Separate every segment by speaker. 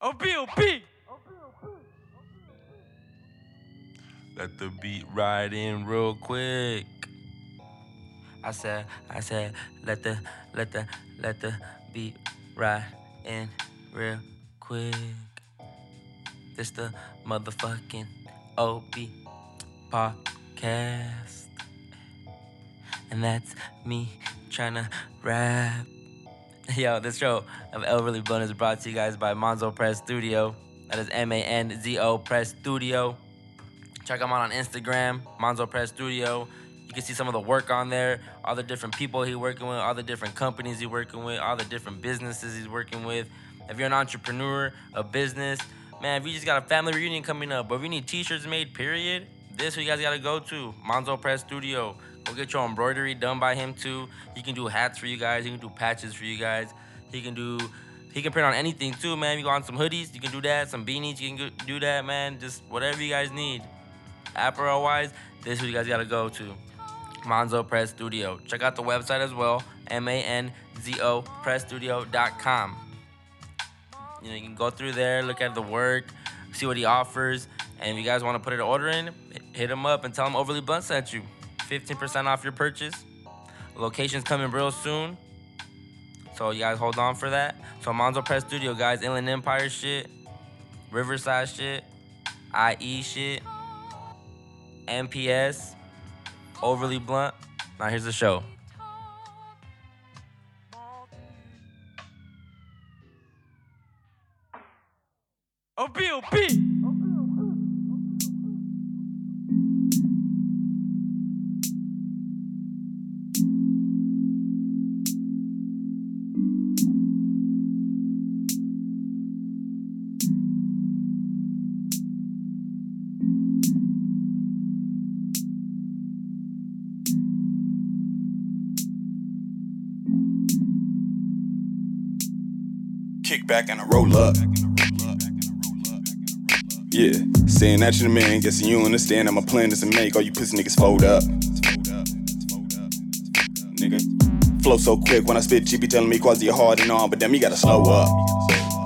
Speaker 1: Oh, OBOB.
Speaker 2: Let the beat ride in real quick.
Speaker 1: I said, I said, let the, let the, let the beat ride in real quick. This the motherfucking OB podcast. And that's me trying to rap. Yo, this show of Elderly Blunt is brought to you guys by Monzo Press Studio. That is M A N Z O Press Studio. Check them out on Instagram, Monzo Press Studio. You can see some of the work on there, all the different people he's working with, all the different companies he's working with, all the different businesses he's working with. If you're an entrepreneur, a business, man, if you just got a family reunion coming up, but if you need t-shirts made, period, this who you guys gotta go to. Monzo Press Studio. Go get your embroidery done by him too. He can do hats for you guys, he can do patches for you guys, he can do he can print on anything too, man. You go on some hoodies, you can do that. Some beanies, you can go- do that, man. Just whatever you guys need. Apparel wise, this is who you guys gotta go to. Monzo Press Studio. Check out the website as well, M A N Z O com. You know, you can go through there, look at the work, see what he offers, and if you guys want to put an order in, h- hit him up and tell him Overly Blunt sent you. 15% off your purchase. Location's coming real soon. So you guys hold on for that. So Monzo Press Studio guys, Inland Empire shit, Riverside shit, IE shit, MPS, overly blunt. Now here's the show.
Speaker 2: OBOB.
Speaker 3: Kick back and a roll up. Yeah, saying that you the man, guessing you understand that my plan is to make all you pussy niggas fold up. Nigga, flow so quick when I spit, she be telling me quasi hard and all, but damn, you gotta slow up.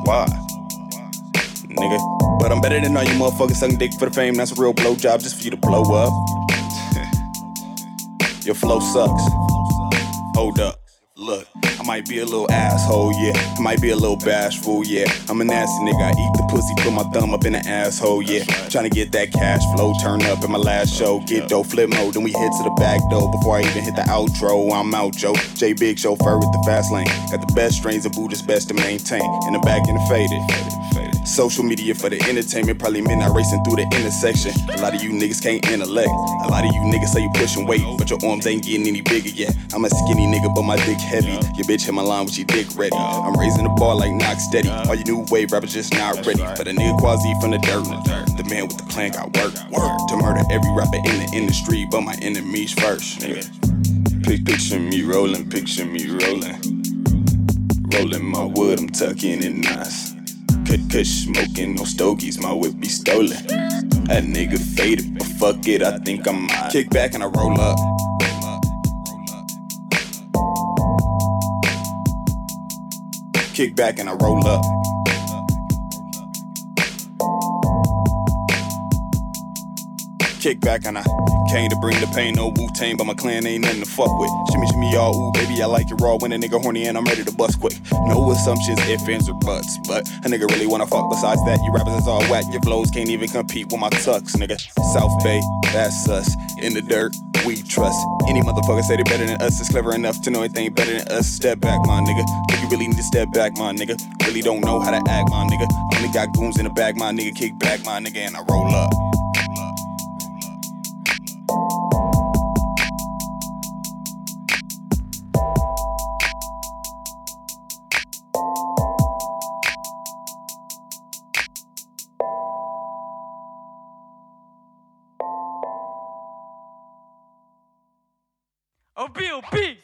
Speaker 3: Why? Nigga, but I'm better than all you motherfuckers sucking dick for the fame. That's a real blowjob just for you to blow up. Your flow sucks. Hold up, look, I might be a little asshole, yeah. I might be a little bashful, yeah. I'm a nasty nigga, I eat the pussy, put my thumb up in the asshole, yeah. Tryna get that cash flow, turn up in my last show, get dope, flip mode, then we hit to the back door. Before I even hit the outro, I'm out, yo. J Big chauffeur with the fast lane. Got the best strains of Buddha's best to maintain. In the back and faded. Social media for the entertainment, probably midnight racing through the intersection. A lot of you niggas can't intellect. A lot of you niggas say you pushing weight, but your arms ain't getting any bigger yet. I'm a skinny nigga, but my dick heavy. Your bitch hit my line with your dick ready. I'm raising the bar like Knock Steady. All you new wave rappers just not ready. For the nigga Quasi from the dirt, the man with the plan got work, work to murder every rapper in the industry, but my enemies first. Nigga. Pic- Picture me rolling, picture me rolling. Rolling my wood, I'm tucking it nice. Cut cut smoking, no stogies, my whip be stolen. That nigga faded, but fuck it, I think I'm out. Kick back and I roll up. Kick back and I roll up. Kick back and I came to bring the pain, no Wu Tang, but my clan ain't nothing to fuck with. Shimmy, shimmy, y'all, ooh, baby, I like it raw when a nigga horny and I'm ready to bust quick. No assumptions, ifs, ands, or buts, but a nigga really wanna fuck. Besides that, you rappers is all whack, your flows can't even compete with my tucks, nigga. South Bay, that's us. In the dirt, we trust. Any motherfucker say they better than us is clever enough to know anything better than us. Step back, my nigga. Think you really need to step back, my nigga. Really don't know how to act, my nigga. Only got goons in the back, my nigga. Kick back, my nigga, and I roll up.
Speaker 2: OBOB.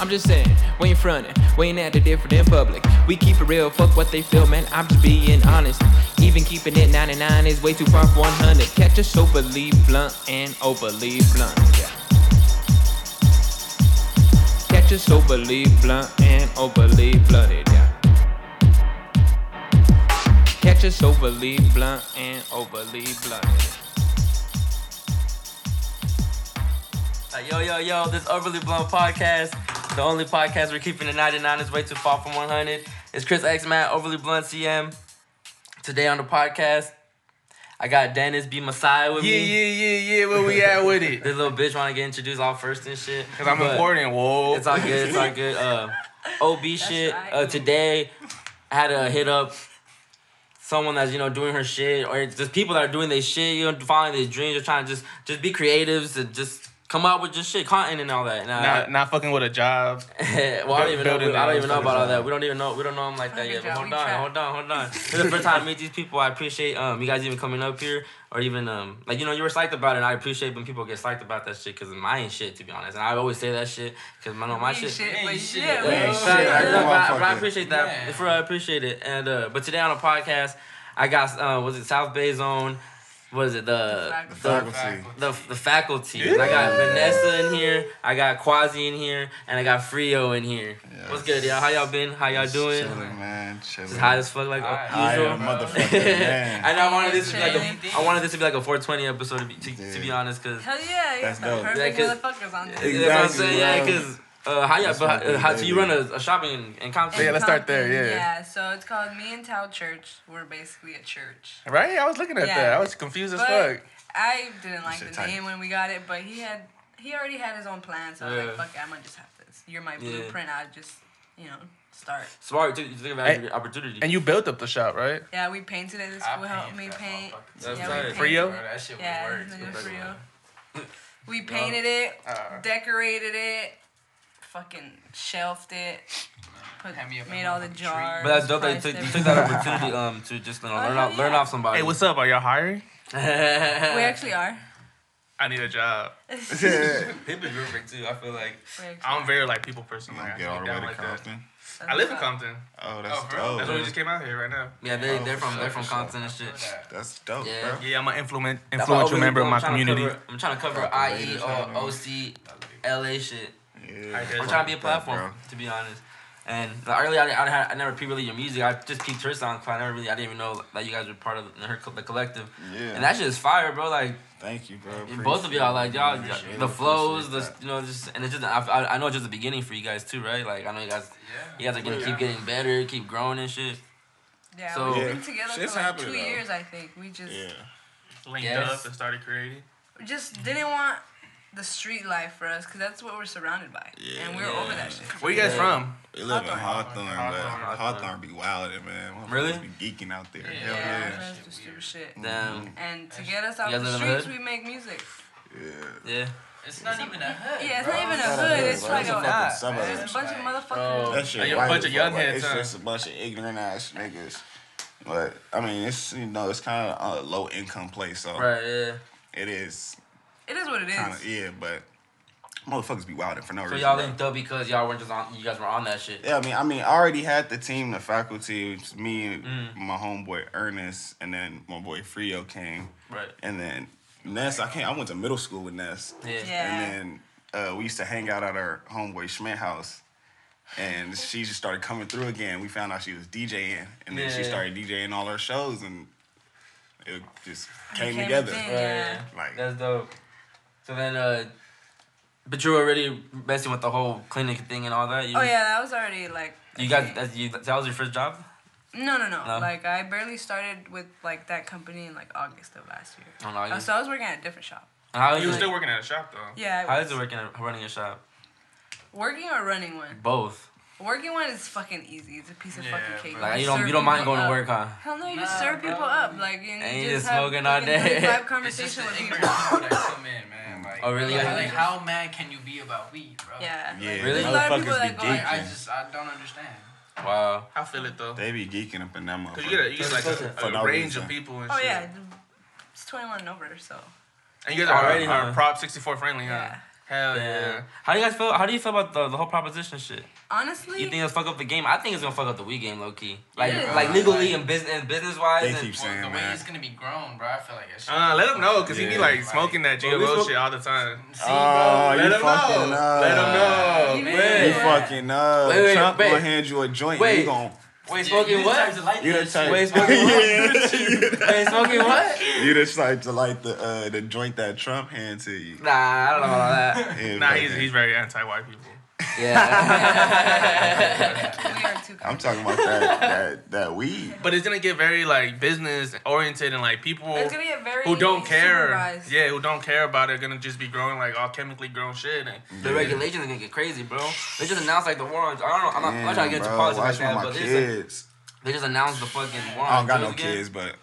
Speaker 4: I'm just saying, we ain't frontin', we ain't acting different in public. We keep it real, fuck what they feel, man. I'm just being honest. Even keeping it 99 is way too far from 100. Catch us overly blunt and overly blunt. Yeah. Catch us just soberly blunt and overly blooded, yeah. Catch us overly blunt and overly blooded.
Speaker 1: Uh, yo, yo, yo, this Overly Blunt podcast, the only podcast we're keeping the 99 is way too far from 100. It's Chris X Matt, Overly Blunt CM. Today on the podcast, I got Dennis B. Messiah with
Speaker 5: Yeah,
Speaker 1: me.
Speaker 5: yeah, yeah, yeah. Where we at with it?
Speaker 1: This little bitch want to get introduced all first and shit.
Speaker 5: Cause I'm
Speaker 1: but
Speaker 5: important. Whoa.
Speaker 1: It's all good, it's all good. Uh, OB shit. Uh, today, I had to hit up someone that's, you know, doing her shit or just people that are doing their shit, you know, following their dreams. They're trying to just, just be creatives and just come out with just shit, content and all that. And I-
Speaker 5: Not, not fucking with a job.
Speaker 1: well, I don't even know.
Speaker 5: Building
Speaker 1: I don't even know
Speaker 5: their
Speaker 1: about all
Speaker 5: own
Speaker 1: that. We don't even know. We don't know him like that yet. But hold
Speaker 6: Underground,
Speaker 1: on,
Speaker 6: we
Speaker 1: hold on, hold on. This is the first time I meet these people. I appreciate um you guys even coming up here or even um like you know you were psyched about it. and I appreciate when people get psyched about that shit because mine ain't shit to be honest. And I always say that shit because my no my
Speaker 6: Ain't
Speaker 1: shit.
Speaker 6: shit, but
Speaker 2: shit.
Speaker 6: yeah, we
Speaker 1: Yeah,
Speaker 6: ain't
Speaker 1: but-
Speaker 5: shit.
Speaker 6: shit.
Speaker 5: I
Speaker 1: but- but- but I
Speaker 5: motherfucker.
Speaker 1: appreciate that.
Speaker 5: Yeah.
Speaker 1: For real, I appreciate it. And uh, but today on the podcast, I got uh, was it South Bay Zone. What is it? The
Speaker 6: The
Speaker 1: the, the, the faculty. I got Vanessa in here. I got Quasi in here, and I got Frio in here. What's good, y'all? How y'all been? How y'all doing?
Speaker 7: Chilling, man. Chilling.
Speaker 1: Just high as fuck, like
Speaker 7: High
Speaker 1: usual.
Speaker 7: as motherfucker, man.
Speaker 1: and I wanted this to be like
Speaker 6: Same thing.
Speaker 1: a, I wanted this to be like a 420 episode to be, to, to be
Speaker 7: Yeah.
Speaker 1: honest, cause
Speaker 6: Hell yeah,
Speaker 7: That's
Speaker 6: the
Speaker 7: dope.
Speaker 6: perfect
Speaker 1: Yeah, 'cause-
Speaker 6: motherfuckers on
Speaker 1: you
Speaker 6: there.
Speaker 1: know what I'm
Speaker 7: Exactly,
Speaker 1: saying, yeah,
Speaker 7: bro.
Speaker 1: cause uh, how y'all,
Speaker 7: That's
Speaker 1: but,
Speaker 7: my thing,
Speaker 1: uh, how so you run
Speaker 7: baby.
Speaker 1: a, a shopping in, in Compton?
Speaker 5: Yeah, let's start there,
Speaker 6: Compton,
Speaker 5: yeah.
Speaker 6: Yeah, so it's called Me and Tao Church. We're basically a church.
Speaker 5: Right? I was looking at
Speaker 6: Yeah.
Speaker 5: that. I was confused as
Speaker 6: But-
Speaker 5: fuck.
Speaker 6: I didn't like
Speaker 7: Shit
Speaker 6: the
Speaker 7: tight.
Speaker 6: name when we got it, but he had he already had his own plan, so I was
Speaker 1: Yeah.
Speaker 6: like, fuck it, I'm gonna just have this. You're my
Speaker 1: Yeah.
Speaker 6: blueprint. I just you know start.
Speaker 1: Smart, dude, you think about
Speaker 5: And-
Speaker 1: opportunity.
Speaker 5: And you built up the shop, right?
Speaker 6: Yeah, we painted it. This
Speaker 2: I
Speaker 6: will help me
Speaker 2: painted that
Speaker 6: paint.
Speaker 2: motherfucker.
Speaker 1: That's
Speaker 6: yeah,
Speaker 1: tight.
Speaker 6: we painted-
Speaker 5: Frio?
Speaker 2: that shit
Speaker 6: Yeah,
Speaker 2: was
Speaker 6: this
Speaker 2: words.
Speaker 6: nigga
Speaker 2: But-
Speaker 6: Frio. We painted it,
Speaker 5: Uh.
Speaker 6: decorated it, fucking shelved it, put,
Speaker 2: Hand me a
Speaker 6: made all the
Speaker 2: motherfucking tree.
Speaker 6: jars.
Speaker 1: but that's dope that you
Speaker 6: priced
Speaker 1: took, you took
Speaker 6: everything.
Speaker 1: that opportunity um to just you know,
Speaker 6: Oh,
Speaker 1: learn
Speaker 6: yeah,
Speaker 1: off learn
Speaker 6: yeah.
Speaker 1: off somebody.
Speaker 5: Hey, what's up? Are y'all hiring?
Speaker 6: We actually are.
Speaker 5: I need a job.
Speaker 6: we
Speaker 7: Yeah.
Speaker 1: He'd be perfect too. I feel like
Speaker 6: actually
Speaker 5: I'm very like people person.
Speaker 7: I'm gonna
Speaker 5: Like,
Speaker 7: get all
Speaker 5: I,
Speaker 7: the way to Compton.
Speaker 6: are.
Speaker 5: I live in Compton.
Speaker 7: Oh, that's
Speaker 5: That's why we
Speaker 7: dope.
Speaker 5: just came out here right now.
Speaker 1: yeah, they
Speaker 7: Oh,
Speaker 1: they're
Speaker 7: for
Speaker 1: from
Speaker 7: sure,
Speaker 1: they're from
Speaker 7: for sure.
Speaker 1: Compton and shit.
Speaker 7: That's dope,
Speaker 1: Yeah.
Speaker 7: bro.
Speaker 5: Yeah, I'm an influent,
Speaker 1: That's why I
Speaker 5: influential
Speaker 1: always
Speaker 5: member of
Speaker 1: go,
Speaker 5: my
Speaker 1: I'm trying to
Speaker 5: community.
Speaker 1: cover- I'm trying to cover E IE
Speaker 7: Fucking haters,
Speaker 1: or
Speaker 7: man.
Speaker 1: OC, LA shit.
Speaker 7: Yeah.
Speaker 5: I
Speaker 1: I'm
Speaker 5: Fuck
Speaker 1: trying to be a
Speaker 7: with that,
Speaker 1: platform,
Speaker 7: bro.
Speaker 1: to be honest. And like, earlier, I, didn't- I, didn't have- I never pre-really your music. I just peeped her sound. 'cause I never really, I didn't even know that you guys were part of the, her, co- the collective.
Speaker 7: Yeah.
Speaker 1: And that shit is fire, bro. Like
Speaker 7: Thank you, bro. Appreciate
Speaker 1: both of y'all, like y'all,
Speaker 7: it. Appreciate it.
Speaker 1: the flows, the
Speaker 7: Appreciate
Speaker 1: you know, just and it's just. I, I, I know it's just the beginning for you guys too, right? Like I know you guys, you guys are gonna keep getting better, keep growing and shit.
Speaker 6: Yeah,
Speaker 1: So-
Speaker 6: we've
Speaker 7: Yeah.
Speaker 6: been together
Speaker 7: Shit's
Speaker 6: for like
Speaker 7: happening,
Speaker 6: two
Speaker 7: though.
Speaker 6: years, I think. We just
Speaker 7: that. Yeah.
Speaker 5: Linked
Speaker 1: Yes.
Speaker 5: up and started creating.
Speaker 6: we just didn't want the street life for us because that's what we're surrounded by, and we're over that shit.
Speaker 5: Where you guys
Speaker 1: Yeah.
Speaker 5: from?
Speaker 7: We live in Hawthorne,
Speaker 5: Hawthorne.
Speaker 7: but
Speaker 5: Hawthorne.
Speaker 7: Hawthorne, be wilding, man. Motherfuckers
Speaker 1: Really?
Speaker 7: Be geeking out there.
Speaker 6: yeah,
Speaker 7: Hell
Speaker 6: yeah.
Speaker 7: yeah.
Speaker 6: that's just stupid shit.
Speaker 7: Mm-hmm.
Speaker 1: Damn.
Speaker 6: And to get us
Speaker 1: You
Speaker 6: off
Speaker 1: guys
Speaker 6: the
Speaker 1: live in the
Speaker 6: streets, we make music.
Speaker 7: Yeah.
Speaker 1: Yeah.
Speaker 2: It's not even a hood.
Speaker 6: Yeah, it's not even a
Speaker 7: It's not a
Speaker 6: hood.
Speaker 7: hood,
Speaker 6: It's
Speaker 7: bro.
Speaker 6: like
Speaker 7: It's a
Speaker 6: a
Speaker 7: fucking suburb.
Speaker 6: it's just a bunch of
Speaker 1: Bro.
Speaker 6: motherfuckers.
Speaker 1: Oh.
Speaker 7: That shit
Speaker 5: Like a
Speaker 7: white
Speaker 5: bunch
Speaker 7: as
Speaker 5: of young
Speaker 7: fuck. Like,
Speaker 5: heads,
Speaker 7: It's
Speaker 5: huh?
Speaker 7: just a bunch of ignorant ass niggas. But I mean, it's you know, it's kind of a low income place, so
Speaker 1: Right. Yeah.
Speaker 7: it is
Speaker 6: It is what it is.
Speaker 7: kind of yeah. But motherfuckers be wilding for no
Speaker 1: So
Speaker 7: reason.
Speaker 1: y'all
Speaker 7: bro.
Speaker 1: linked up because y'all weren't just on. You guys were on that shit.
Speaker 7: Yeah, I mean, I mean, I already had the team, the faculty, which is me,
Speaker 5: Mm.
Speaker 7: my homeboy Ernest, and then my boy Frio came,
Speaker 1: Right.
Speaker 7: and then Ness. I came. I went to middle school with Ness,
Speaker 1: Yeah.
Speaker 7: and then uh, we used to hang out at our homeboy Schmidt house, and she just started coming through again. We found out she was DJing, and then
Speaker 1: Yeah.
Speaker 7: she started DJing all her shows, and it just came
Speaker 6: Became a
Speaker 7: together.
Speaker 6: thing,
Speaker 1: Right.
Speaker 6: Yeah.
Speaker 7: Like
Speaker 1: That's dope. So then, uh, but you were already messing with the whole clinic thing and all that. You,
Speaker 6: Oh yeah, that was already like. a
Speaker 1: You got
Speaker 6: thing.
Speaker 1: that's you. That was your first job.
Speaker 6: No, no, no,
Speaker 1: No?
Speaker 6: Like I barely started with like that company in like August of last year.
Speaker 1: Oh, no, you-
Speaker 6: Uh, so I was working at a different shop.
Speaker 1: And How is
Speaker 5: You were
Speaker 1: it-
Speaker 5: still working at a shop though.
Speaker 6: Yeah. I
Speaker 1: How
Speaker 6: was.
Speaker 1: is it working at running a shop?
Speaker 6: Working or running one?
Speaker 1: Both.
Speaker 6: Working one is fucking easy. It's a piece of
Speaker 5: Yeah,
Speaker 6: fucking cake.
Speaker 5: bro.
Speaker 1: Like you
Speaker 6: serve
Speaker 1: don't you don't mind
Speaker 6: people
Speaker 1: going to
Speaker 6: up.
Speaker 1: work, huh?
Speaker 6: Hell no, you just serve people up. Like and,
Speaker 1: And
Speaker 6: you,
Speaker 1: you
Speaker 6: just,
Speaker 1: just
Speaker 6: have
Speaker 1: smoking all
Speaker 6: fucking
Speaker 1: day.
Speaker 6: 35
Speaker 2: It's just
Speaker 6: conversation
Speaker 2: the
Speaker 6: with
Speaker 2: ignorant
Speaker 6: people.
Speaker 2: people that come in, man. Like,
Speaker 1: Oh, really?
Speaker 2: Like,
Speaker 1: Yeah.
Speaker 2: like, how mad can you be about weed, bro?
Speaker 6: Yeah.
Speaker 7: yeah,
Speaker 1: Really?
Speaker 6: There's a lot of people
Speaker 7: motherfuckers be
Speaker 6: that go like,
Speaker 2: Like, I
Speaker 7: geeking.
Speaker 2: just I don't understand.
Speaker 1: Wow.
Speaker 5: I feel it though.
Speaker 7: They be geeking up in that motherfucker.
Speaker 5: Cause you get a, you get like a,
Speaker 7: For
Speaker 5: a
Speaker 7: no
Speaker 5: range
Speaker 7: reason.
Speaker 5: of people and
Speaker 6: Oh
Speaker 5: shit.
Speaker 6: yeah, it's 21 and over, so
Speaker 5: And you guys are,
Speaker 1: Already,
Speaker 5: are
Speaker 1: huh?
Speaker 5: prop 64 friendly, huh?
Speaker 6: yeah.
Speaker 5: Hell Uh-huh, yeah.
Speaker 1: Yeah. How do you guys feel? How do you feel about the, the whole proposition shit?
Speaker 6: Honestly,
Speaker 1: You think it'll fuck up the game? I think it's gonna fuck up the Wii game, low key. Like,
Speaker 6: Yeah.
Speaker 1: like legally and business, and business wise.
Speaker 7: They
Speaker 1: and,
Speaker 7: keep saying
Speaker 8: the way
Speaker 7: that.
Speaker 8: it's gonna be grown, bro. I feel like it's.
Speaker 5: Uh, let him know, cause he be
Speaker 7: Yeah.
Speaker 5: like smoking that
Speaker 1: Well, we
Speaker 5: GLO
Speaker 1: smoke-
Speaker 5: shit all the time.
Speaker 8: See,
Speaker 7: Oh,
Speaker 5: Let
Speaker 7: you
Speaker 5: him
Speaker 7: fucking
Speaker 5: know.
Speaker 7: up.
Speaker 5: Let
Speaker 6: You
Speaker 5: him know.
Speaker 6: didn't
Speaker 7: Oh, You
Speaker 5: Wait.
Speaker 6: Yeah.
Speaker 7: fucking up.
Speaker 1: Wait, wait,
Speaker 7: Trump
Speaker 1: wait.
Speaker 7: gonna hand you a joint.
Speaker 1: Wait.
Speaker 7: You gon'
Speaker 1: wait,
Speaker 8: bro.
Speaker 1: smoking what?
Speaker 7: you the type.
Speaker 1: Wait, smoking
Speaker 7: yeah.
Speaker 1: Wait, smoking what?
Speaker 7: you the type to like the uh, the joint that Trump hand to you.
Speaker 1: Nah, I don't know about that.
Speaker 7: Yeah,
Speaker 5: Nah,
Speaker 7: fucking-
Speaker 5: he's he's very anti-white people.
Speaker 1: Yeah.
Speaker 6: we are too.
Speaker 7: I'm talking about that that that weed.
Speaker 5: But it's gonna get very like business oriented and like people
Speaker 6: It's gonna get very
Speaker 5: who don't care.
Speaker 6: supervised.
Speaker 5: Yeah, who don't care about it are gonna just be growing like all chemically grown shit. And
Speaker 1: the regulations are gonna get crazy, bro. They just announced like the war on. I don't know. I'm not, I'm not trying to get into
Speaker 7: Damn,
Speaker 1: politics
Speaker 7: bro,
Speaker 1: like
Speaker 7: watch
Speaker 1: that,
Speaker 7: for
Speaker 1: but
Speaker 7: my
Speaker 1: they just,
Speaker 7: kids.
Speaker 1: they just announced the fucking war on.
Speaker 7: I don't got no
Speaker 1: drugs again.
Speaker 7: kids, but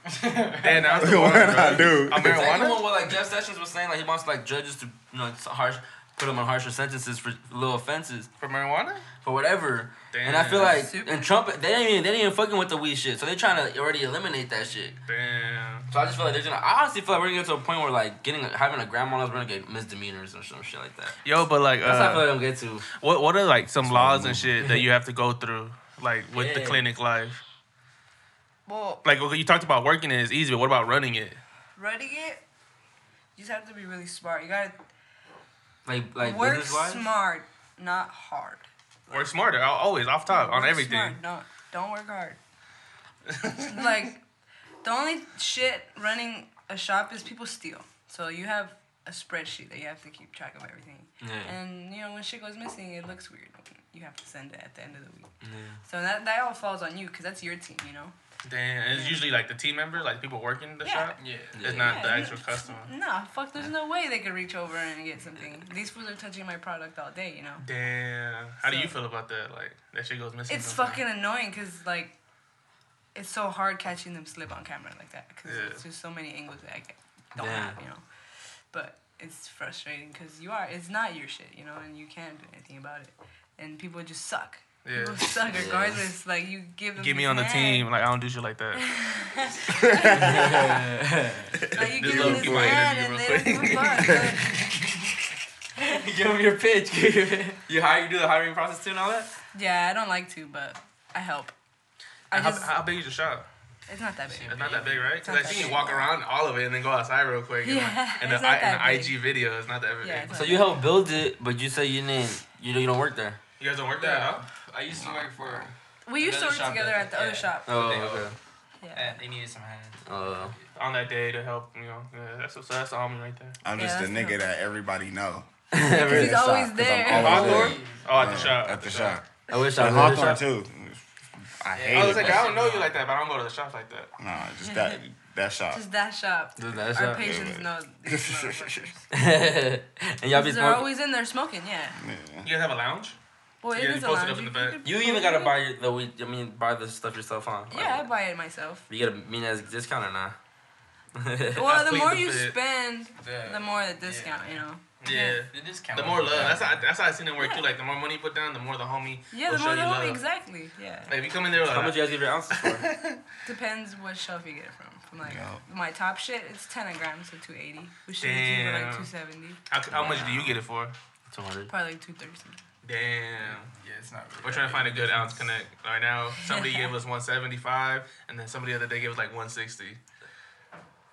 Speaker 5: they announced the war,
Speaker 7: what I
Speaker 5: bro.
Speaker 7: do?
Speaker 1: It's
Speaker 5: On
Speaker 1: like the one
Speaker 5: marijuana.
Speaker 1: where like Jeff Sessions was saying like he wants like judges to you know it's harsh put them on harsher sentences for little offenses
Speaker 5: For marijuana?
Speaker 1: for whatever. And I feel like
Speaker 6: Super.
Speaker 1: and Trump they didn't even they didn't even fucking with the weed shit, so they're trying to already eliminate that shit.
Speaker 5: Damn.
Speaker 1: So I just feel like they're gonna. I honestly feel like we're gonna get to a point where like getting having a grandma is gonna get misdemeanors or some shit like that.
Speaker 5: Yo, but like,
Speaker 1: That's how I feel
Speaker 5: uh,
Speaker 1: like I'm get to.
Speaker 5: what what are like some laws and shit that you have to go through, like with the
Speaker 1: Yeah.
Speaker 5: clinic life?
Speaker 6: Well,
Speaker 5: Like, okay, you talked about working it is easy, but what about running it?
Speaker 6: running it, you just have to be really smart. You gotta
Speaker 1: Like like
Speaker 6: work
Speaker 1: business wise.
Speaker 6: smart, not hard.
Speaker 5: Work smarter, al- always off top on
Speaker 6: Work
Speaker 5: everything.
Speaker 6: Smart. Don't don't work hard. like the only shit running a shop is people steal. So you have a spreadsheet that you have to keep track of everything.
Speaker 1: Yeah.
Speaker 6: And you know when shit goes missing, it looks weird. You have to send it at the end of the week. So that that all falls on you because that's your team. You know.
Speaker 5: Damn, it's usually like the team members, like people working the
Speaker 6: Yeah.
Speaker 5: shop.
Speaker 8: Yeah.
Speaker 5: It's not the
Speaker 6: Yeah, Mm-hmm.
Speaker 5: actual
Speaker 6: you-
Speaker 5: customer.
Speaker 6: Nah, fuck. There's no way they could reach over and get something. These fools are touching my product all day. You know.
Speaker 5: Damn. How do you
Speaker 6: So-
Speaker 5: feel about that? Like that shit goes missing.
Speaker 6: It's
Speaker 5: sometimes.
Speaker 6: fucking annoying because like. It's so hard catching them slip on camera like that because
Speaker 5: Yeah.
Speaker 6: it's just so many angles that I get- don't
Speaker 1: Yeah.
Speaker 6: have, you know. But it's frustrating because you are, it's not your shit, you know, and you can't do anything about it. And people just suck.
Speaker 5: Yeah.
Speaker 6: People suck regardless. Like you give them.
Speaker 5: Get me
Speaker 6: this
Speaker 5: on the
Speaker 6: hand.
Speaker 5: team. Like I don't do shit like that.
Speaker 6: Like you
Speaker 5: Just
Speaker 6: give them
Speaker 5: low-key
Speaker 6: this
Speaker 5: my
Speaker 6: hand and
Speaker 5: interview
Speaker 6: they don't give a fuck. Like,
Speaker 1: Give them your pitch. you hire you do the hiring process too and all that.
Speaker 6: Yeah, I don't like to, but I help. I
Speaker 5: How,
Speaker 6: just,
Speaker 5: how big is your shop?
Speaker 6: it's not that big.
Speaker 5: It's not that big, right? Cause
Speaker 6: not
Speaker 5: like,
Speaker 6: that
Speaker 5: you can
Speaker 6: big.
Speaker 5: walk around all of it and then go outside real quick. And, like,
Speaker 6: Yeah,
Speaker 5: and the,
Speaker 6: it's not
Speaker 5: I, and
Speaker 6: that
Speaker 5: the
Speaker 6: big.
Speaker 5: IG video is not that big.
Speaker 6: Yeah, it's
Speaker 1: So
Speaker 6: not
Speaker 1: you
Speaker 6: that
Speaker 1: helped build it, but you say you didn't. You don't- you don't work there.
Speaker 5: you guys don't work there at all.
Speaker 8: Yeah. I used to work for.
Speaker 6: big. We used to
Speaker 8: Another
Speaker 6: work
Speaker 8: shop
Speaker 6: together
Speaker 8: does
Speaker 6: at the
Speaker 8: it,
Speaker 6: other
Speaker 8: yeah.
Speaker 6: shop.
Speaker 1: Oh
Speaker 8: they-
Speaker 1: okay.
Speaker 6: Yeah.
Speaker 8: and They needed some hands.
Speaker 1: Uh,
Speaker 5: On that day to help, you know. Yeah, that's what's that's all me right there.
Speaker 7: I'm just
Speaker 6: Yeah,
Speaker 7: the
Speaker 6: that's
Speaker 7: nigga
Speaker 6: not-
Speaker 7: that everybody know.
Speaker 6: Because he's
Speaker 7: Yeah, so-
Speaker 6: always
Speaker 7: 'cause I'm
Speaker 6: there.
Speaker 7: always
Speaker 5: Hawthorne?
Speaker 7: there.
Speaker 5: Oh, at the
Speaker 7: Uh,
Speaker 5: shop.
Speaker 7: At the shop.
Speaker 1: I wish I was
Speaker 7: At
Speaker 1: at the
Speaker 7: Hawthorne
Speaker 1: shop.
Speaker 7: too. I hate
Speaker 5: I was like,
Speaker 7: it.
Speaker 5: I don't know you like that, but I don't go to the shops like that.
Speaker 7: Nah, just that that shop.
Speaker 6: Just that shop.
Speaker 1: Dude, that's
Speaker 6: Our
Speaker 1: not-
Speaker 6: patients
Speaker 7: but-
Speaker 6: know. these motherfuckers.
Speaker 1: and y'all be
Speaker 6: Because they're
Speaker 1: smoking.
Speaker 6: always in there smoking, yeah.
Speaker 5: You guys have a lounge?
Speaker 6: Boy,
Speaker 5: Yeah,
Speaker 6: it
Speaker 5: you
Speaker 6: is a
Speaker 5: post it up
Speaker 6: lounge.
Speaker 5: in
Speaker 6: You
Speaker 5: the back.
Speaker 6: could-
Speaker 1: You even gotta buy your, the weed. I mean, buy the stuff yourself, huh? Like,
Speaker 6: Yeah, I buy it myself.
Speaker 1: You get a mean ass discount or not?
Speaker 6: Well, the
Speaker 5: please
Speaker 6: more
Speaker 5: the
Speaker 6: you
Speaker 5: fit.
Speaker 6: spend,
Speaker 8: Yeah.
Speaker 6: the more the discount, you know.
Speaker 5: Yeah.
Speaker 8: The discount.
Speaker 5: The more love. That's how, that's how I seen it work too. Like the more money you put down, the more the homie.
Speaker 6: Yeah,
Speaker 5: will
Speaker 6: the
Speaker 5: show
Speaker 6: more the
Speaker 5: you
Speaker 6: homie,
Speaker 5: love.
Speaker 6: exactly. Yeah.
Speaker 5: Like, if you come in there, like,
Speaker 1: How much you guys give your ounces for?
Speaker 6: Depends what shelf you get it from. From like
Speaker 7: Yeah.
Speaker 6: my top shit, it's 10 a gram, so 280. We should be for
Speaker 5: Damn.
Speaker 6: like 270.
Speaker 5: how, how much do you get it for?
Speaker 1: Two hundred.
Speaker 6: Probably like 230 something.
Speaker 5: Damn.
Speaker 8: Yeah, it's not. Really
Speaker 5: We're trying to find a
Speaker 8: that
Speaker 5: good ounce connect right now. Somebody gave us 175, and then somebody the other day gave us like 160.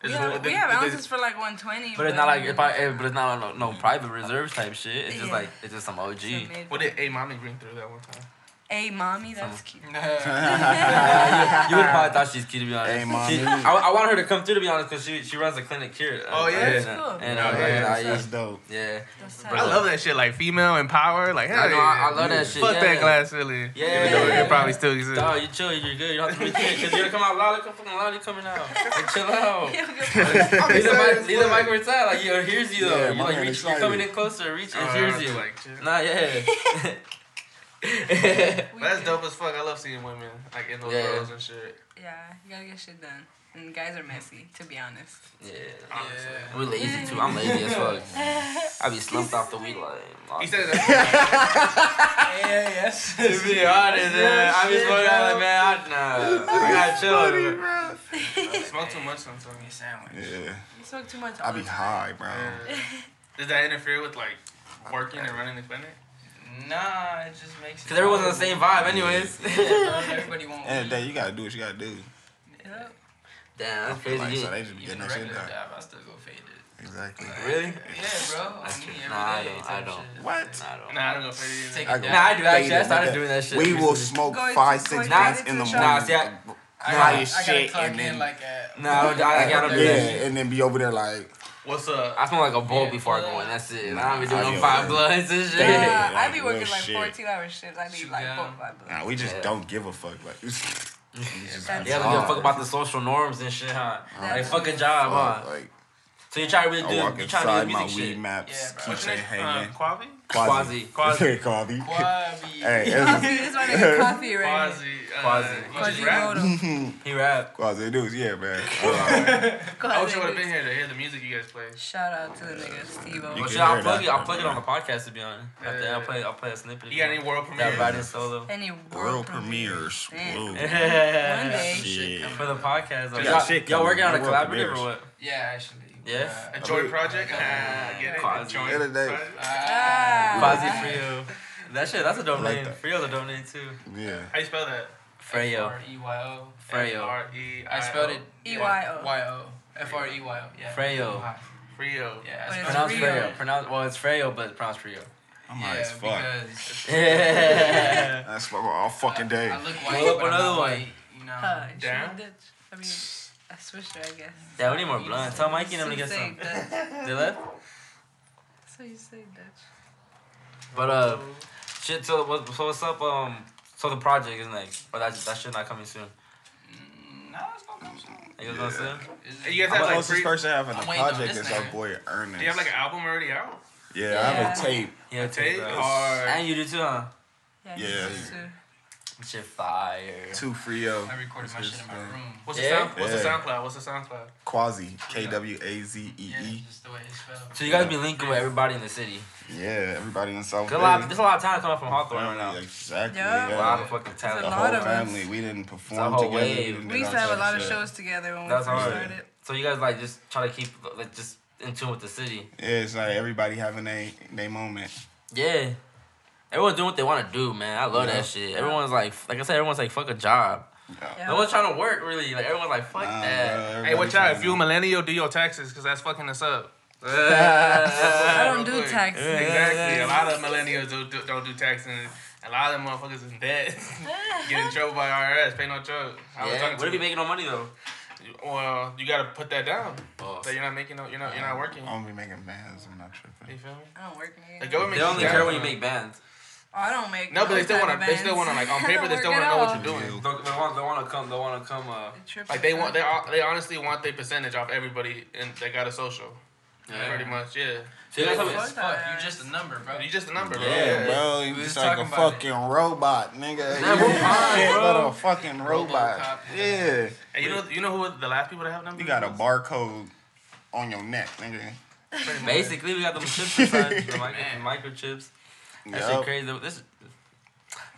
Speaker 6: We
Speaker 5: Is-
Speaker 6: have,
Speaker 5: the-
Speaker 6: we have
Speaker 5: the-
Speaker 6: ounces for like 120.
Speaker 1: But it's not like if I, eh, but it's not no, no private reserves type shit. It's just
Speaker 6: Yeah.
Speaker 1: like it's just some OG.
Speaker 6: It's a mid-
Speaker 5: What did a mommy bring through that one time?
Speaker 6: Hey, mommy, that's cute.
Speaker 8: big. Nah.
Speaker 1: You would probably thought she's cute to be honest.
Speaker 7: Hey, mommy.
Speaker 1: She- I, I want her to come through to be honest because she she runs a clinic here.
Speaker 5: Oh, yeah?
Speaker 1: and,
Speaker 5: That's
Speaker 6: cool.
Speaker 1: and,
Speaker 5: Oh,
Speaker 1: uh,
Speaker 5: yeah.
Speaker 1: and I-
Speaker 7: That's dope.
Speaker 1: yeah.
Speaker 6: That's
Speaker 1: Bro,
Speaker 5: I
Speaker 6: tight.
Speaker 5: love that shit, like female empower. Like, hell
Speaker 1: I know, I, I
Speaker 5: yeah.
Speaker 1: love that shit.
Speaker 5: Fuck
Speaker 1: yeah.
Speaker 5: that glass ceiling.
Speaker 1: Yeah.
Speaker 5: Even though it probably still exists.
Speaker 1: Dog, you chill, you're good. You don't have to be because you're gonna come out loud, come fucking loud, you coming out. Like, chill out.
Speaker 6: Yeah, good point.
Speaker 1: Leave the mic, leave the mic where it's at. Like, you hears you though.
Speaker 7: Yeah,
Speaker 1: you
Speaker 7: my
Speaker 1: like,
Speaker 7: man
Speaker 1: reach, you're
Speaker 7: excited.
Speaker 1: coming in closer. Reach,
Speaker 5: Oh,
Speaker 1: it hears you.
Speaker 5: like, shit.
Speaker 1: Nah, yeah.
Speaker 6: We
Speaker 5: But that's
Speaker 6: do.
Speaker 5: dope as fuck. I love seeing women like in those
Speaker 1: Yeah.
Speaker 5: roles and shit.
Speaker 6: Yeah, you gotta get shit done. And guys are messy, to be honest.
Speaker 1: yeah.
Speaker 5: Honestly.
Speaker 1: We're lazy too. I'm lazy as fuck. I be slumped off the weed line.
Speaker 5: He said that.
Speaker 8: Yeah, yes.
Speaker 1: to be honest, man, I be smoking out like, man, I, nah, I gotta chill.
Speaker 5: Smoke too much sometimes.
Speaker 8: Sandwich.
Speaker 7: Yeah.
Speaker 6: You smoke too much.
Speaker 7: I
Speaker 6: all
Speaker 7: be
Speaker 6: the time.
Speaker 7: high, bro.
Speaker 5: Does that interfere with like working and running the clinic?
Speaker 8: Nah, it just makes. it
Speaker 1: Cause everyone's on the same vibe, anyways.
Speaker 8: Yeah, everybody won't.
Speaker 7: End of the day, you gotta do what you gotta do.
Speaker 1: Damn, that's crazy.
Speaker 7: Like,
Speaker 1: You-
Speaker 7: so they just be
Speaker 8: Even
Speaker 7: getting
Speaker 8: a
Speaker 7: that shit
Speaker 8: regular
Speaker 7: done.
Speaker 8: job, I still go faded.
Speaker 7: Exactly.
Speaker 1: really?
Speaker 8: Yeah, bro. I mean, every
Speaker 1: Nah, I
Speaker 8: day
Speaker 1: don't-
Speaker 8: type
Speaker 1: I don't.
Speaker 8: shit.
Speaker 7: What?
Speaker 1: I don't.
Speaker 5: Nah, I don't go faded either.
Speaker 8: Take
Speaker 7: I
Speaker 8: it
Speaker 7: go-
Speaker 8: down.
Speaker 1: Nah, I do actually. I
Speaker 7: Faded,
Speaker 1: started
Speaker 7: nigga.
Speaker 1: doing that shit.
Speaker 7: We will
Speaker 1: recently.
Speaker 7: smoke
Speaker 6: Going- going
Speaker 7: five, six
Speaker 6: faded
Speaker 7: blunts
Speaker 6: to
Speaker 7: in
Speaker 6: the
Speaker 7: the
Speaker 6: shop.
Speaker 1: Nah,
Speaker 7: morning.
Speaker 1: see, I,
Speaker 8: I
Speaker 7: high as
Speaker 8: gotta- I gotta
Speaker 7: shit,
Speaker 8: clock
Speaker 7: and then-
Speaker 8: in like at.
Speaker 1: no, I, don't- I gotta do
Speaker 7: yeah,
Speaker 1: that shit.
Speaker 7: and then be over there like,
Speaker 5: What's up?
Speaker 1: I smell like a bowl
Speaker 8: Yeah.
Speaker 1: before I go in. That's it. I don't be
Speaker 7: Nah,
Speaker 1: doing
Speaker 7: I
Speaker 1: no
Speaker 7: feel
Speaker 1: five
Speaker 7: that.
Speaker 1: bloods and
Speaker 6: Nah,
Speaker 1: shit.
Speaker 7: Yeah,
Speaker 6: I
Speaker 7: like,
Speaker 6: be working
Speaker 7: real
Speaker 6: like
Speaker 7: shit.
Speaker 6: 14 hour shifts. I need like
Speaker 8: Yeah.
Speaker 6: four, or five bucks.
Speaker 7: nah, we just
Speaker 1: Yeah.
Speaker 7: don't give a fuck. Like, we just
Speaker 6: That's
Speaker 1: Yeah, I don't give a fuck about the social norms and shit, huh? Like,
Speaker 6: That's-
Speaker 1: fuck a job,
Speaker 7: fuck,
Speaker 1: huh?
Speaker 7: like,
Speaker 1: So you try to really do,
Speaker 7: I walk
Speaker 1: you try to
Speaker 7: inside
Speaker 1: do
Speaker 7: my
Speaker 1: music
Speaker 7: weed
Speaker 1: shit.
Speaker 7: maps,
Speaker 8: Yeah, bro.
Speaker 5: What's your
Speaker 7: keychain
Speaker 5: name? Uh,
Speaker 7: hanging.
Speaker 5: Quavi?
Speaker 1: Quasi.
Speaker 7: Quasi. Quasi.
Speaker 8: Quavi.
Speaker 6: Coffee.
Speaker 7: Hey, it's-
Speaker 6: This my nigga coffee right
Speaker 5: Quasi.
Speaker 6: here.
Speaker 5: Uh,
Speaker 1: Quasi.
Speaker 5: you
Speaker 6: Cause
Speaker 5: just
Speaker 6: you
Speaker 5: rap?
Speaker 6: wrote him.
Speaker 1: He rap.
Speaker 7: Quasi dudes, yeah, man.
Speaker 5: I wish
Speaker 6: Quasi
Speaker 5: I would have
Speaker 6: dudes.
Speaker 5: been here to hear the music you guys play.
Speaker 6: Shout out to the nigga
Speaker 7: You
Speaker 1: But
Speaker 6: Steve
Speaker 1: shit,
Speaker 7: can
Speaker 1: I'll
Speaker 7: hear
Speaker 1: plug
Speaker 7: that.
Speaker 1: it. I'll plug it on the podcast to be honest. After
Speaker 5: Yeah.
Speaker 1: I'll play. I'll play a snippet.
Speaker 5: You got any world
Speaker 1: that
Speaker 5: premiere?
Speaker 1: riding solo?
Speaker 6: Any
Speaker 7: World
Speaker 6: world premiere.
Speaker 7: premieres.
Speaker 6: Damn.
Speaker 7: Whoa.
Speaker 1: Yeah.
Speaker 6: One day.
Speaker 7: Shit.
Speaker 1: For the podcast, like,
Speaker 7: got
Speaker 1: y'all,
Speaker 7: shit
Speaker 1: y'all
Speaker 7: coming.
Speaker 1: working on a
Speaker 7: World
Speaker 1: collaborative
Speaker 7: premieres.
Speaker 1: or what?
Speaker 8: Yeah, actually.
Speaker 1: Yeah.
Speaker 5: A joint project? Ah, I get it. A
Speaker 1: Quasi.
Speaker 5: joint
Speaker 7: End of the day.
Speaker 5: project?
Speaker 8: Ah.
Speaker 1: Quasi
Speaker 6: Ah.
Speaker 1: Frio. That shit. That's a dope
Speaker 7: like
Speaker 1: name.
Speaker 7: that.
Speaker 1: Frio's a dope name too.
Speaker 7: Yeah.
Speaker 5: How you spell that? E
Speaker 1: Freyo.
Speaker 8: E F-R-E-Y-O.
Speaker 1: Freyo.
Speaker 5: F-R-E-I-O.
Speaker 8: I spelled it.
Speaker 6: E-Y-O.
Speaker 8: Y-O. F-R-E-Y-O. Yeah.
Speaker 1: Freyo.
Speaker 5: Frio.
Speaker 8: Yeah.
Speaker 6: But
Speaker 8: I
Speaker 1: Pronounced
Speaker 6: it's
Speaker 8: spelled it
Speaker 6: Freo.
Speaker 1: Freyo. Pronounce well, it's Freyo, but it's pronounced Frio.
Speaker 7: I'm
Speaker 8: Yeah,
Speaker 7: high as fuck.
Speaker 8: because
Speaker 1: Yeah.
Speaker 7: That's fuck all fucking day.
Speaker 8: I look
Speaker 1: Pull
Speaker 8: white,
Speaker 1: up
Speaker 8: but I'm
Speaker 1: another
Speaker 8: not
Speaker 1: one.
Speaker 8: white. You know.
Speaker 6: Huh, she
Speaker 5: Damn.
Speaker 6: a bitch. I mean, I switched her, I guess.
Speaker 1: yeah, we need more blunt. Tell Mikey and them to
Speaker 6: you
Speaker 1: get
Speaker 6: say
Speaker 1: some.
Speaker 6: Dutch.
Speaker 1: They left.
Speaker 6: So you say Dutch.
Speaker 1: But uh, shit. So what? So what's up? Um, so the project isn't like. But that that shit not coming soon.
Speaker 8: No, it's gonna come soon.
Speaker 1: You guys gonna soon?
Speaker 8: It's-
Speaker 5: And you guys have
Speaker 7: I'm the
Speaker 5: like
Speaker 7: closest
Speaker 5: three. Do
Speaker 7: person I have in the
Speaker 8: I'm waiting on
Speaker 7: project
Speaker 8: this
Speaker 7: is our
Speaker 8: nigga.
Speaker 7: boy Ernest.
Speaker 5: you have like an album already out?
Speaker 7: yeah, I have a
Speaker 6: Yeah.
Speaker 7: tape.
Speaker 1: Yeah,
Speaker 5: Take
Speaker 1: too, bro.
Speaker 5: or
Speaker 1: And you do too, huh?
Speaker 7: Yeah.
Speaker 1: Shit fire.
Speaker 7: Two Frio.
Speaker 8: I recorded my shit in my room.
Speaker 5: what's
Speaker 1: Yeah.
Speaker 5: the sound? What's the
Speaker 7: Yeah.
Speaker 5: SoundCloud? What's the SoundCloud?
Speaker 7: Quasi. K W A Z E
Speaker 8: Yeah,
Speaker 7: E.
Speaker 8: just the way it's spelled.
Speaker 1: So you guys be linking with everybody in the city.
Speaker 7: Yeah, everybody in South
Speaker 1: There's a lot.
Speaker 7: Philly.
Speaker 1: There's a lot of time coming from Hawthorne right now.
Speaker 7: Exactly.
Speaker 6: Yeah.
Speaker 1: A
Speaker 7: yeah.
Speaker 1: lot of fucking
Speaker 6: There's
Speaker 7: The
Speaker 6: a
Speaker 1: talent.
Speaker 7: whole
Speaker 6: lot of us.
Speaker 7: family. We didn't perform
Speaker 1: whole
Speaker 7: together.
Speaker 1: wave.
Speaker 7: We, didn't do
Speaker 6: We used
Speaker 7: none
Speaker 6: to have a
Speaker 7: that
Speaker 6: lot of
Speaker 7: shit.
Speaker 6: shows together when we
Speaker 1: That's
Speaker 6: first
Speaker 1: hard.
Speaker 6: started.
Speaker 1: So you guys like just try to keep like just in tune with the city.
Speaker 7: Yeah, it's like everybody having a they moment.
Speaker 1: Yeah. Everyone's doing what they want to do, man. I love
Speaker 7: Yeah.
Speaker 1: that shit. Everyone's like, like I said, everyone's like, fuck a job.
Speaker 6: Yeah.
Speaker 1: No one's trying to work really. Like everyone's like, fuck
Speaker 7: Nah,
Speaker 1: that.
Speaker 7: Um, bro,
Speaker 5: Hey,
Speaker 7: everybody
Speaker 5: watch out! If
Speaker 7: tryna-
Speaker 5: you a millennial, do your taxes because that's fucking us up.
Speaker 6: I don't do taxes.
Speaker 5: Exactly. A lot of millennials do, do, don't do taxes. A lot of them motherfuckers is in debt. Get in trouble by IRS. Pay no charge. I was
Speaker 1: Yeah.
Speaker 5: talking
Speaker 1: What
Speaker 5: to
Speaker 1: if you making no money though?
Speaker 5: Well, you gotta put that down.
Speaker 1: Oh.
Speaker 5: That you're not making no. You're not. You're not working.
Speaker 7: I'm gonna be making bands. I'm not
Speaker 5: You
Speaker 7: tripping.
Speaker 5: feel me?
Speaker 6: I don't work
Speaker 5: The
Speaker 6: anymore.
Speaker 5: government
Speaker 1: They only
Speaker 5: should
Speaker 1: care
Speaker 5: down.
Speaker 1: when you make bands.
Speaker 6: I don't make.
Speaker 5: No, but they
Speaker 6: those
Speaker 5: still
Speaker 6: kind
Speaker 5: wanna.
Speaker 6: of
Speaker 5: They still
Speaker 6: bands.
Speaker 5: wanna like on
Speaker 6: I
Speaker 5: paper.
Speaker 6: don't
Speaker 5: They still
Speaker 6: work
Speaker 5: wanna
Speaker 6: at
Speaker 5: know
Speaker 6: all.
Speaker 5: what you're doing.
Speaker 1: They want, they want to come. They want to come. Uh,
Speaker 6: The trip
Speaker 5: Like
Speaker 6: is
Speaker 5: they
Speaker 6: fun.
Speaker 5: want. They all- they honestly want their percentage off everybody and they got a social.
Speaker 1: yeah.
Speaker 5: Pretty much, yeah.
Speaker 1: So you guys
Speaker 8: Fuck,
Speaker 1: have
Speaker 6: Yeah.
Speaker 1: a-
Speaker 8: it's fuck, you just a number, bro.
Speaker 5: You just a number, bro.
Speaker 7: Yeah, bro, you
Speaker 8: We
Speaker 7: just
Speaker 8: was
Speaker 7: like a
Speaker 8: talking about
Speaker 7: fucking robot, nigga.
Speaker 1: Nah,
Speaker 7: You
Speaker 1: we're fine,
Speaker 7: shit,
Speaker 1: bro.
Speaker 7: but a fucking robot.
Speaker 8: Robocop,
Speaker 7: yeah.
Speaker 5: And you know, you know who the last people to have numbers?
Speaker 7: You got a barcode on your neck, nigga.
Speaker 1: Basically, we got them chips inside, the micro, microchips. That shit
Speaker 7: Yup.
Speaker 1: crazy. This,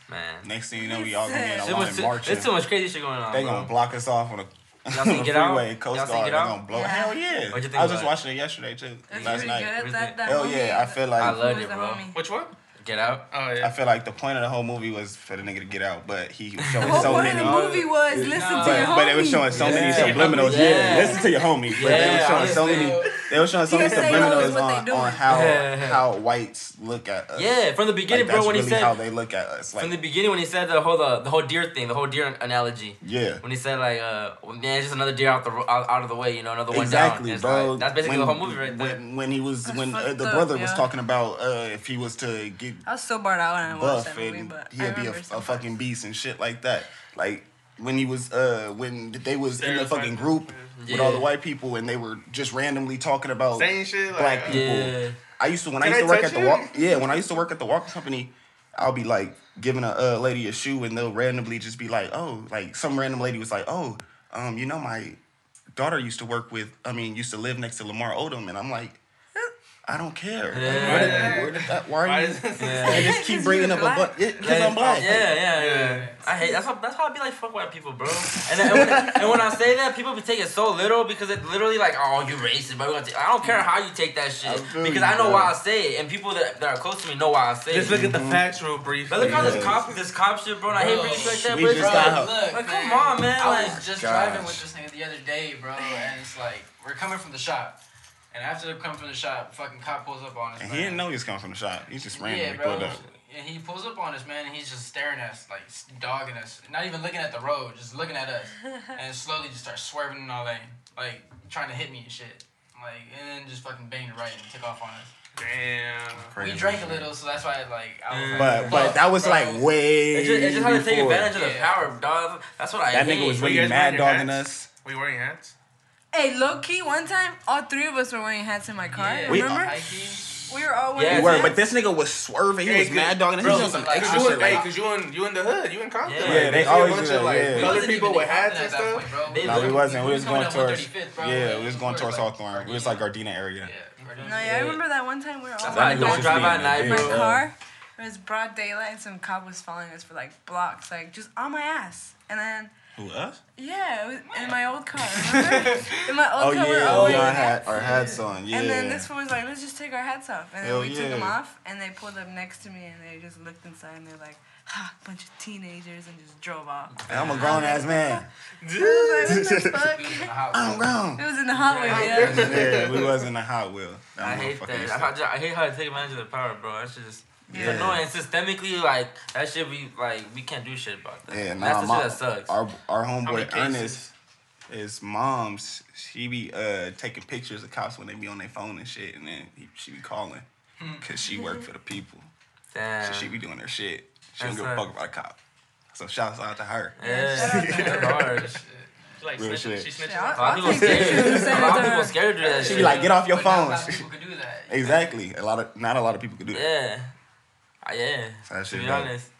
Speaker 1: man,
Speaker 7: Next thing you know, we all gonna be in
Speaker 6: Shit
Speaker 7: a
Speaker 1: too
Speaker 7: line
Speaker 1: much,
Speaker 7: marching.
Speaker 1: there's too much crazy shit going on.
Speaker 7: They
Speaker 1: bro.
Speaker 7: gonna block us off on the,
Speaker 1: Y'all
Speaker 7: on
Speaker 1: seen
Speaker 7: the
Speaker 1: Get Out?
Speaker 7: freeway,
Speaker 1: Y'all
Speaker 7: Coast
Speaker 1: seen
Speaker 7: Guard.
Speaker 1: Get
Speaker 7: They
Speaker 1: Out?
Speaker 7: gonna blow. Hell yeah!
Speaker 1: What'd you think
Speaker 7: I was
Speaker 1: about
Speaker 7: just
Speaker 1: it?
Speaker 7: watching it yesterday too.
Speaker 6: It's
Speaker 7: last
Speaker 6: really
Speaker 7: night.
Speaker 1: Who's
Speaker 6: good.
Speaker 1: that?
Speaker 6: That, that
Speaker 7: Hell
Speaker 6: homie-
Speaker 7: yeah! I feel like
Speaker 1: I love- Loved it,
Speaker 6: Who's the
Speaker 1: bro.
Speaker 6: homie?
Speaker 5: Which one?
Speaker 1: Get out.
Speaker 5: Oh
Speaker 7: I
Speaker 5: yeah.
Speaker 7: feel like the point of the whole movie was for the nigga to get out, but he was
Speaker 6: The
Speaker 7: showing
Speaker 6: whole
Speaker 7: so
Speaker 6: point
Speaker 7: many.
Speaker 6: of the movie was listen to your
Speaker 7: But, but they were
Speaker 6: homie.
Speaker 7: showing so many
Speaker 1: Yeah.
Speaker 7: subliminals.
Speaker 1: Yeah.
Speaker 7: Listen to your homie. But they
Speaker 1: Yeah,
Speaker 7: were showing so many. They were showing so many
Speaker 6: You gotta say always
Speaker 7: subliminals
Speaker 6: what they
Speaker 7: on,
Speaker 6: doing.
Speaker 7: on how
Speaker 1: Yeah.
Speaker 7: how whites look at us.
Speaker 1: Yeah, from the
Speaker 7: Like,
Speaker 1: beginning,
Speaker 7: that's
Speaker 1: bro. When
Speaker 7: really
Speaker 1: he
Speaker 7: how
Speaker 1: said
Speaker 7: they look at us.
Speaker 1: from the
Speaker 7: Like,
Speaker 1: beginning when he said the whole the, the whole deer thing, the whole deer analogy.
Speaker 7: yeah.
Speaker 1: When he said like, uh, well, man, it's just another deer out the ro- out, out of the way, you know, another one
Speaker 7: Exactly,
Speaker 1: down. It's
Speaker 7: bro.
Speaker 1: like- that's basically
Speaker 7: When-
Speaker 1: the whole movie right there.
Speaker 7: When, when he was,
Speaker 6: That's
Speaker 7: when uh,
Speaker 6: fucked
Speaker 7: the
Speaker 6: up,
Speaker 7: brother was
Speaker 6: yeah.
Speaker 7: talking about uh, if he was to get
Speaker 6: I was so barred out when I watched
Speaker 7: buff
Speaker 6: that movie,
Speaker 7: and
Speaker 6: but I
Speaker 7: he'd be a,
Speaker 6: remember
Speaker 7: a
Speaker 6: something.
Speaker 7: fucking beast and shit like that. Like when he was uh when they was in the
Speaker 5: Stereotype.
Speaker 7: fucking group with
Speaker 1: Mm-hmm. Yeah.
Speaker 7: all the white people and they were just randomly talking about
Speaker 5: Same shit. Like,
Speaker 7: black
Speaker 5: uh,
Speaker 7: people.
Speaker 1: Yeah.
Speaker 7: I used to when I
Speaker 5: Can
Speaker 7: used
Speaker 5: I
Speaker 7: to work
Speaker 5: touch
Speaker 7: at the
Speaker 5: you?
Speaker 7: walk yeah when I used to work at the walk company. I'll be like giving a uh, lady a shoe and they'll randomly just be like, oh, like some random lady was like, oh, um, you know my daughter used to work with, I mean, used to live next to Lamar Odom, and I'm like, "Eh, I don't care.
Speaker 1: Yeah.
Speaker 7: Like, why, did- where did that, why
Speaker 5: Why
Speaker 7: are you?
Speaker 5: is this?
Speaker 7: They
Speaker 1: Yeah.
Speaker 7: just keep
Speaker 6: 'Cause
Speaker 7: bringing
Speaker 6: you're
Speaker 7: up a
Speaker 6: black.
Speaker 7: butt. Because I'm black.
Speaker 1: Yeah, yeah, yeah. I hate that's how that's how I be like fuck white people, bro. And, then, and, when, and when I say that, people be taking so little because it literally like oh you racist, but I don't care how you take that shit
Speaker 7: I feel
Speaker 1: because
Speaker 7: you,
Speaker 1: I know
Speaker 7: bro.
Speaker 1: why I say it, and people that, that are close to me know why I say
Speaker 5: Just
Speaker 1: it.
Speaker 5: look at the factual brief.
Speaker 1: But look how
Speaker 7: Yeah.
Speaker 1: this cop this cop shit, bro. And I hate
Speaker 8: Bro,
Speaker 1: bringing shit like that,
Speaker 7: we
Speaker 1: but it's
Speaker 7: just
Speaker 8: Bro,
Speaker 1: just
Speaker 7: got
Speaker 1: like,
Speaker 7: out.
Speaker 8: look,
Speaker 1: like,
Speaker 8: man.
Speaker 1: come on, man.
Speaker 8: I
Speaker 1: Like,
Speaker 8: was
Speaker 7: Gosh.
Speaker 8: just driving with this nigga the other day, bro, and it's like we're coming from the shop, and after they come from the shop, fucking cop pulls up on us.
Speaker 7: And
Speaker 8: man.
Speaker 7: he didn't know he was coming from the shop. He just randomly
Speaker 8: Yeah, bro.
Speaker 7: pulled up.
Speaker 8: And he pulls up on us, man, and he's just staring at us, like s- dogging us, not even looking at the road, just looking at us, and slowly just starts swerving in our lane, like trying to hit me and shit, like, and then just fucking banged right and took off on us.
Speaker 5: Damn.
Speaker 7: Crazy
Speaker 8: we drank a
Speaker 7: shit.
Speaker 8: little, so that's why, like, I was like,
Speaker 7: But but
Speaker 8: fuck,
Speaker 7: that was
Speaker 8: bro.
Speaker 7: like way.
Speaker 1: it's just, it's just how they take
Speaker 7: before.
Speaker 1: advantage of the
Speaker 8: Yeah.
Speaker 1: power, dog. That's what I
Speaker 7: That
Speaker 1: hate.
Speaker 7: nigga was
Speaker 5: Were you
Speaker 7: really
Speaker 5: guys wearing
Speaker 7: mad
Speaker 5: your
Speaker 7: dogging
Speaker 5: hats?
Speaker 7: us.
Speaker 5: Were you wearing hats?
Speaker 6: Hey, low key, one time, all three of us were wearing hats in my car.
Speaker 8: Yeah.
Speaker 7: We-
Speaker 6: remember?
Speaker 8: High key.
Speaker 6: We, were all
Speaker 1: Yeah,
Speaker 6: wearing
Speaker 7: We
Speaker 1: That's
Speaker 7: were,
Speaker 6: hats.
Speaker 7: but this nigga was swerving. He
Speaker 5: Hey,
Speaker 7: was
Speaker 5: good.
Speaker 7: mad dogging us. He
Speaker 5: Bro,
Speaker 7: was on some
Speaker 8: like,
Speaker 7: extra
Speaker 5: I
Speaker 7: shit.
Speaker 5: would, hey,
Speaker 7: Like,
Speaker 5: cause you in you in the hood, you in Compton.
Speaker 1: Yeah.
Speaker 5: Like,
Speaker 1: Yeah,
Speaker 7: they
Speaker 5: you see
Speaker 7: always
Speaker 5: a bunch
Speaker 7: do
Speaker 5: of
Speaker 7: that,
Speaker 5: like
Speaker 7: yeah.
Speaker 8: We
Speaker 5: colored
Speaker 8: wasn't
Speaker 5: people
Speaker 8: even
Speaker 5: with
Speaker 8: in
Speaker 5: hats and stuff.
Speaker 8: Compton at that point, bro.
Speaker 1: They
Speaker 7: nah, we
Speaker 1: look-
Speaker 7: wasn't. We was
Speaker 8: coming
Speaker 7: going
Speaker 8: up
Speaker 7: towards.
Speaker 8: 135th, bro.
Speaker 7: Yeah,
Speaker 8: Like,
Speaker 7: we was going towards Hawthorne. It was like Gardena area.
Speaker 8: Yeah, right
Speaker 6: No,
Speaker 8: down-
Speaker 6: yeah, I remember that one time we were all
Speaker 1: That's
Speaker 6: in
Speaker 1: why I
Speaker 6: my
Speaker 7: That nigga was
Speaker 1: don't
Speaker 7: just
Speaker 1: drive
Speaker 7: being
Speaker 1: at
Speaker 7: a
Speaker 1: night,
Speaker 7: dick,
Speaker 1: bro.
Speaker 7: bro.
Speaker 6: car. It was broad daylight, and some cop was following us for like blocks, like just on my ass. And then
Speaker 7: Who us?
Speaker 6: yeah, it was in my old car. Remember? in my
Speaker 7: Oh
Speaker 6: old
Speaker 7: yeah,
Speaker 6: car, we were
Speaker 7: oh
Speaker 6: all wearing
Speaker 7: yeah, I
Speaker 6: hats.
Speaker 7: had our hats on. Yeah.
Speaker 6: And then this one was like, let's just take our hats off. And then
Speaker 7: Hell
Speaker 6: we took them
Speaker 7: yeah.
Speaker 6: off, and they pulled up next to me, and they just looked inside, and they're like, ha, bunch of teenagers, and just drove off.
Speaker 7: And I'm a grown ass man.
Speaker 6: I was like, what the fuck?
Speaker 7: I'm grown.
Speaker 6: It was in the hallway, yeah.
Speaker 7: yeah, we was in a Hot Wheel. That
Speaker 1: I hate
Speaker 7: motherfucker
Speaker 1: that.
Speaker 7: used
Speaker 1: I,
Speaker 7: to-
Speaker 1: I, I hate how they take advantage of the power, bro. That's just it's
Speaker 6: Yeah.
Speaker 1: annoying. Systemically, like that shit, we like we can't do shit about that.
Speaker 7: Yeah, nah,
Speaker 1: That's the
Speaker 7: my,
Speaker 1: shit that sucks.
Speaker 7: Our our homeboy
Speaker 5: many cases?
Speaker 7: Ernest, his mom's she be uh taking pictures of cops when they be on their phone and shit, and then he, she be calling because she work for the people,
Speaker 1: Damn.
Speaker 7: so she be doing her shit. She don't
Speaker 1: That's
Speaker 7: give a fuck
Speaker 1: her.
Speaker 7: about a cop. So shouts out to her.
Speaker 1: yeah, that's hard.
Speaker 5: She like
Speaker 7: Real
Speaker 5: snitching.
Speaker 7: shit.
Speaker 5: She
Speaker 6: Shit,
Speaker 5: snitching.
Speaker 1: A lot
Speaker 6: I'll, I'll
Speaker 1: of people
Speaker 6: take pictures and
Speaker 1: scared. A
Speaker 6: send
Speaker 1: lot of people
Speaker 6: it to her.
Speaker 1: scared to do that
Speaker 7: She
Speaker 1: shit.
Speaker 7: be like, get off your
Speaker 8: But not a lot
Speaker 7: phones.
Speaker 8: of People could do that.
Speaker 7: exactly. A lot of not a lot of people could do that.
Speaker 1: Yeah. Uh, yeah.
Speaker 7: So that
Speaker 1: to
Speaker 7: shit
Speaker 1: be
Speaker 7: dope.
Speaker 1: honest,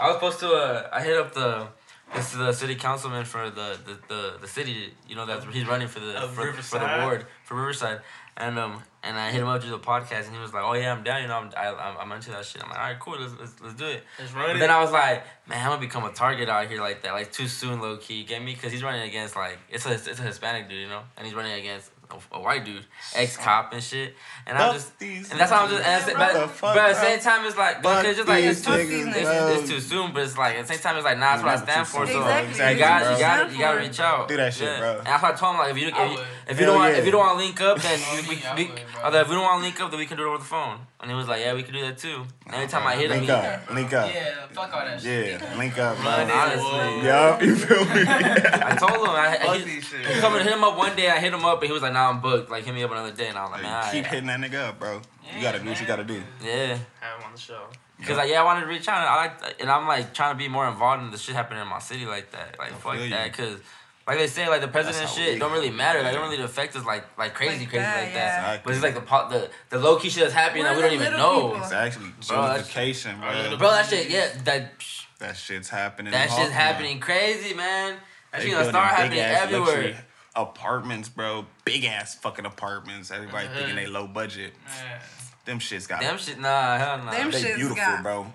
Speaker 1: I was supposed to. Uh, I hit up the this the city councilman for the the, the, the city. You know that he's running for the
Speaker 5: Of
Speaker 1: for, for the
Speaker 5: Riverside?
Speaker 1: ward for Riverside, and um and I hit him up to the podcast, and he was like, oh yeah, I'm down. You know, I'm I, I'm, I'm into that shit. I'm like, all right, cool, let's let's, let's do it.
Speaker 5: It's
Speaker 1: But
Speaker 5: running.
Speaker 1: then I was like, man, I'm gonna become a target out here like that, like too soon, low key. Get me? Cause he's running against like it's a it's a Hispanic dude, you know, and he's running against a, a white dude, ex cop and shit. And I'm
Speaker 7: Fuck
Speaker 1: just,
Speaker 7: these
Speaker 1: and that's how I'm just, and I said-
Speaker 7: niggas,
Speaker 1: but,
Speaker 7: bro. The fuck,
Speaker 1: but at the
Speaker 7: bro?
Speaker 1: same time, it's like
Speaker 7: Fuck
Speaker 1: because it's just like it's
Speaker 7: these
Speaker 1: too,
Speaker 7: niggas,
Speaker 1: it's,
Speaker 7: bro.
Speaker 1: it's too soon, but it's like at the same time, it's like nah, that's what I
Speaker 7: Never
Speaker 1: stand
Speaker 7: too
Speaker 1: for. So
Speaker 7: soon.
Speaker 6: Exactly.
Speaker 1: you
Speaker 7: Exactly,
Speaker 1: got
Speaker 7: bro.
Speaker 1: you got you got to reach out.
Speaker 7: Do that shit,
Speaker 1: Yeah.
Speaker 7: bro.
Speaker 1: And that's what I told him like if you
Speaker 8: I
Speaker 1: if you,
Speaker 8: would.
Speaker 1: if you
Speaker 7: Hell
Speaker 1: don't want
Speaker 7: yeah.
Speaker 1: if you don't want to link up, then
Speaker 8: Oh,
Speaker 1: we, we,
Speaker 8: yeah, I
Speaker 1: we,
Speaker 8: would, bro.
Speaker 1: I was like, if we don't want to link up, then we can do it over the phone. And he was like, yeah, we can do that too. And every time I hit him,
Speaker 7: link
Speaker 1: he-
Speaker 7: up, link up. Yeah,
Speaker 8: Yeah, fuck all that shit.
Speaker 7: link up,
Speaker 1: Honestly,
Speaker 7: bro. Yup, you feel me?
Speaker 1: I told him I, I
Speaker 5: Fuck
Speaker 1: he,
Speaker 5: these shit.
Speaker 1: he come and hit him up one day. I hit him up and he was like, "Nah, I'm booked. Like hit me up another day." And I was like, "Man,
Speaker 7: Keep
Speaker 1: alright."
Speaker 7: hitting that nigga up, bro. You
Speaker 8: Yeah,
Speaker 7: gotta do what you
Speaker 8: man.
Speaker 7: gotta do.
Speaker 1: yeah."
Speaker 5: Have him on the show.
Speaker 1: Cause like yeah, I wanted to reach out and I like and I'm like trying to be more involved in the shit happening in my city like that. Like fuck
Speaker 7: feel you.
Speaker 1: that, cause like they say like the president
Speaker 7: how
Speaker 1: shit
Speaker 7: we-
Speaker 1: don't really matter. Like, it don't really affect us like like crazy
Speaker 6: Like
Speaker 1: crazy
Speaker 6: that,
Speaker 1: like
Speaker 6: yeah.
Speaker 1: that.
Speaker 7: Exactly.
Speaker 1: But it's like the po- the the low key shit that's happening that we
Speaker 6: We're
Speaker 1: don't
Speaker 6: the
Speaker 1: even
Speaker 6: little
Speaker 1: know.
Speaker 6: people.
Speaker 7: It's actually
Speaker 1: Bro, that's-
Speaker 7: gentrification,
Speaker 5: Bro,
Speaker 7: bro.
Speaker 1: Bro, that shit yeah that
Speaker 7: That shit's happening. in
Speaker 1: that shit's
Speaker 7: Hawthorne.
Speaker 1: happening crazy man. That
Speaker 7: They
Speaker 1: shit gonna
Speaker 7: building
Speaker 1: start happening
Speaker 7: big-ass luxury
Speaker 1: everywhere.
Speaker 7: Apartments, bro, big ass fucking apartments. Everybody thinking they
Speaker 1: Uh-huh.
Speaker 7: low budget.
Speaker 8: Yeah.
Speaker 7: Them shits got
Speaker 1: Damn shit, nah hell nah.
Speaker 6: Them
Speaker 7: they
Speaker 6: shits
Speaker 7: beautiful,
Speaker 6: got-
Speaker 7: bro.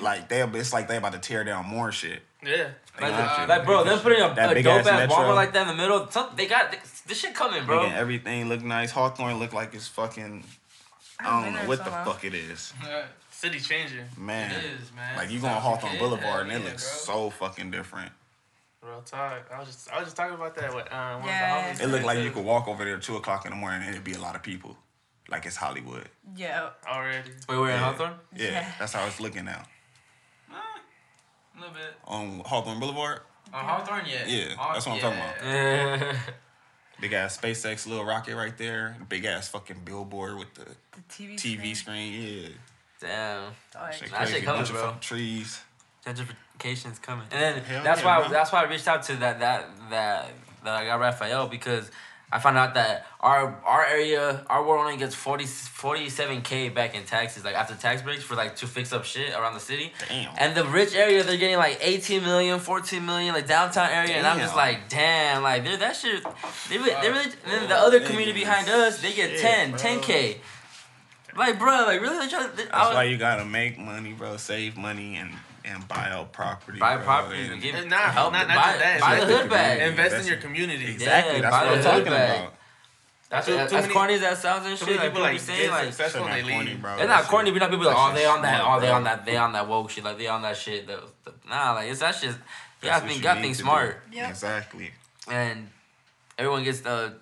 Speaker 7: Like they, it's like they about to tear down more shit.
Speaker 5: Yeah.
Speaker 7: They
Speaker 1: Like,
Speaker 7: got you.
Speaker 1: like, bro, them putting a,
Speaker 7: That
Speaker 1: a
Speaker 7: big
Speaker 1: dope
Speaker 7: ass
Speaker 1: ass
Speaker 7: metro.
Speaker 1: Walmart like that in the middle. Some, they got this, this shit coming, bro.
Speaker 7: Making everything look nice. Hawthorne look like it's fucking. I
Speaker 6: haven't
Speaker 7: don't
Speaker 6: been
Speaker 7: know
Speaker 6: there
Speaker 7: what
Speaker 6: so
Speaker 7: the
Speaker 6: long.
Speaker 7: fuck it is,
Speaker 8: Yeah.
Speaker 5: City changing.
Speaker 7: man.
Speaker 8: It is, man.
Speaker 7: Like you going
Speaker 8: Sometimes
Speaker 7: Hawthorne
Speaker 8: you can't.
Speaker 7: Boulevard and it
Speaker 8: Yeah,
Speaker 7: looks
Speaker 8: bro.
Speaker 7: so fucking different.
Speaker 5: Real talk. I was just I was just talking about that with um one
Speaker 6: Yeah.
Speaker 5: of the homies.
Speaker 7: It looked like you could walk over there at two o'clock in the morning and it'd be a lot of people. Like it's Hollywood.
Speaker 6: Yeah.
Speaker 5: already. Uh,
Speaker 1: Wait, we're in
Speaker 7: Yeah.
Speaker 1: Hawthorne?
Speaker 7: Yeah,
Speaker 6: Yeah.
Speaker 7: that's how it's looking now.
Speaker 8: A little bit.
Speaker 7: On Hawthorne Boulevard.
Speaker 8: On Hawthorne, yeah.
Speaker 7: Yeah,
Speaker 8: Haw-
Speaker 7: that's what I'm talking about.
Speaker 1: Yeah.
Speaker 7: Big ass SpaceX little rocket right there. Big ass fucking billboard with the
Speaker 6: The TV.
Speaker 7: TV
Speaker 6: screen.
Speaker 7: screen. Yeah,
Speaker 1: Damn.
Speaker 6: Like,
Speaker 7: shit
Speaker 1: That
Speaker 7: crazy.
Speaker 1: shit
Speaker 7: Bunch
Speaker 1: coming,
Speaker 7: of
Speaker 1: bro.
Speaker 7: fucking trees.
Speaker 1: Gentrification's coming. And then
Speaker 7: Hell
Speaker 1: that's
Speaker 7: yeah,
Speaker 1: why
Speaker 7: bro.
Speaker 1: that's why I reached out to that that that that I got Raphael because I found out that our our area our ward only gets 40, 47 k back in taxes like after tax breaks for like to fix up shit around the city.
Speaker 7: Damn.
Speaker 1: And the rich area they're getting like 18 million, 14 million like downtown area and I'm just
Speaker 7: Damn.
Speaker 1: like damn like they're that shit they really, they really and then the other community
Speaker 7: Niggas.
Speaker 1: behind us they get
Speaker 7: Shit,
Speaker 1: 10
Speaker 7: bro.
Speaker 1: 10k. Like, bro, like really? They try to, they, I
Speaker 7: That's why
Speaker 1: was,
Speaker 7: you gotta make money, bro. Save money and and buy out property.
Speaker 1: buy
Speaker 7: bro,
Speaker 1: properties
Speaker 7: and-
Speaker 1: and give
Speaker 5: It's not-
Speaker 1: help
Speaker 5: not-
Speaker 1: them
Speaker 5: not
Speaker 1: buy,
Speaker 5: just that.
Speaker 1: buy the
Speaker 7: It's like
Speaker 1: hood
Speaker 7: the
Speaker 1: back.
Speaker 7: community.
Speaker 5: Invest in
Speaker 7: That's-
Speaker 5: your community.
Speaker 7: Exactly.
Speaker 1: Yeah,
Speaker 7: that's
Speaker 1: buy
Speaker 7: what I'm
Speaker 1: the
Speaker 7: talking
Speaker 1: hood back.
Speaker 7: about.
Speaker 1: That's
Speaker 5: Too-
Speaker 1: as,
Speaker 5: too
Speaker 1: as
Speaker 5: many-
Speaker 1: corny as that sounds and
Speaker 5: So
Speaker 1: shit.
Speaker 5: many
Speaker 1: Like
Speaker 5: people
Speaker 1: people
Speaker 5: like
Speaker 1: be saying
Speaker 5: get
Speaker 1: like
Speaker 7: That's
Speaker 5: successful, they
Speaker 7: not corny,
Speaker 5: leave.
Speaker 7: bro.
Speaker 1: It's
Speaker 7: That
Speaker 1: not
Speaker 7: shit-
Speaker 1: corny, but not people be like,
Speaker 7: that
Speaker 1: oh,
Speaker 7: shit
Speaker 1: they on that,
Speaker 7: smart,
Speaker 1: oh, they
Speaker 7: bro.
Speaker 1: on that, they on that woke shit, like they on that shit. That, that- nah, like it's that shit. You
Speaker 7: That's
Speaker 1: gotta
Speaker 7: what
Speaker 1: think,
Speaker 7: you
Speaker 1: gotta
Speaker 7: need
Speaker 1: think
Speaker 7: to do.
Speaker 1: smart,
Speaker 6: Yep.
Speaker 7: Exactly.
Speaker 1: and everyone gets the.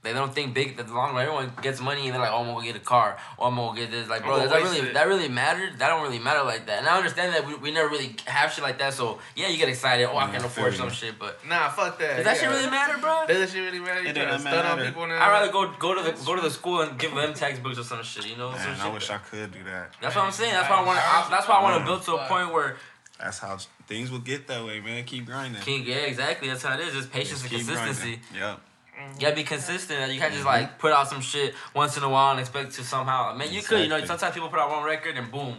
Speaker 1: They don't think big. That the long run, everyone gets money, and they're like, "Oh, I'm gonna go get a car. Oh, I'm gonna go get this." Like, bro,
Speaker 5: I'm
Speaker 1: does
Speaker 5: gonna
Speaker 1: that
Speaker 5: waste
Speaker 1: really
Speaker 5: it.
Speaker 1: that really matter? That don't really matter like that. And I understand that we, we never really have shit like that. So yeah, you get excited. Oh, I
Speaker 7: Yeah,
Speaker 1: can
Speaker 7: I
Speaker 1: afford
Speaker 7: feel
Speaker 1: some
Speaker 7: you.
Speaker 1: shit, but
Speaker 5: Nah, fuck that.
Speaker 1: does that shit
Speaker 5: yeah.
Speaker 1: really matter, bro?
Speaker 5: Does that shit really matter? You
Speaker 7: It
Speaker 5: trying to
Speaker 7: doesn't
Speaker 5: stun on
Speaker 7: matter.
Speaker 5: people now?
Speaker 1: I'd rather go go to the go to the school and give them textbooks or some shit. You know, some
Speaker 7: Man, I
Speaker 1: shit.
Speaker 7: wish I could do that.
Speaker 1: That's what I'm saying. That's why I want to. That's why I want to
Speaker 7: Yeah.
Speaker 1: build to a point where
Speaker 7: That's how things will get that way, man. Keep grinding.
Speaker 1: King, yeah, exactly. That's how it is. It's patience and
Speaker 7: Just keep
Speaker 1: consistency.
Speaker 7: grinding. Yep.
Speaker 1: You gotta be consistent. You can't just
Speaker 7: Mm-hmm.
Speaker 1: like put out some shit once in a while and expect to somehow. Man, you could. You know,
Speaker 7: Exactly.
Speaker 1: sometimes people put out one record and boom,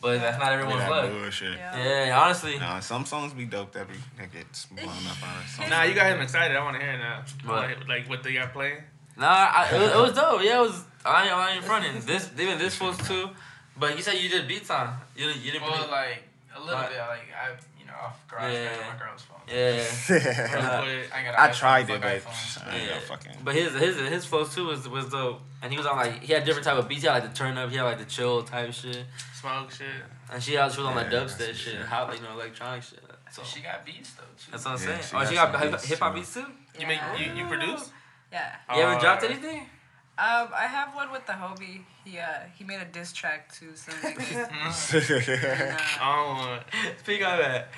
Speaker 1: but that's not
Speaker 7: Look
Speaker 1: everyone's
Speaker 7: at that
Speaker 1: luck.
Speaker 7: bullshit.
Speaker 6: Yeah.
Speaker 1: Yeah, honestly.
Speaker 7: Nah, some songs be dope that be that gets blown up on us. Some
Speaker 5: Nah, you
Speaker 7: songs-
Speaker 5: got him excited. I want to hear it now. I wanna
Speaker 1: What?
Speaker 5: hear, Like what they got playing.
Speaker 1: Nah, I, it, was, it was dope. Yeah, it was. I ain't, I ain't fronting. This even this was too. But you said you did beats on. You didn't- you didn't.
Speaker 8: Well, like a little
Speaker 1: Right.
Speaker 8: bit, like I, you know, off garage
Speaker 1: Yeah.
Speaker 8: on my girl's phone.
Speaker 1: yeah.
Speaker 5: Real
Speaker 1: Uh,
Speaker 5: quick.
Speaker 8: I, got an
Speaker 7: I
Speaker 8: iPhone,
Speaker 7: tried
Speaker 8: fuck
Speaker 7: it, but
Speaker 8: iPhones.
Speaker 7: I ain't
Speaker 1: Yeah.
Speaker 7: got fucking.
Speaker 1: But his his his flows too was was dope, and he was on like he had different type of beats. He had like the turn up, he had like the chill type shit,
Speaker 5: Smoke shit.
Speaker 1: and she had she was on like
Speaker 7: Yeah,
Speaker 1: dubstep
Speaker 7: that's
Speaker 1: shit,
Speaker 7: shit.
Speaker 1: how like you know electronic shit. So
Speaker 8: She got beats though too.
Speaker 1: that's what I'm
Speaker 7: Yeah,
Speaker 1: saying.
Speaker 7: she
Speaker 1: oh,
Speaker 7: got
Speaker 1: she got
Speaker 7: some
Speaker 1: hip-
Speaker 7: beats,
Speaker 1: hip hop
Speaker 7: too.
Speaker 1: beats too.
Speaker 5: You make you, you produce?
Speaker 6: Yeah.
Speaker 1: You ever
Speaker 5: Uh,
Speaker 1: dropped anything?
Speaker 6: Um, I have one with the Hobie. He uh, he made a diss track to something. and, uh,
Speaker 5: Oh.
Speaker 1: Speak on that.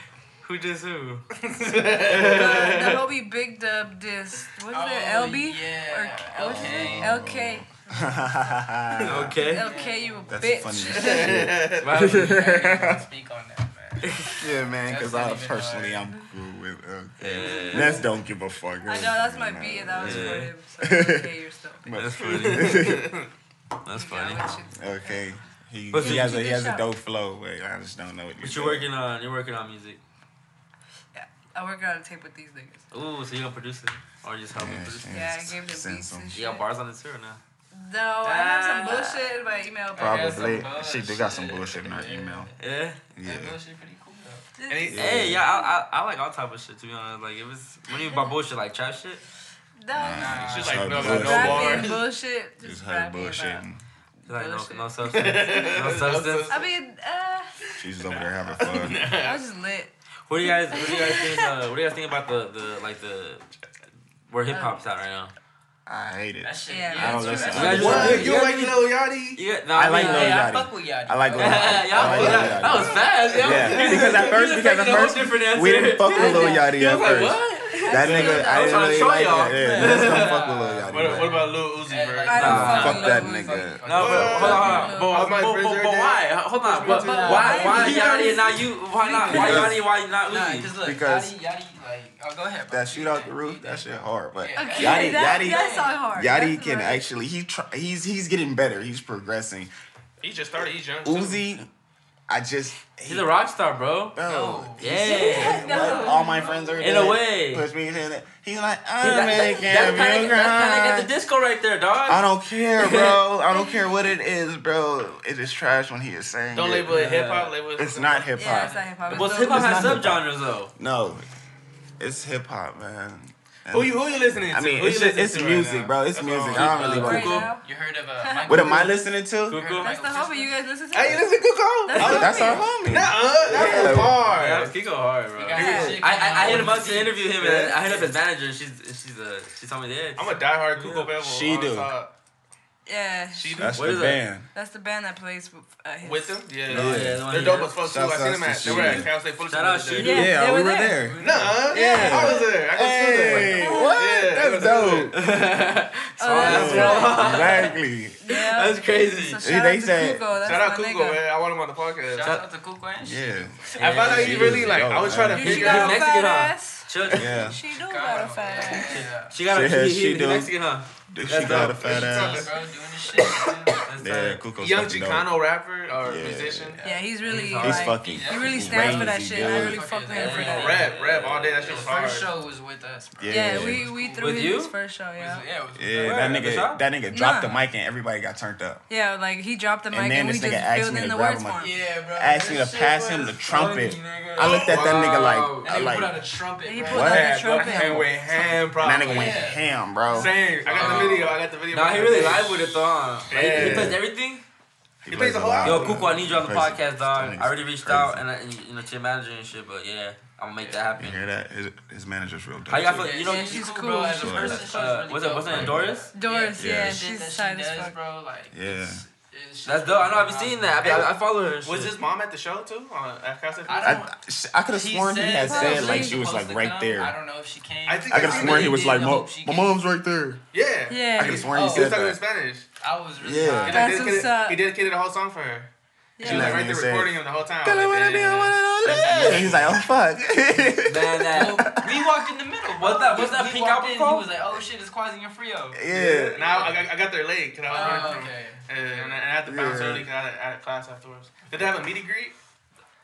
Speaker 1: Who just who?
Speaker 6: the, the Hobie Big Dub diss. What's that?
Speaker 8: Oh,
Speaker 6: LB?
Speaker 8: yeah,
Speaker 6: Or, what's it?
Speaker 8: LK.
Speaker 6: LK.
Speaker 1: Okay.
Speaker 6: LK, you a
Speaker 7: That's
Speaker 6: bitch.
Speaker 7: funny as shit.
Speaker 1: Right.
Speaker 8: Can't speak on that, man.
Speaker 7: Yeah, man, because I
Speaker 8: That's not even
Speaker 7: personally,
Speaker 8: hard.
Speaker 7: I'm cool with okay. Let's don't give a fuck.
Speaker 6: I know, that's my beat, and that was for him. So, okay, you're still a bitch.
Speaker 1: That's
Speaker 7: But-
Speaker 1: funny. That's funny.
Speaker 6: Yeah, which is-
Speaker 7: Okay. He,
Speaker 1: But
Speaker 7: he
Speaker 1: you
Speaker 7: has a
Speaker 6: keep
Speaker 7: he
Speaker 6: it
Speaker 7: has a
Speaker 6: sharp.
Speaker 7: dope flow, but I just don't know what.
Speaker 1: But you're working on you're working on music.
Speaker 6: I work on a tape with these niggas.
Speaker 1: Ooh, so you gonna produce it or just help me produce it?
Speaker 6: Yeah, I gave them beats and
Speaker 1: You
Speaker 6: shit.
Speaker 1: got bars on this too or no?
Speaker 6: No, I have some bullshit in my email. but-
Speaker 7: Probably.
Speaker 8: That's some
Speaker 7: She they got some bullshit in her email.
Speaker 1: Yeah.
Speaker 7: Yeah.
Speaker 8: That bullshit pretty cool though.
Speaker 5: Any,
Speaker 1: Hey, yeah, I, I I like all type of shit to be honest. Like if it's when you buy bullshit like trap shit.
Speaker 6: No,
Speaker 5: It's just
Speaker 7: It's
Speaker 5: like
Speaker 7: her
Speaker 5: no, no
Speaker 7: bullshit.
Speaker 5: bars.
Speaker 6: rapping bullshit. Just,
Speaker 7: Just her
Speaker 6: rapping about-
Speaker 7: bullshitting.
Speaker 1: Like no,
Speaker 6: Bullshit.
Speaker 1: no substance. No substance.
Speaker 6: I mean, uh,
Speaker 7: She's just over there having fun.
Speaker 6: I was just lit.
Speaker 1: What do you guys what do you guys think uh, what do you guys think about the, the like the where hip hop's at right now?
Speaker 7: I hate it.
Speaker 8: That shit.
Speaker 6: Yeah,
Speaker 8: Yeah,
Speaker 6: I
Speaker 7: don't
Speaker 8: that's-
Speaker 7: listen.
Speaker 8: that's-
Speaker 1: You guys
Speaker 7: What?
Speaker 1: just-
Speaker 7: You
Speaker 1: guys
Speaker 7: like
Speaker 1: just-
Speaker 7: Lil Yachty?
Speaker 1: you guys- nah,
Speaker 7: I
Speaker 1: mean,
Speaker 7: like Lil
Speaker 8: Hey,
Speaker 1: yeah.
Speaker 8: I
Speaker 7: Yachty.
Speaker 8: fuck with y'all.
Speaker 7: I like Lil Yachty.
Speaker 1: Y'all,
Speaker 7: I like Lil
Speaker 1: that, that
Speaker 7: Yachty.
Speaker 1: was fast. Yo.
Speaker 7: Yeah, because at first, because at
Speaker 1: That's a whole
Speaker 7: first,
Speaker 1: different answer.
Speaker 7: we didn't fuck with Lil Yachty
Speaker 1: I was
Speaker 7: at
Speaker 1: like,
Speaker 7: first.
Speaker 1: what?
Speaker 7: That nigga, I
Speaker 1: was trying
Speaker 7: didn't
Speaker 1: to
Speaker 7: really
Speaker 1: show
Speaker 7: like
Speaker 1: y'all.
Speaker 7: that. Yeah, let's don't fuck with Lil Yachty.
Speaker 5: What,
Speaker 7: bro.
Speaker 5: what about Lil Uzi,
Speaker 8: Hey,
Speaker 5: bro?
Speaker 8: like,
Speaker 6: I don't
Speaker 1: Nah.
Speaker 6: fucking
Speaker 7: Fuck
Speaker 6: know
Speaker 7: that
Speaker 6: who's
Speaker 7: nigga.
Speaker 6: fucking-
Speaker 1: No, but hold on, hold on.
Speaker 5: Boy,
Speaker 1: But,
Speaker 5: my
Speaker 1: but, but,
Speaker 5: friends right
Speaker 1: but
Speaker 5: there.
Speaker 1: why? Hold on. But,
Speaker 6: me to
Speaker 1: but
Speaker 6: the-
Speaker 1: why? Why
Speaker 6: Because-
Speaker 1: Yachty and not you? Why not? Why
Speaker 7: Because-
Speaker 1: Yachty? Why not
Speaker 8: Nah,
Speaker 1: Uzi?
Speaker 8: cause look,
Speaker 7: Because-
Speaker 8: Yachty, Yachty, like, oh, go ahead. bro.
Speaker 7: That shoot out the roof, that shit hard. But
Speaker 8: Yeah.
Speaker 6: Okay,
Speaker 7: Yachty-
Speaker 6: that,
Speaker 7: Yachty-
Speaker 6: that's not hard.
Speaker 7: Yachty
Speaker 6: That's
Speaker 7: can
Speaker 6: not-
Speaker 7: actually he try, he's he's getting better. He's progressing.
Speaker 5: He just started. He's young. too.
Speaker 7: Uzi, I just
Speaker 1: He's a rock star, bro.
Speaker 7: bro.
Speaker 1: Yeah.
Speaker 7: What? All my friends are
Speaker 1: In
Speaker 7: dead.
Speaker 1: a way.
Speaker 7: Push me into that. He's like
Speaker 1: He's like-
Speaker 7: American.
Speaker 1: that's kind of at the
Speaker 7: American.
Speaker 1: disco right there, dog.
Speaker 7: I don't care, bro. I don't care what it is, bro. It is trash when he is saying.
Speaker 5: Don't
Speaker 7: it.
Speaker 5: label it hip hop. Label it.
Speaker 7: It's not hip
Speaker 6: Yeah,
Speaker 7: hop.
Speaker 6: it's not hip hop.
Speaker 1: Well,
Speaker 6: It's
Speaker 1: hip hop
Speaker 6: not-
Speaker 1: has
Speaker 7: not hip
Speaker 1: subgenres though.
Speaker 7: no, it's hip hop, man.
Speaker 5: Who you who you listening to?
Speaker 7: I mean,
Speaker 5: who
Speaker 7: it's
Speaker 5: you
Speaker 7: just, it's
Speaker 5: listening to
Speaker 7: music,
Speaker 5: right
Speaker 7: bro. It's music. I don't really
Speaker 6: Right
Speaker 7: like.
Speaker 6: now.
Speaker 8: You heard of uh, Michael
Speaker 7: What am I listening to?
Speaker 1: Cuckoo.
Speaker 6: That's the hobby you guys listen to.
Speaker 5: Now? Hey, you listen to Kuko?
Speaker 7: Oh, that's our homie.
Speaker 5: that's
Speaker 7: Yeah.
Speaker 5: a bar.
Speaker 1: Yeah, Kiko hard, bro. I,
Speaker 6: Yeah.
Speaker 1: I, I hit him up to interview him, and I hit up his manager, and she's she's uh she told me that.
Speaker 5: I'm a diehard Kuko Bevel.
Speaker 7: She
Speaker 5: on
Speaker 7: do.
Speaker 5: top.
Speaker 6: Yeah,
Speaker 5: She do.
Speaker 7: That's
Speaker 1: What
Speaker 7: the
Speaker 1: is that?
Speaker 7: band.
Speaker 6: that's the band that plays with uh, his.
Speaker 5: With them? Yeah.
Speaker 1: Oh, yeah, the one
Speaker 5: They're
Speaker 1: he
Speaker 5: dope
Speaker 1: had.
Speaker 5: as fuck too.
Speaker 7: Shouts
Speaker 5: I seen
Speaker 7: out
Speaker 5: them
Speaker 7: to
Speaker 5: at. They were at
Speaker 7: Shooter.
Speaker 5: Cal State Fullerton.
Speaker 1: Shout out
Speaker 5: the other
Speaker 1: Shooter.
Speaker 5: day.
Speaker 6: Yeah,
Speaker 7: Yeah,
Speaker 6: they
Speaker 7: we
Speaker 6: were
Speaker 7: were
Speaker 6: there.
Speaker 7: there.
Speaker 5: Nah.
Speaker 7: Yeah.
Speaker 5: I was there. I go
Speaker 7: Hey,
Speaker 5: to
Speaker 7: what?
Speaker 5: Yeah.
Speaker 7: That's dope.
Speaker 6: Oh, that's right.
Speaker 7: exactly.
Speaker 6: Yeah.
Speaker 1: That's crazy.
Speaker 6: So
Speaker 7: See,
Speaker 6: shout
Speaker 7: they
Speaker 6: out to
Speaker 7: said-
Speaker 6: Kuko. That's
Speaker 5: Shout out
Speaker 6: my
Speaker 5: Kuko,
Speaker 6: nigga.
Speaker 5: man. I want him on the podcast.
Speaker 8: Shout out to Kuko and shit.
Speaker 7: Yeah.
Speaker 5: I found out
Speaker 1: she
Speaker 5: he really
Speaker 7: is
Speaker 5: like.
Speaker 7: dope,
Speaker 5: I was
Speaker 7: man.
Speaker 5: trying to
Speaker 6: You
Speaker 1: She's
Speaker 6: she
Speaker 5: figure
Speaker 1: got
Speaker 5: out.
Speaker 6: got a
Speaker 1: Mexican,
Speaker 6: fat
Speaker 1: huh?
Speaker 6: ass.
Speaker 1: Children.
Speaker 7: Yeah.
Speaker 6: She do
Speaker 8: God,
Speaker 6: got a fat ass.
Speaker 8: yeah.
Speaker 1: She got a
Speaker 7: She has-
Speaker 1: she,
Speaker 7: she
Speaker 1: he, he
Speaker 7: do.
Speaker 1: Mexican, huh?
Speaker 7: She got a fat ass.
Speaker 8: bro, doing this shit. man.
Speaker 1: That's
Speaker 7: Yeah,
Speaker 1: tight.
Speaker 7: Kuko's
Speaker 5: Young
Speaker 7: fucking dope.
Speaker 5: Chicano rapper or
Speaker 7: Yeah.
Speaker 5: musician.
Speaker 6: Yeah, he's really
Speaker 8: He's
Speaker 7: He's
Speaker 6: like,
Speaker 7: fucking.
Speaker 6: he really
Speaker 7: he's
Speaker 6: stands for that
Speaker 7: crazy,
Speaker 6: shit. and I
Speaker 7: dude.
Speaker 6: really fuck with him for
Speaker 8: Yeah.
Speaker 6: that.
Speaker 5: Rap, rap all day. That shit
Speaker 8: His
Speaker 5: was hard.
Speaker 8: first show was with us, bro.
Speaker 7: Yeah,
Speaker 6: Yeah, we we threw
Speaker 1: With
Speaker 6: his
Speaker 1: you?
Speaker 6: first show.
Speaker 8: It was-
Speaker 6: Yeah.
Speaker 8: yeah, it was
Speaker 7: Yeah,
Speaker 1: Word,
Speaker 7: that
Speaker 1: at the
Speaker 7: nigga,
Speaker 1: shop?
Speaker 7: that nigga dropped the
Speaker 6: Nah.
Speaker 7: mic and everybody got turned up.
Speaker 6: Yeah, like he dropped the mic and,
Speaker 7: then
Speaker 6: we
Speaker 7: this
Speaker 6: just
Speaker 7: nigga asked
Speaker 6: filled
Speaker 7: me
Speaker 6: in
Speaker 7: to
Speaker 6: the
Speaker 7: grab
Speaker 6: words
Speaker 7: him
Speaker 6: for
Speaker 7: a-
Speaker 6: him.
Speaker 8: Yeah, bro.
Speaker 7: Asked me to
Speaker 8: this shit
Speaker 7: pass him
Speaker 8: was
Speaker 7: the trumpet.
Speaker 8: funny, nigga.
Speaker 7: I looked at that
Speaker 5: Wow.
Speaker 7: nigga like,
Speaker 8: And
Speaker 7: I
Speaker 8: they
Speaker 7: like,
Speaker 8: put out a
Speaker 7: and
Speaker 8: trumpet,
Speaker 6: He
Speaker 8: bro.
Speaker 6: pulled out
Speaker 5: Yeah,
Speaker 6: the
Speaker 5: bro,
Speaker 6: trumpet.
Speaker 5: and went ham, bro.
Speaker 7: that nigga went
Speaker 8: Yeah.
Speaker 7: ham, bro.
Speaker 5: Same. I got the video. I got the video.
Speaker 1: Nah, he really live with it though. huh? Like, he- He
Speaker 5: Yeah.
Speaker 1: plays everything.
Speaker 7: He
Speaker 5: plays
Speaker 7: plays
Speaker 5: the
Speaker 7: a
Speaker 5: whole
Speaker 7: lot,
Speaker 1: Yo,
Speaker 7: bro.
Speaker 1: Kuku, I need you on the
Speaker 7: Crazy.
Speaker 1: podcast, dog.
Speaker 7: Crazy.
Speaker 1: I already reached
Speaker 7: Crazy.
Speaker 1: out and, I, and you know to your manager and shit, but yeah, I'm gonna make that happen.
Speaker 7: You hear that? His, his manager's real dope.
Speaker 1: How y'all
Speaker 7: too.
Speaker 1: feel-
Speaker 8: Yeah,
Speaker 1: You know,
Speaker 8: yeah,
Speaker 1: she's
Speaker 8: she's cool,
Speaker 6: cool.
Speaker 8: bro. As a
Speaker 7: She's
Speaker 8: person,
Speaker 7: cool.
Speaker 8: she's
Speaker 1: Uh,
Speaker 8: really
Speaker 1: what's it?
Speaker 8: dope,
Speaker 1: What's it?
Speaker 8: bro.
Speaker 1: Doris.
Speaker 6: Doris,
Speaker 8: Yeah,
Speaker 6: yeah,
Speaker 8: the shit that
Speaker 6: she's
Speaker 8: she
Speaker 6: tight as
Speaker 8: does,
Speaker 6: fuck.
Speaker 8: bro. Like,
Speaker 7: Yeah.
Speaker 8: it's-
Speaker 1: That's dope. I know. I've been seeing that. I, I, I follow her. and
Speaker 5: Was
Speaker 1: shit.
Speaker 5: his mom at the show too? On at Casa
Speaker 8: I
Speaker 5: Fiesta?
Speaker 8: don't-
Speaker 7: I, sh- I could have
Speaker 8: She
Speaker 7: sworn he had said like she was
Speaker 8: supposed
Speaker 7: like
Speaker 8: to
Speaker 7: right
Speaker 8: come. I
Speaker 7: there.
Speaker 8: don't know if she came.
Speaker 5: I think
Speaker 7: I could have
Speaker 5: I
Speaker 7: sworn he
Speaker 5: really
Speaker 7: was
Speaker 8: did.
Speaker 7: like,
Speaker 8: I
Speaker 7: "Mo-
Speaker 8: hope she
Speaker 7: my
Speaker 8: can-
Speaker 7: mom's right there.
Speaker 5: Yeah.
Speaker 7: I
Speaker 6: Yeah,
Speaker 7: could have sworn
Speaker 8: Oh.
Speaker 7: he
Speaker 5: He was
Speaker 7: said
Speaker 5: talking in
Speaker 7: that.
Speaker 5: Spanish.
Speaker 8: I was really
Speaker 7: Yeah.
Speaker 5: And
Speaker 8: tired.
Speaker 5: I
Speaker 6: That's what's
Speaker 5: dedicated-
Speaker 6: up.
Speaker 5: He dedicated a whole song for her. She was
Speaker 7: Yeah.
Speaker 5: like right there
Speaker 7: Said-
Speaker 5: recording him the whole time.
Speaker 7: And he's like, oh fuck.
Speaker 1: man
Speaker 8: So,
Speaker 1: that.
Speaker 8: we walked in the middle.
Speaker 1: What's that- what's
Speaker 8: He-
Speaker 1: that
Speaker 8: he
Speaker 1: pink
Speaker 8: walked
Speaker 1: album
Speaker 8: in,
Speaker 1: called?
Speaker 8: He was like, "Oh shit, it's Quasi and Frio."
Speaker 7: yeah.
Speaker 5: Now I, I- I got there late because I was
Speaker 8: Oh,
Speaker 5: running.
Speaker 8: okay.
Speaker 5: Uh, and I and I had to bounce
Speaker 7: Yeah.
Speaker 5: early because I, had- I had a class afterwards. Did they have a meet and greet?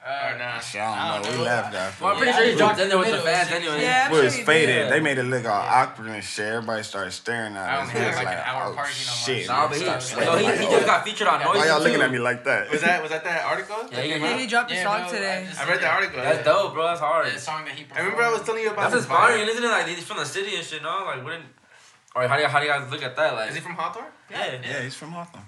Speaker 5: Or
Speaker 8: Uh,
Speaker 5: nah?
Speaker 7: Shit, I don't know. We left after.
Speaker 1: Well, I'm pretty
Speaker 8: Yeah,
Speaker 1: sure
Speaker 8: I
Speaker 1: he dropped
Speaker 8: was
Speaker 1: in there with the
Speaker 8: middle.
Speaker 1: fans anyway.
Speaker 6: Yeah.
Speaker 7: We was
Speaker 6: Actually,
Speaker 7: faded.
Speaker 1: yeah.
Speaker 7: They made it look all awkward and shit. Everybody started staring
Speaker 8: I
Speaker 7: at us.
Speaker 8: only
Speaker 7: We
Speaker 8: had
Speaker 7: was
Speaker 8: like an hour
Speaker 7: oh,
Speaker 8: parking on my
Speaker 7: shit.
Speaker 1: Nah, but he,
Speaker 7: Start sweating.
Speaker 1: yo, he,
Speaker 7: Like,
Speaker 1: he
Speaker 7: oh,
Speaker 1: just got featured on Noise.
Speaker 7: Why y'all looking
Speaker 1: too.
Speaker 7: at me like that?
Speaker 5: Was that was that that article?
Speaker 1: Yeah, he-
Speaker 6: yeah, he dropped his
Speaker 8: Yeah,
Speaker 6: song
Speaker 8: bro,
Speaker 6: today.
Speaker 8: I just-
Speaker 5: I read the article.
Speaker 1: That's dope, bro. That's hard.
Speaker 8: That song that he performed.
Speaker 5: I remember I was telling you about.
Speaker 1: That's
Speaker 5: his
Speaker 1: inspiring, isn't it? Like he's from the city and shit, no? Like wouldn't All right, how do you how do you guys look at that?
Speaker 5: bio. Is he
Speaker 1: Like
Speaker 5: from Hawthorne?
Speaker 1: Yeah.
Speaker 7: Yeah, he's from Oh, Hawthorne.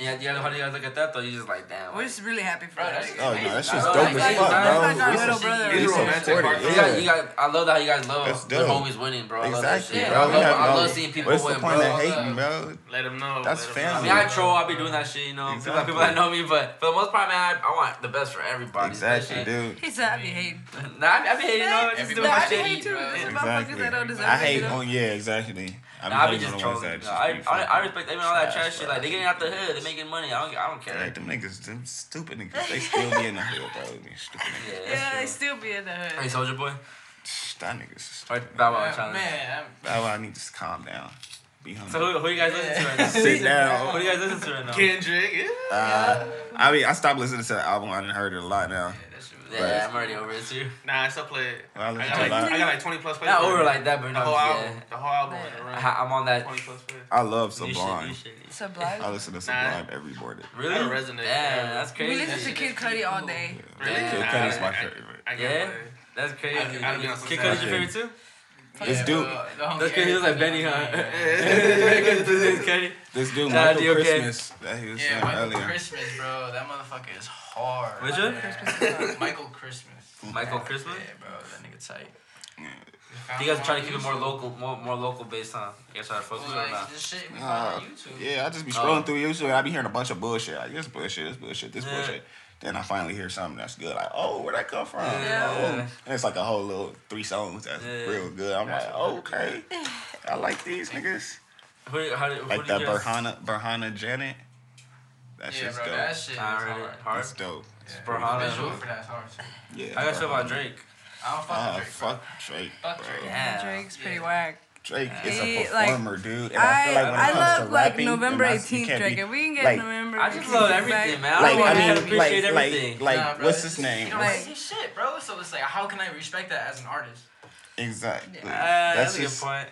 Speaker 1: Yeah, yeah, how do you guys look at that though? You just like damn.
Speaker 6: We're
Speaker 1: Like,
Speaker 6: just really happy for
Speaker 8: Bro,
Speaker 6: that.
Speaker 8: that's
Speaker 7: Oh, no, that shit's
Speaker 1: Oh,
Speaker 7: dope
Speaker 1: he's
Speaker 7: as
Speaker 1: like-
Speaker 6: he's
Speaker 7: fuck,
Speaker 6: like our
Speaker 7: bro.
Speaker 6: little
Speaker 7: We-
Speaker 6: brother.
Speaker 7: we
Speaker 5: He's a
Speaker 7: supported
Speaker 5: romantic
Speaker 7: it.
Speaker 5: partner.
Speaker 1: you
Speaker 7: Yeah.
Speaker 1: guys, you guys, I love that you guys
Speaker 7: That's
Speaker 1: love good
Speaker 7: dope.
Speaker 1: homies winning, bro. I love that
Speaker 7: Exactly,
Speaker 1: shit.
Speaker 8: Yeah,
Speaker 7: bro.
Speaker 1: I
Speaker 7: We
Speaker 1: love,
Speaker 7: have
Speaker 1: I
Speaker 7: no-
Speaker 1: love seeing people
Speaker 7: What's the
Speaker 1: win,
Speaker 7: point
Speaker 1: bro.
Speaker 7: of hating,
Speaker 8: Love.
Speaker 7: bro?
Speaker 5: Let him know.
Speaker 7: That's
Speaker 5: let him know.
Speaker 1: I
Speaker 7: family.
Speaker 1: mean, I troll. I'll be doing that shit, you know. People-
Speaker 7: Exactly.
Speaker 1: People that know me, but for the most part, man, I, I want the best for everybody. so that
Speaker 7: Exactly,
Speaker 1: shit-
Speaker 7: dude.
Speaker 6: He said, I be hating.
Speaker 1: Nah, I, I be hating, you know. Just doing
Speaker 8: Everybody-
Speaker 1: my
Speaker 6: I be
Speaker 1: shit.
Speaker 6: hating too. There's some
Speaker 7: Exactly.
Speaker 6: motherfuckers that don't deserve
Speaker 7: I hate.
Speaker 6: it.
Speaker 7: Oh yeah, exactly. I
Speaker 1: Nah, I
Speaker 7: hating
Speaker 1: be just
Speaker 7: on the ones
Speaker 1: trolling.
Speaker 7: that
Speaker 1: you know.
Speaker 7: just
Speaker 1: I,
Speaker 7: be
Speaker 1: I, I
Speaker 7: fucking-
Speaker 1: respect even all that
Speaker 7: trash,
Speaker 1: trash shit.
Speaker 7: bro.
Speaker 1: Like they getting out the hood, they making money. I don't, I don't care.
Speaker 7: Like them niggas, them stupid niggas, they still be in the hood, bro. Them stupid niggas.
Speaker 1: Yeah,
Speaker 6: Yeah,
Speaker 1: that's
Speaker 6: they
Speaker 1: true.
Speaker 6: still be in the
Speaker 1: Hey,
Speaker 6: hood.
Speaker 1: Soldier Boy.
Speaker 7: Shh, That niggas. is stupid.
Speaker 1: Or Bow Wow
Speaker 8: Yeah,
Speaker 1: Challenge.
Speaker 8: man,
Speaker 7: That's why I need to just calm down. Be
Speaker 1: So
Speaker 7: humble.
Speaker 1: who, who you guys listen to right now?
Speaker 7: Sit down.
Speaker 1: Who do you guys listen to right now?
Speaker 5: Kendrick. Yeah.
Speaker 7: Uh, I mean, I stopped listening to the album. I done heard it a lot now.
Speaker 8: I'm, that shit was
Speaker 1: Yeah, I'm already over it too.
Speaker 5: Nah, I still play it.
Speaker 7: Well, I
Speaker 5: I
Speaker 7: listen
Speaker 5: got
Speaker 7: to a
Speaker 5: like
Speaker 7: lot.
Speaker 5: I got like 20 plus plays.
Speaker 1: Not over like that, but
Speaker 5: the
Speaker 1: no,
Speaker 5: whole
Speaker 1: yeah.
Speaker 5: album. The whole album. in a row.
Speaker 1: I- I'm on that.
Speaker 5: 20 plus plays.
Speaker 7: I love
Speaker 1: New shit, new
Speaker 7: Sublime.
Speaker 1: shit, new shit.
Speaker 6: Sublime.
Speaker 7: I listen to Sublime every morning.
Speaker 1: Really?
Speaker 5: That resonates,
Speaker 1: Damn,
Speaker 5: yeah.
Speaker 1: that's
Speaker 6: We
Speaker 1: crazy.
Speaker 6: listen to Kid Cudi all day.
Speaker 5: Really?
Speaker 1: Yeah.
Speaker 7: Kid
Speaker 5: Nah,
Speaker 7: Cudi's my
Speaker 5: I- I-
Speaker 7: favorite.
Speaker 5: I
Speaker 1: Yeah?
Speaker 5: can't play it.
Speaker 1: That's crazy.
Speaker 5: I- I don't know.
Speaker 1: Kid Cudi's your favorite too?
Speaker 7: This dude,
Speaker 1: That's crazy. He was like Benny, huh? Kid Cudi.
Speaker 7: this dude,
Speaker 1: Nah,
Speaker 7: Michael
Speaker 1: you okay?
Speaker 7: Christmas that he was
Speaker 8: Yeah,
Speaker 7: saying
Speaker 8: Michael
Speaker 7: earlier.
Speaker 8: Christmas, bro. That motherfucker is hard.
Speaker 1: Which one?
Speaker 8: Yeah. Michael Christmas.
Speaker 1: Michael Christmas.
Speaker 8: Yeah, bro. That nigga tight.
Speaker 1: You guys are trying to keep it more local, more more local based, huh? You guys try to focus on
Speaker 8: Like,
Speaker 1: that.
Speaker 8: this shit we found
Speaker 7: Uh,
Speaker 8: on YouTube.
Speaker 7: yeah, I just be scrolling
Speaker 1: Oh.
Speaker 7: through YouTube and I be hearing a bunch of bullshit. Like this bullshit, this bullshit, this
Speaker 1: Yeah.
Speaker 7: bullshit. Then I finally hear something that's good. Like, oh, where that come from?
Speaker 1: Yeah.
Speaker 7: Oh. And it's like a whole little three songs that's
Speaker 1: Yeah.
Speaker 7: real good. I'm like, okay, I like these niggas.
Speaker 1: Who, how, who
Speaker 7: Like
Speaker 1: do you
Speaker 7: that
Speaker 1: guys-
Speaker 7: Burhana, Burhana Janet. That
Speaker 8: Yeah,
Speaker 7: shit's
Speaker 8: bro.
Speaker 7: dope.
Speaker 8: That shit is
Speaker 1: I heard
Speaker 8: hard.
Speaker 1: it. Hard.
Speaker 7: That's dope.
Speaker 1: Burhana.
Speaker 8: Visual for that's hard too.
Speaker 7: Yeah.
Speaker 1: I got shit about
Speaker 7: Burhana.
Speaker 1: Drake.
Speaker 8: I don't fuck
Speaker 7: Ah,
Speaker 8: with Drake. bro.
Speaker 7: fuck Drake, bro.
Speaker 8: Fuck Drake.
Speaker 1: Yeah.
Speaker 6: Drake's pretty
Speaker 8: Yeah.
Speaker 6: whack.
Speaker 7: Drake is a
Speaker 6: He, like,
Speaker 7: performer, dude. And I,
Speaker 6: I,
Speaker 7: feel like when it
Speaker 6: I
Speaker 7: comes
Speaker 6: love
Speaker 7: to
Speaker 6: like
Speaker 7: rapping,
Speaker 6: November
Speaker 7: and that's- you
Speaker 6: 18th
Speaker 7: can't
Speaker 6: Drake.
Speaker 7: be-
Speaker 6: If we can get
Speaker 7: like-
Speaker 6: November
Speaker 1: I
Speaker 6: 18th.
Speaker 1: just love
Speaker 6: back-
Speaker 1: everything, man. I
Speaker 7: Like,
Speaker 1: don't
Speaker 7: I
Speaker 1: want
Speaker 7: mean,
Speaker 1: to appreciate
Speaker 7: like,
Speaker 1: everything.
Speaker 7: like, like,
Speaker 8: Nah, bro,
Speaker 7: what's
Speaker 8: it's
Speaker 7: his
Speaker 8: just-
Speaker 7: name?
Speaker 8: You don't
Speaker 6: Like-
Speaker 8: see shit, bro. So it's like, how can I respect that as an artist?
Speaker 7: Exactly.
Speaker 1: Uh, that's,
Speaker 7: that's
Speaker 1: a good
Speaker 7: just,
Speaker 1: point.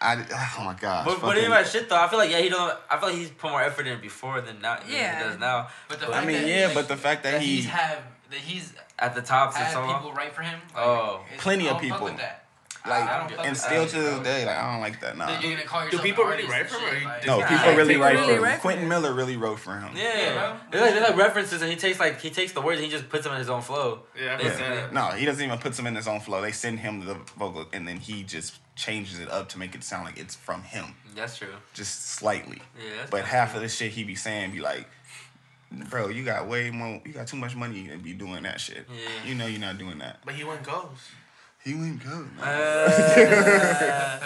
Speaker 7: I, oh my gosh.
Speaker 1: But what do you mean
Speaker 7: fucking-
Speaker 1: about shit though? I feel like yeah, he don't. I feel like he's put more effort in before than now. than
Speaker 6: Yeah.
Speaker 1: he does now.
Speaker 8: But the
Speaker 1: But
Speaker 8: fact
Speaker 7: I mean,
Speaker 8: that
Speaker 7: yeah,
Speaker 8: like,
Speaker 7: but the fact that
Speaker 8: that he's
Speaker 7: he,
Speaker 8: have that he's
Speaker 1: At the top for
Speaker 8: had
Speaker 1: so
Speaker 8: people
Speaker 1: long.
Speaker 8: write for him. Like,
Speaker 1: Oh.
Speaker 8: it's-
Speaker 7: Plenty
Speaker 8: I
Speaker 7: of
Speaker 8: don't fuck
Speaker 7: people.
Speaker 8: with that. I don't
Speaker 7: like,
Speaker 8: fuck
Speaker 7: and
Speaker 8: with
Speaker 7: still
Speaker 8: that,
Speaker 7: to this
Speaker 8: bro.
Speaker 7: day, like, I don't like that. Nah.
Speaker 8: That you're gonna call yourself
Speaker 5: people
Speaker 8: an
Speaker 5: really
Speaker 8: artist
Speaker 5: write
Speaker 8: and
Speaker 5: for
Speaker 8: shit,
Speaker 5: him, or
Speaker 8: like-
Speaker 5: you-
Speaker 7: No,
Speaker 1: Nah,
Speaker 7: people really
Speaker 6: people
Speaker 7: write
Speaker 6: really
Speaker 7: for
Speaker 6: write
Speaker 7: him.
Speaker 6: for
Speaker 7: Quentin
Speaker 6: him.
Speaker 7: Miller really wrote for him.
Speaker 1: Yeah.
Speaker 8: Yeah, bro.
Speaker 1: They're like, they're like references, and he takes like he takes the words, and he just puts them in his own flow.
Speaker 5: Yeah, I
Speaker 1: Yeah.
Speaker 5: put that.
Speaker 7: No, he doesn't even put them in his own flow. They send him the vocal, and then he just changes it up to make it sound like it's from him,
Speaker 1: That's true.
Speaker 7: just slightly.
Speaker 1: Yeah. That's
Speaker 7: But half of the shit he be saying be like, bro, you got way more, you got too much money to be doing that shit.
Speaker 1: Yeah.
Speaker 7: You know you're not doing that.
Speaker 5: But he went ghost.
Speaker 7: He wouldn't go. man.
Speaker 1: Uh,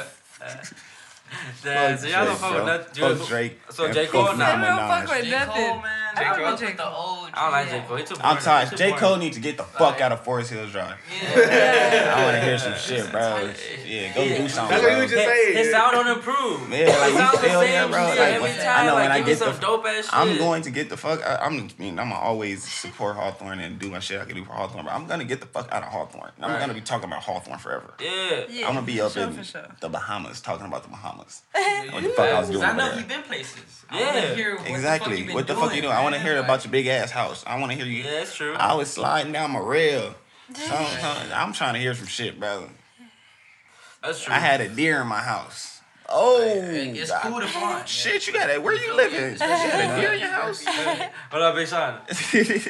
Speaker 1: that's
Speaker 7: Fuck
Speaker 1: yeah, I don't
Speaker 7: Drake,
Speaker 1: fuck
Speaker 7: bro.
Speaker 1: with that
Speaker 7: Fuck
Speaker 1: dude.
Speaker 7: Drake.
Speaker 1: so
Speaker 7: and
Speaker 1: J.
Speaker 7: fuck
Speaker 1: Cole,
Speaker 7: Nicki
Speaker 1: nah.
Speaker 6: I don't fuck
Speaker 7: Minaj.
Speaker 6: with
Speaker 8: J. Cole,
Speaker 6: nothing.
Speaker 8: man. man.
Speaker 5: J.
Speaker 8: I
Speaker 5: Cole?
Speaker 8: fuck with the old.
Speaker 1: I don't like
Speaker 8: Drake.
Speaker 1: J. Cole. He too
Speaker 7: I'm
Speaker 1: boring.
Speaker 7: tired.
Speaker 1: He too
Speaker 7: J.
Speaker 1: boring.
Speaker 7: Cole needs to get the fuck out of Forest Hills Drive.
Speaker 8: Yeah.
Speaker 7: I want to hear some shit, bro. Yeah, go do something.
Speaker 5: That's what you
Speaker 7: bro.
Speaker 5: was just
Speaker 1: His,
Speaker 5: saying.
Speaker 1: his sound don't improve.
Speaker 7: Yeah, like,
Speaker 1: It
Speaker 7: you
Speaker 1: sounds the
Speaker 7: feel
Speaker 1: same
Speaker 7: that, bro?
Speaker 1: shit
Speaker 7: Like,
Speaker 1: every
Speaker 7: when- I
Speaker 1: time.
Speaker 7: know
Speaker 1: like,
Speaker 7: when I
Speaker 1: give
Speaker 7: get
Speaker 1: me some
Speaker 7: the-
Speaker 1: dope ass shit.
Speaker 7: I'm going to get the fuck. I, I'm. I mean, I'm always support Hawthorne and do my shit I can do for Hawthorne, but I'm gonna get the fuck out of Hawthorne. I'm
Speaker 1: Right.
Speaker 7: gonna be talking about Hawthorne forever.
Speaker 1: Yeah.
Speaker 6: Yeah,
Speaker 7: I'm gonna be
Speaker 6: for
Speaker 7: up
Speaker 6: sure,
Speaker 7: in
Speaker 6: for sure.
Speaker 7: the Bahamas talking about the Bahamas. what the fuck I was doing
Speaker 8: Cause I know
Speaker 7: over
Speaker 8: he
Speaker 7: there.
Speaker 8: been places.
Speaker 1: Yeah.
Speaker 8: I wanna hear what The fuck
Speaker 7: Exactly.
Speaker 8: you been
Speaker 7: What the
Speaker 8: doing,
Speaker 7: fuck you doing? I want to
Speaker 8: man.
Speaker 7: hear
Speaker 8: Like,
Speaker 7: about your big ass house. I want to hear you.
Speaker 1: Yeah, that's true.
Speaker 7: I was sliding down my rail. So, I'm- I'm trying to hear some shit, brother.
Speaker 1: That's true.
Speaker 7: I had a deer in my house. Oh,
Speaker 8: like, It's
Speaker 7: God.
Speaker 8: cool to farm.
Speaker 7: shit! You got it. Where you living? You got a deer in your house?
Speaker 1: what up, Big Sean?
Speaker 5: Big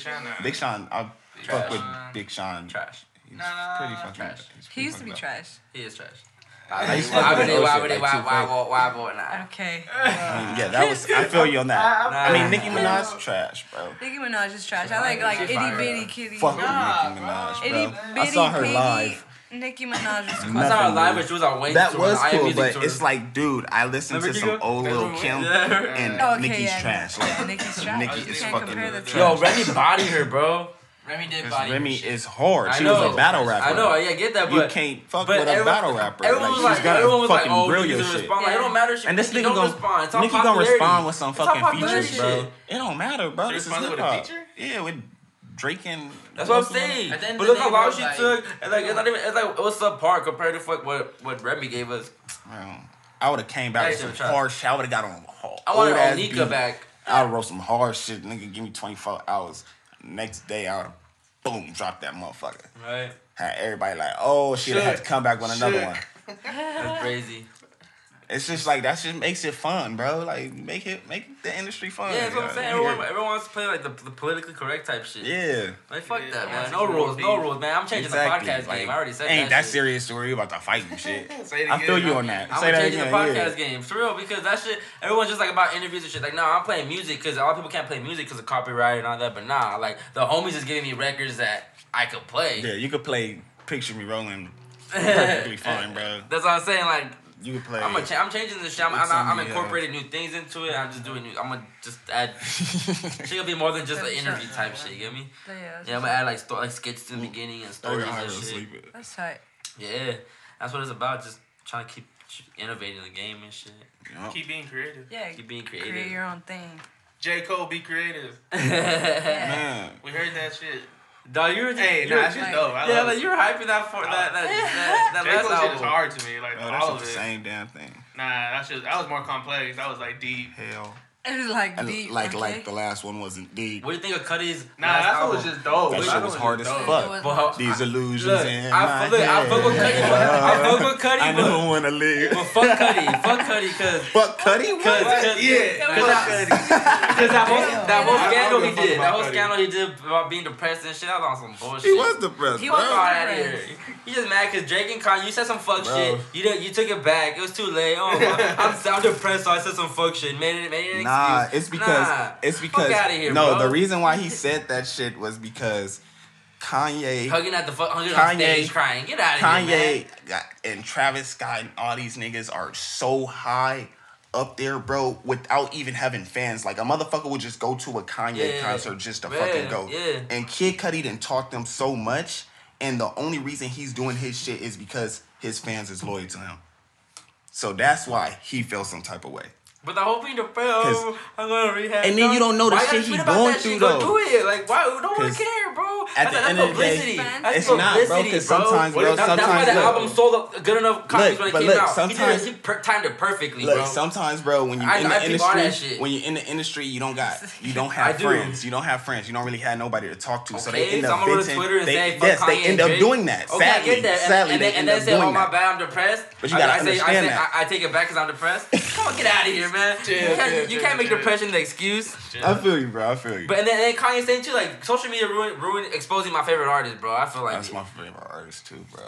Speaker 5: shout out.
Speaker 7: Big Sean, I fuck with Big Sean.
Speaker 1: Trash.
Speaker 7: He's
Speaker 8: Nah,
Speaker 7: pretty fucking.
Speaker 8: trash.
Speaker 7: he's pretty
Speaker 6: He used to
Speaker 7: fucking
Speaker 6: be
Speaker 7: bad.
Speaker 6: trash.
Speaker 1: He is trash.
Speaker 7: I used to
Speaker 8: Why
Speaker 7: fuck
Speaker 8: would
Speaker 7: with
Speaker 8: they?
Speaker 7: him.
Speaker 8: Why
Speaker 7: Oh,
Speaker 8: would
Speaker 7: shit,
Speaker 8: they?
Speaker 7: like,
Speaker 8: Why?
Speaker 7: too
Speaker 8: Why?
Speaker 7: fake.
Speaker 8: Why? Why? Why? Nah.
Speaker 6: Okay.
Speaker 7: Mm, Yeah, that was. I feel you on that.
Speaker 1: Nah.
Speaker 7: I mean, Nicki Minaj trash, bro.
Speaker 6: Nicki Minaj is trash. I like like
Speaker 8: She
Speaker 6: itty
Speaker 8: fire.
Speaker 6: bitty kitty.
Speaker 7: Fuck with
Speaker 8: Nah,
Speaker 7: Nicki Minaj,
Speaker 6: Itty
Speaker 7: bro.
Speaker 6: bitty
Speaker 7: I saw her
Speaker 6: bitty
Speaker 7: live.
Speaker 6: Nicki Minaj was cool.
Speaker 1: I
Speaker 7: Nothing,
Speaker 1: saw her live
Speaker 7: dude.
Speaker 1: when she was on Wayne's
Speaker 7: That
Speaker 1: tour,
Speaker 7: was
Speaker 1: the I Am
Speaker 7: cool,
Speaker 1: Music
Speaker 7: but
Speaker 1: tour.
Speaker 7: it's like, dude, I listened to
Speaker 1: Remember
Speaker 7: some
Speaker 1: Gigo?
Speaker 7: old Lil
Speaker 1: Remember
Speaker 7: Kim
Speaker 1: Wayne? Yeah.
Speaker 7: and
Speaker 6: Oh, Okay,
Speaker 7: Nicki's
Speaker 6: yeah,
Speaker 7: trash.
Speaker 6: yeah,
Speaker 7: Like,
Speaker 6: Nicki's trash.
Speaker 7: Nicki
Speaker 6: You
Speaker 7: is
Speaker 6: can't
Speaker 7: fucking
Speaker 6: compare the
Speaker 7: trash.
Speaker 6: two.
Speaker 1: Yo, Remy bodied her, bro.
Speaker 8: Remy did
Speaker 7: because
Speaker 8: body.
Speaker 7: Remy
Speaker 8: shit.
Speaker 7: is hard.
Speaker 1: I
Speaker 7: She
Speaker 1: know.
Speaker 7: was a battle rapper.
Speaker 1: I know, yeah, I get that,
Speaker 7: You
Speaker 1: but
Speaker 7: can't fuck
Speaker 1: but
Speaker 7: with a
Speaker 1: everyone-
Speaker 7: battle rapper.
Speaker 1: Everyone was
Speaker 7: she's
Speaker 1: like,
Speaker 7: gotta
Speaker 1: everyone was like,
Speaker 7: fucking
Speaker 1: oh,
Speaker 7: grill
Speaker 1: you
Speaker 7: your
Speaker 1: need to
Speaker 7: shit.
Speaker 1: respond. Like, it don't matter. She,
Speaker 7: And this
Speaker 1: Nicki
Speaker 7: nigga
Speaker 1: don't
Speaker 7: gonna
Speaker 1: respond. It's all
Speaker 7: Nicki gonna
Speaker 1: popularity.
Speaker 7: respond with some
Speaker 1: It's all
Speaker 7: fucking
Speaker 1: popularity
Speaker 7: features, bro.
Speaker 1: shit.
Speaker 7: It don't matter, bro.
Speaker 5: She
Speaker 7: This is
Speaker 5: responded
Speaker 7: hip
Speaker 5: with a
Speaker 7: hop.
Speaker 5: feature?
Speaker 7: Yeah, with Drake and
Speaker 1: That's what I'm saying.
Speaker 8: At the end
Speaker 1: But
Speaker 8: of
Speaker 1: look
Speaker 8: the
Speaker 1: how
Speaker 8: day,
Speaker 1: long
Speaker 8: bro,
Speaker 1: she
Speaker 8: like-
Speaker 1: took. It's like it's not even. It's like it was subpar compared to fuck what what Remy gave us.
Speaker 7: Bro, I would have came back
Speaker 1: That
Speaker 7: with
Speaker 1: shit
Speaker 7: some
Speaker 1: was trash.
Speaker 7: hard shit. I would have got on hard.
Speaker 1: I wanted
Speaker 7: old-ass
Speaker 1: Onika
Speaker 7: beat.
Speaker 1: back.
Speaker 7: I wrote some hard shit, nigga. Give me 24 hours. Next day, I would have boom dropped that motherfucker.
Speaker 1: Right.
Speaker 7: Had everybody like, oh shit, I had to come back with another
Speaker 5: Shook.
Speaker 7: one.
Speaker 1: That's crazy.
Speaker 7: It's just like that. Just makes it fun, bro. Like make it make the industry fun.
Speaker 1: Yeah, that's what I'm
Speaker 7: Like,
Speaker 1: saying.
Speaker 7: yeah.
Speaker 1: Everyone, everyone wants to play like the, the politically correct type shit.
Speaker 7: Yeah,
Speaker 1: Like fuck
Speaker 5: Yeah,
Speaker 1: that,
Speaker 5: I
Speaker 1: man.
Speaker 5: see
Speaker 1: No
Speaker 5: the
Speaker 1: rules, no
Speaker 5: movies.
Speaker 1: rules, man. I'm changing
Speaker 7: exactly.
Speaker 1: the podcast
Speaker 7: like,
Speaker 1: game. I already said
Speaker 7: ain't
Speaker 1: that.
Speaker 7: that,
Speaker 1: shit.
Speaker 7: serious story about the fight and shit.
Speaker 5: Say it
Speaker 7: I feel
Speaker 5: again.
Speaker 7: you on that.
Speaker 1: I'm
Speaker 7: Say that
Speaker 1: changing the
Speaker 7: again.
Speaker 1: podcast
Speaker 7: yeah.
Speaker 1: game for real because that shit. Everyone's just like about interviews and shit. Like, no, I'm playing music because a lot of people can't play music because of copyright and all that. But nah, like the homies is giving me records that I could play.
Speaker 7: Yeah, you could play "Picture Me Rolling" perfectly fine, bro.
Speaker 1: That's what I'm saying. Like,
Speaker 7: You could play.
Speaker 1: I'm a cha- I'm changing this shit. I'm,
Speaker 7: It's
Speaker 1: I'm, I'm
Speaker 7: on the, uh,
Speaker 1: incorporating new things into it. I'm just doing new. I'm gonna just add. She gonna be more than just an interview type shit. You get me?
Speaker 6: Yeah,
Speaker 1: Yeah, I'm gonna add like sto- like skits to the beginning and
Speaker 7: Throw
Speaker 1: stories
Speaker 7: your
Speaker 1: and
Speaker 7: eyes to
Speaker 1: shit.
Speaker 7: sleep. it.
Speaker 6: that's tight.
Speaker 1: Yeah, that's what it's about. Just trying to keep innovating the game and shit.
Speaker 7: Yup.
Speaker 5: Keep being creative.
Speaker 6: Yeah,
Speaker 1: Keep being
Speaker 6: create
Speaker 1: creative.
Speaker 6: your own thing.
Speaker 5: J. Cole, be creative.
Speaker 7: Oh, Man,
Speaker 5: We heard that shit.
Speaker 1: Dog, you were just,
Speaker 5: Hey,
Speaker 1: you
Speaker 5: nah,
Speaker 1: were-
Speaker 5: that shit's dope. I
Speaker 1: yeah,
Speaker 5: love
Speaker 1: like
Speaker 5: it.
Speaker 1: you were hyping that for that that, that, that
Speaker 5: J. Cole
Speaker 1: last
Speaker 5: shit is
Speaker 1: album.
Speaker 5: hard to me. Like,
Speaker 7: bro, that's
Speaker 5: all
Speaker 7: not
Speaker 5: of
Speaker 7: the
Speaker 5: it.
Speaker 7: same damn thing.
Speaker 5: Nah, that shit, I was more complex. I was like deep.
Speaker 7: Hell,
Speaker 6: It was like
Speaker 7: and
Speaker 6: deep.
Speaker 7: like
Speaker 6: okay?
Speaker 7: like the last one wasn't deep.
Speaker 1: What do you think of Cuddy's
Speaker 5: Nah,
Speaker 1: last
Speaker 5: that shit
Speaker 1: album?
Speaker 5: was just dope.
Speaker 7: That
Speaker 5: That
Speaker 7: shit
Speaker 5: shit
Speaker 7: was hard as
Speaker 5: dope.
Speaker 6: It
Speaker 7: fuck.
Speaker 6: was
Speaker 1: But
Speaker 6: hard.
Speaker 1: how-
Speaker 7: These illusions
Speaker 1: Look,
Speaker 7: in
Speaker 1: I
Speaker 7: my
Speaker 1: fuck- look, I
Speaker 7: head.
Speaker 1: fuck with Cuddy, but- I fuck with Cuddy,
Speaker 7: I
Speaker 1: but-
Speaker 7: don't wanna live.
Speaker 1: But fuck Cuddy, fuck Cuddy, cause
Speaker 7: Fuck Cuddy?
Speaker 1: cause,
Speaker 7: What?
Speaker 1: cause
Speaker 5: Yeah.
Speaker 1: Cause that, cause that whole that whole
Speaker 5: I- I
Speaker 1: scandal
Speaker 5: don't
Speaker 1: he
Speaker 5: give a fuck
Speaker 1: did, that
Speaker 5: about
Speaker 1: whole
Speaker 5: Cudi.
Speaker 1: scandal he did about being depressed and shit, that was on some bullshit.
Speaker 7: He was depressed,
Speaker 6: He
Speaker 7: bro.
Speaker 6: was
Speaker 1: Fuck all that
Speaker 6: Depressed.
Speaker 1: here. You just mad cause Drake and Kanye, you said some fuck
Speaker 7: Bro.
Speaker 1: shit. You did, you took it back. It was too late. Oh, I'm, I'm depressed, so I said some fuck shit. Made it, made it an
Speaker 7: Nah,
Speaker 1: excuse.
Speaker 7: it's because
Speaker 1: Nah.
Speaker 7: it's because
Speaker 1: fuck outta here,
Speaker 7: no.
Speaker 1: bro.
Speaker 7: The reason why he said that shit was because Kanye,
Speaker 1: hugging at the fuck, hugging on
Speaker 7: Kanye-
Speaker 1: stage, crying. Get out of here, man.
Speaker 7: Kanye, and Travis Scott and all these niggas are so high up there, bro, without even having fans. Like a motherfucker would just go to a Kanye
Speaker 1: Yeah.
Speaker 7: concert just to
Speaker 1: Yeah,
Speaker 7: fucking go.
Speaker 1: yeah.
Speaker 7: And Kid Cudi didn't talk them so much, and the only reason he's doing his shit is because his fans is loyal to him. So that's why he felt some type of way.
Speaker 1: But the whole thing to fail,
Speaker 7: 'Cause-
Speaker 1: I'm gonna rehab.
Speaker 7: and then you don't know the
Speaker 1: Why you gotta
Speaker 7: shit he
Speaker 1: tweet about
Speaker 7: going
Speaker 1: that
Speaker 7: through,
Speaker 1: shit? Go
Speaker 7: though.
Speaker 1: Do it, like why? No one
Speaker 7: 'Cause
Speaker 1: care, bro.
Speaker 7: at
Speaker 1: That's,
Speaker 7: the
Speaker 1: that's
Speaker 7: end of the day,
Speaker 1: publicity.
Speaker 6: Fans.
Speaker 1: that's
Speaker 7: It's not, bro,
Speaker 1: publicity,
Speaker 7: 'cause sometimes, bro,
Speaker 1: That- that's why the
Speaker 7: sometimes-
Speaker 1: album sold a good enough copies
Speaker 7: Look,
Speaker 1: when it
Speaker 7: but
Speaker 1: came
Speaker 7: look,
Speaker 1: out.
Speaker 7: sometimes-
Speaker 1: he, did it, he per- timed it perfectly,
Speaker 7: Look,
Speaker 1: bro.
Speaker 7: sometimes, bro, when you
Speaker 1: I-
Speaker 7: in the
Speaker 1: I peep all that
Speaker 7: industry,
Speaker 1: shit.
Speaker 7: when you're in the industry, you don't got, you don't
Speaker 1: I
Speaker 7: have
Speaker 1: do.
Speaker 7: friends, you don't have friends, you don't really have nobody to talk to. so they
Speaker 1: Okay,
Speaker 7: end
Speaker 1: so
Speaker 7: up
Speaker 1: I'm gonna go to
Speaker 7: venting.
Speaker 1: Twitter and
Speaker 7: they,
Speaker 1: say, fuck
Speaker 7: yes,
Speaker 1: Kanye
Speaker 7: they end up
Speaker 1: Drake.
Speaker 7: doing that.
Speaker 1: Okay,
Speaker 7: sadly,
Speaker 1: I get that. And,
Speaker 7: sadly,
Speaker 1: and
Speaker 7: they
Speaker 1: then,
Speaker 7: end
Speaker 1: and
Speaker 7: up
Speaker 1: say,
Speaker 7: doing
Speaker 1: "Oh my
Speaker 7: that.
Speaker 1: bad, I'm depressed."
Speaker 7: But you
Speaker 1: I-
Speaker 7: gotta
Speaker 1: I, say, I,
Speaker 7: understand
Speaker 1: say,
Speaker 7: that.
Speaker 1: I, I take it back because I'm depressed. Come on, get out of here, man. you can't,
Speaker 5: yeah,
Speaker 1: you
Speaker 5: yeah,
Speaker 1: can't make
Speaker 5: yeah.
Speaker 1: depression the excuse.
Speaker 7: I feel you, bro. I feel you.
Speaker 1: But and then, and then Kanye saying too, like social media ruined, ruined exposing my favorite artist, bro. I feel like
Speaker 7: That's my favorite artist too, bro.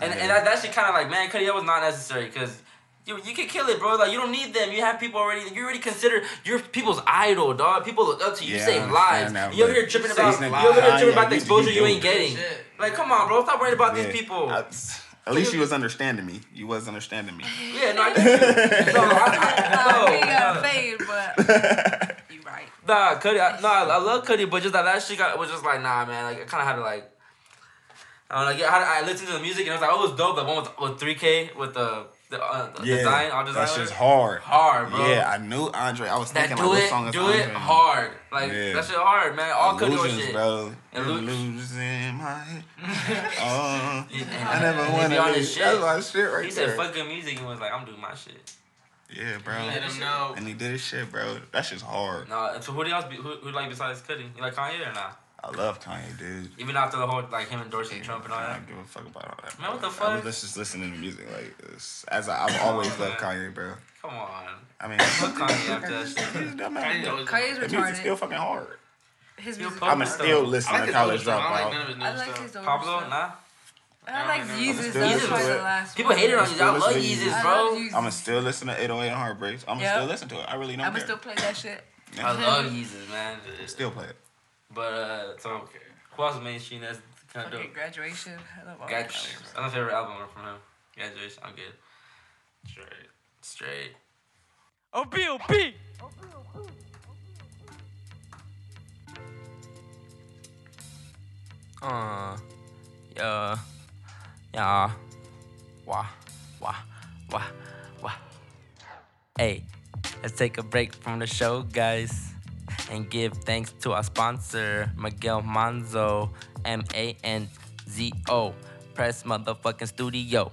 Speaker 1: And,
Speaker 7: Kanye.
Speaker 1: and that, that shit kind of like, man, Cuddy, that was not necessary because you, you could kill it, bro. Like, you don't need them. You have people already, you already consider you're people's idol, dog. People look up to you.
Speaker 7: Yeah,
Speaker 1: you
Speaker 7: I
Speaker 1: save lives.
Speaker 7: understand that,
Speaker 1: you over
Speaker 7: but
Speaker 1: here tripping
Speaker 7: these
Speaker 1: about, you
Speaker 7: niggas
Speaker 1: over here
Speaker 7: lying,
Speaker 1: tripping about the
Speaker 7: you-
Speaker 1: exposure
Speaker 7: you
Speaker 1: you ain't
Speaker 7: dope.
Speaker 1: getting.
Speaker 8: Shit.
Speaker 1: Like, come on, bro. Stop worrying about
Speaker 7: Yeah.
Speaker 1: these people.
Speaker 7: I- at least you was understanding me. You was understanding me.
Speaker 1: yeah, no, I get you. No, I- I-
Speaker 6: Uh, we
Speaker 1: no.
Speaker 6: got fade, but you right.
Speaker 1: Nah, Cuddy. I, nah, I love Cuddy, but just that last shit got, was just like, nah, man. Like, I kind of had to like, I don't know. Yeah, I, had- I listened to the music and I was like, oh, it was dope. The one with with three K with the the, uh, the
Speaker 7: Yeah,
Speaker 1: design, all design.
Speaker 7: that shit's hard.
Speaker 1: hard, bro.
Speaker 7: Yeah, I knew Andre. I was
Speaker 1: That
Speaker 7: thinking like,
Speaker 1: do
Speaker 7: what song
Speaker 1: it,
Speaker 7: is
Speaker 1: do
Speaker 7: Andre?
Speaker 1: it hard. Like
Speaker 7: Yeah.
Speaker 1: that shit hard, man. All Cuddy was
Speaker 7: Illusions,
Speaker 1: shit.
Speaker 7: bro.
Speaker 1: Illu-
Speaker 7: Illusions in my head. Oh,
Speaker 1: He-
Speaker 7: I never
Speaker 1: he
Speaker 7: want
Speaker 1: be
Speaker 7: to
Speaker 1: on
Speaker 7: leave.
Speaker 1: his shit.
Speaker 7: That's my shit right
Speaker 1: He
Speaker 7: there.
Speaker 1: said, "Fuck good music," and was like, "I'm doing my shit."
Speaker 7: Yeah, bro.
Speaker 5: Let him know.
Speaker 7: And he did his shit, bro. That shit's hard.
Speaker 1: No, so who do else? Be, who, who like besides Cuddy? You like Kanye or not?
Speaker 7: I love Kanye, dude.
Speaker 1: Even after the whole like him endorsing Trump and all
Speaker 7: I
Speaker 1: that.
Speaker 7: don't give a fuck about all that.
Speaker 1: Man, what
Speaker 7: bro.
Speaker 1: the
Speaker 7: I was
Speaker 1: fuck?
Speaker 7: let's just listening to music like this. As I, I've always loved Kanye, bro.
Speaker 1: Come on,
Speaker 7: I mean,
Speaker 1: fuck Kanye after that shit.
Speaker 7: he's dumb as
Speaker 5: Kanye's
Speaker 7: hell.
Speaker 5: always-
Speaker 6: Kanye's
Speaker 7: That music's still
Speaker 6: retarded.
Speaker 7: fucking hard.
Speaker 6: His
Speaker 1: Still
Speaker 6: music.
Speaker 1: pop-
Speaker 6: I
Speaker 7: I'm going to still listen
Speaker 5: I like
Speaker 7: to
Speaker 5: his
Speaker 7: College
Speaker 5: older stuff. I don't like none
Speaker 7: Dropout.
Speaker 5: of his new
Speaker 6: like
Speaker 5: stuff.
Speaker 6: his older
Speaker 1: Pablo,
Speaker 6: stuff.
Speaker 1: nah.
Speaker 6: I like
Speaker 5: Nah,
Speaker 6: Yeezus.
Speaker 7: still
Speaker 6: That was
Speaker 1: listen
Speaker 6: probably
Speaker 7: to
Speaker 6: the
Speaker 7: it.
Speaker 6: last
Speaker 1: People
Speaker 6: one.
Speaker 1: hated on you. I
Speaker 7: Still
Speaker 1: love
Speaker 7: listening to
Speaker 1: Yeezus,
Speaker 6: I
Speaker 1: bro.
Speaker 6: love Yeezus.
Speaker 7: I'm gonna still listen to 808 and Heartbreaks. I'm gonna
Speaker 6: Yep.
Speaker 7: still listen to it. I really don't
Speaker 6: I'm
Speaker 7: care.
Speaker 6: gonna still play that shit.
Speaker 1: I love Yeezus, man.
Speaker 7: Still play it.
Speaker 1: But uh, so okay. Who else mainstream that's kind of
Speaker 6: Fucking
Speaker 1: dope?
Speaker 6: graduation. I love all
Speaker 1: Got
Speaker 6: that shit.
Speaker 1: that's my favorite album from him. Graduation, I'm good. Straight, straight. Oh, B.O.B. Uh, yeah, yeah, wah, wah, wah, wah. Hey, let's take a break from the show, guys, and give thanks to our sponsor, Miguel Manzo, M A N Z O, Press Motherfucking Studio.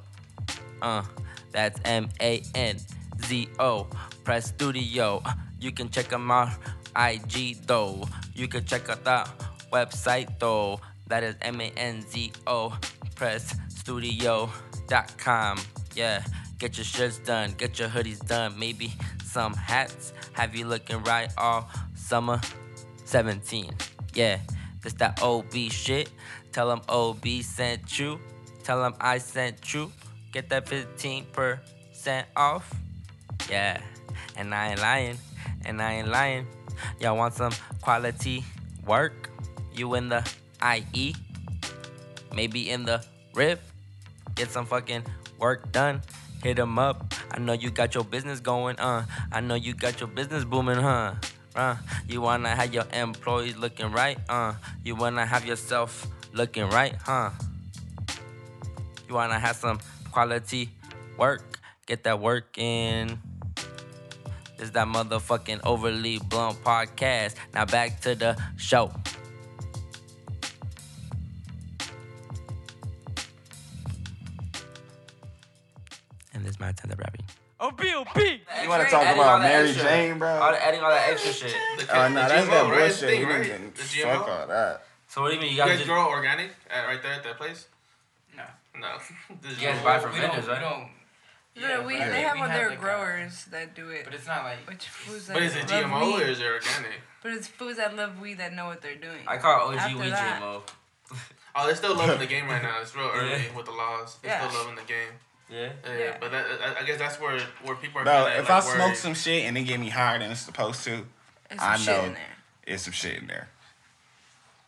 Speaker 1: Uh, that's M A N Z O Press Studio. Uh, You can check them out IG though. You can check out the website though. That is M A N Z O Press Studio.com. Yeah, get your shirts done, get your hoodies done, maybe some hats. Have you looking right all summer 17. Yeah, that's that OB shit. Tell them OB sent you. Tell them I sent you. Get that 15% off. Yeah, and I ain't lying. And I ain't lying. Y'all want some quality work? You in the IE? Maybe in the RIP? get some fucking work done. Hit 'em up. I know you got your business going, uh. I know you got your business booming, huh? Uh, you wanna have your employees looking right, uh. You wanna have yourself looking right, huh? You wanna have some quality work. Get that work in. This that motherfucking overly blunt podcast. Now back to the show. And this my time to rapping. Oh, B.O.B.
Speaker 7: You want to
Speaker 1: Adding
Speaker 7: talk
Speaker 1: all
Speaker 7: about
Speaker 1: that
Speaker 7: Mary
Speaker 1: extra.
Speaker 7: Jane,
Speaker 1: All
Speaker 7: bro?
Speaker 1: the, adding all that extra shit.
Speaker 5: The,
Speaker 7: Oh, no, that's that
Speaker 5: right? It's
Speaker 7: bullshit.
Speaker 5: the
Speaker 7: We
Speaker 5: thing,
Speaker 7: didn't
Speaker 5: right?
Speaker 7: even
Speaker 5: The
Speaker 7: fuck
Speaker 5: GMO.
Speaker 7: all that.
Speaker 1: So what do you mean? You
Speaker 5: You
Speaker 1: guys
Speaker 5: guys
Speaker 1: just
Speaker 5: grow organic at, right there at that place?
Speaker 8: No.
Speaker 5: No. This
Speaker 1: You guys
Speaker 5: grow-
Speaker 1: buy from
Speaker 8: we don't,
Speaker 1: vendors,
Speaker 8: we
Speaker 1: right?
Speaker 8: don't.
Speaker 6: Yeah, we,
Speaker 8: but
Speaker 6: they have
Speaker 8: we
Speaker 6: other
Speaker 8: like, uh,
Speaker 6: growers that do it.
Speaker 8: But it's not like.
Speaker 6: Which foods that
Speaker 5: But is it
Speaker 6: love
Speaker 5: GMO
Speaker 6: weed.
Speaker 5: or is it organic?
Speaker 6: But it's foods that love weed that know what they're doing.
Speaker 1: I call it OG
Speaker 6: After
Speaker 1: Weed
Speaker 6: that.
Speaker 1: GMO.
Speaker 5: Oh, they're still loving the game right now. It's real early
Speaker 1: Yeah.
Speaker 5: with the laws. They're
Speaker 6: Yeah.
Speaker 5: still loving the game.
Speaker 1: Yeah.
Speaker 5: Yeah,
Speaker 6: Yeah.
Speaker 5: but that, I, I guess that's where where people are.
Speaker 7: Bro,
Speaker 5: kinda,
Speaker 7: if I
Speaker 5: like,
Speaker 7: smoke
Speaker 5: worried.
Speaker 7: some shit and it get me higher than it's supposed to,
Speaker 6: There's some
Speaker 7: I
Speaker 6: shit
Speaker 7: know.
Speaker 6: in there.
Speaker 7: it's some shit in there.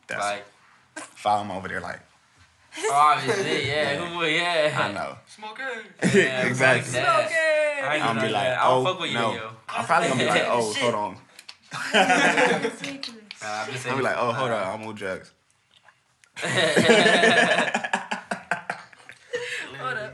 Speaker 7: That's
Speaker 1: Like,
Speaker 7: file 'em over there, like
Speaker 1: obviously, yeah.
Speaker 7: Yeah.
Speaker 1: Who would, yeah.
Speaker 7: I know.
Speaker 5: Smoke it.
Speaker 1: Yeah,
Speaker 7: exactly.
Speaker 1: fuck that.
Speaker 6: Okay.
Speaker 1: I ain't
Speaker 7: I'm
Speaker 1: gonna
Speaker 7: be
Speaker 1: do
Speaker 7: like,
Speaker 1: that. I don't
Speaker 7: oh
Speaker 1: fuck with you,
Speaker 7: no.
Speaker 1: yo.
Speaker 7: I'm probably gonna be like, oh, hold on.
Speaker 1: Nah, I'm just
Speaker 7: I'll
Speaker 1: saying.
Speaker 7: be like, oh, hold on, I'm on drugs.
Speaker 6: Hold up.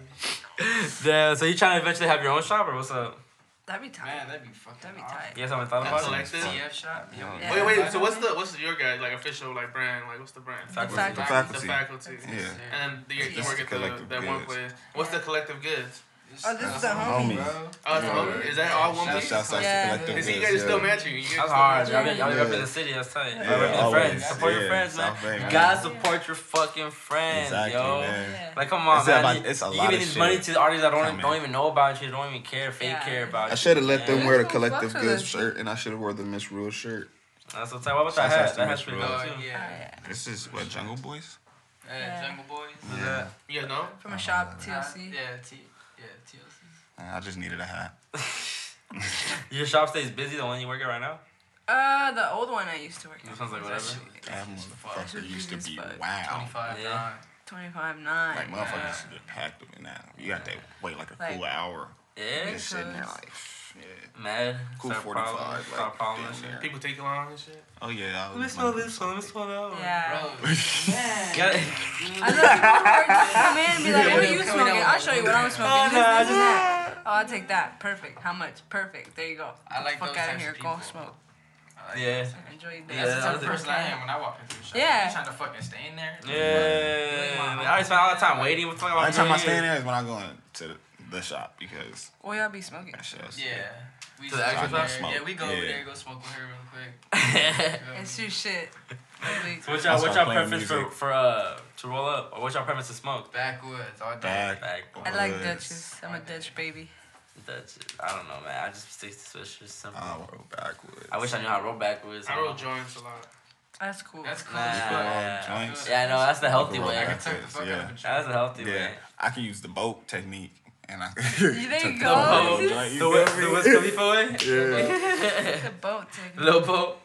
Speaker 1: Damn, so you trying to eventually have your own shop or what's up?
Speaker 6: That'd be tight.
Speaker 8: Man, that'd be fucking
Speaker 6: That'd be
Speaker 8: hard.
Speaker 6: tight.
Speaker 1: You guys haven't thought
Speaker 5: That's
Speaker 1: about it?
Speaker 5: selective.
Speaker 8: CF shop? Yeah, we-
Speaker 6: Yeah.
Speaker 5: Wait, wait. So what's the what's your guy like official like brand? Like what's the brand?
Speaker 1: Faculty.
Speaker 6: The faculty.
Speaker 5: The
Speaker 7: Faculty.
Speaker 5: faculty.
Speaker 7: Yeah.
Speaker 5: And then you, you
Speaker 7: This
Speaker 5: work
Speaker 7: is
Speaker 5: at the, that
Speaker 7: collective
Speaker 5: one
Speaker 7: goods.
Speaker 5: place. What's the collective goods?
Speaker 6: Oh, this is the
Speaker 8: uh,
Speaker 6: homie.
Speaker 7: Homie.
Speaker 8: bro.
Speaker 5: Oh, it's
Speaker 7: Yeah.
Speaker 5: all- is that all one
Speaker 8: Yeah.
Speaker 5: piece?
Speaker 7: Shouts out
Speaker 6: Yeah.
Speaker 7: to Collective
Speaker 5: You see, you
Speaker 7: Goods,
Speaker 5: guys still
Speaker 7: yeah.
Speaker 5: match you. you guys
Speaker 1: That's
Speaker 5: still
Speaker 1: hard.
Speaker 5: match
Speaker 1: Y'all be, y'all be up
Speaker 7: Yeah.
Speaker 1: in the city. That's tight.
Speaker 7: Yeah,
Speaker 1: y'all repping the
Speaker 7: always.
Speaker 1: friends. Support your
Speaker 7: Yeah,
Speaker 1: friends, man.
Speaker 7: South Bay,
Speaker 1: You
Speaker 7: man.
Speaker 1: gotta support your fucking friends,
Speaker 7: Exactly,
Speaker 1: yo.
Speaker 7: man.
Speaker 6: Yeah.
Speaker 1: Like, come on,
Speaker 7: It's
Speaker 1: man.
Speaker 7: about-
Speaker 1: You-
Speaker 7: it's a
Speaker 1: you
Speaker 7: lot
Speaker 1: giving
Speaker 7: of
Speaker 1: this money
Speaker 7: shit
Speaker 1: to the artists that don't,
Speaker 7: coming.
Speaker 1: don't even know about you, don't even care, fake
Speaker 6: Yeah.
Speaker 1: care about
Speaker 7: I
Speaker 1: you.
Speaker 7: should have let them
Speaker 1: man.
Speaker 7: wear the
Speaker 6: Fuck with
Speaker 7: collective
Speaker 6: us.
Speaker 7: goods shirt, and I should have wore the Miss Rule shirt.
Speaker 1: That's what's up. What about that
Speaker 7: Shouts out
Speaker 1: hat?
Speaker 7: to
Speaker 1: That
Speaker 7: Miss
Speaker 1: hat's pretty dope,
Speaker 7: Rose.
Speaker 1: too.
Speaker 8: Oh,
Speaker 6: Oh,
Speaker 8: yeah.
Speaker 6: yeah.
Speaker 7: This is what Jungle Boys.
Speaker 8: Uh, Jungle Boys.
Speaker 7: Yeah,
Speaker 5: You guys know?
Speaker 6: From a shop,
Speaker 8: Uh,
Speaker 6: TLC.
Speaker 8: Yeah, T. Yeah, TLC.
Speaker 7: I just needed a hat.
Speaker 1: Your shop stays busy, the one you work at right now?
Speaker 6: Uh, the old one I used to work
Speaker 1: It
Speaker 6: at.
Speaker 1: sounds like whatever.
Speaker 7: That motherfucker used to
Speaker 6: This
Speaker 7: be
Speaker 6: fuck.
Speaker 7: wow.
Speaker 8: 25
Speaker 1: Yeah.
Speaker 8: nine.
Speaker 6: Twenty-five nine.
Speaker 7: Like motherfuckers used to be packed up in that. You got to wait like a
Speaker 6: Like-
Speaker 7: cool hour.
Speaker 1: Yeah.
Speaker 7: Just sitting there like, Shit.
Speaker 1: Mad.
Speaker 7: Cool
Speaker 2: Stop
Speaker 7: 45.
Speaker 2: problem-
Speaker 7: like,
Speaker 2: stop problem
Speaker 7: damn
Speaker 2: and shit.
Speaker 7: near.
Speaker 5: People take long and shit.
Speaker 7: Oh, yeah. I
Speaker 2: Let me
Speaker 7: was
Speaker 2: smell
Speaker 7: like-
Speaker 2: this one. Let me smell that one.
Speaker 6: Yeah.
Speaker 8: Bro, man.
Speaker 1: Got it.
Speaker 6: I know people who are- come in and be like, what are you
Speaker 8: Coming
Speaker 6: smoking?
Speaker 8: out.
Speaker 6: I'll show you what I'm smoking.
Speaker 1: Oh,
Speaker 6: this,
Speaker 1: no, I
Speaker 6: this, and that. Oh, I'll take that. Perfect. How much? Perfect. There you go.
Speaker 8: I like
Speaker 6: Fuck
Speaker 8: those
Speaker 6: out
Speaker 8: types
Speaker 6: here.
Speaker 8: of
Speaker 6: Go
Speaker 8: people.
Speaker 6: smoke.
Speaker 1: Yeah.
Speaker 6: Enjoy your day.
Speaker 8: That's the
Speaker 1: Yeah,
Speaker 8: type of
Speaker 1: I
Speaker 8: person I am when I walk into a shop.
Speaker 6: Yeah.
Speaker 8: You trying to fucking stay in there?
Speaker 1: Yeah. I always spend all the time waiting. What the fuck am I
Speaker 7: Only time I
Speaker 1: doing
Speaker 7: stand
Speaker 1: here?
Speaker 7: there is when I go into the shop because
Speaker 6: Well, y'all be smoking.
Speaker 7: that shit.
Speaker 8: Yeah. We
Speaker 1: To the
Speaker 8: just go
Speaker 1: actual
Speaker 8: there.
Speaker 7: smoke.
Speaker 8: Yeah, we go over
Speaker 7: Yeah.
Speaker 8: there, go smoke with her real quick.
Speaker 6: It's your shit. Like,
Speaker 1: So what's y'all, what's
Speaker 7: start
Speaker 1: y'all
Speaker 7: playing
Speaker 1: preference for,
Speaker 7: music.
Speaker 1: for uh to roll up or what's y'all preference to smoke?
Speaker 8: Backwoods all day.
Speaker 7: Back.
Speaker 1: Back.
Speaker 6: I like
Speaker 7: was-
Speaker 6: Dutchess. I'm a Dutch baby.
Speaker 1: That's it. I don't know, man. I just stick to swishers. Simple.
Speaker 7: I roll backwards.
Speaker 1: I wish I knew how to roll backwards.
Speaker 5: I roll joints a lot.
Speaker 6: That's cool.
Speaker 8: That's cool.
Speaker 1: Nah.
Speaker 8: as fuck.
Speaker 1: Yeah.
Speaker 7: Roll joints.
Speaker 1: Yeah, I know. That's the healthy
Speaker 7: Roll
Speaker 1: way.
Speaker 8: I
Speaker 7: back.
Speaker 8: can tuck the fuck
Speaker 7: Yeah.
Speaker 8: out of a joint.
Speaker 1: That's the healthy
Speaker 7: Yeah,
Speaker 1: way.
Speaker 7: I can use the boat technique, and I.
Speaker 6: There you
Speaker 7: Took
Speaker 6: go.
Speaker 7: the boat
Speaker 1: The
Speaker 7: joint, you
Speaker 1: The Wiz
Speaker 7: feel me?
Speaker 1: Khalifa way?
Speaker 6: the boat technique.
Speaker 1: Lil Bo.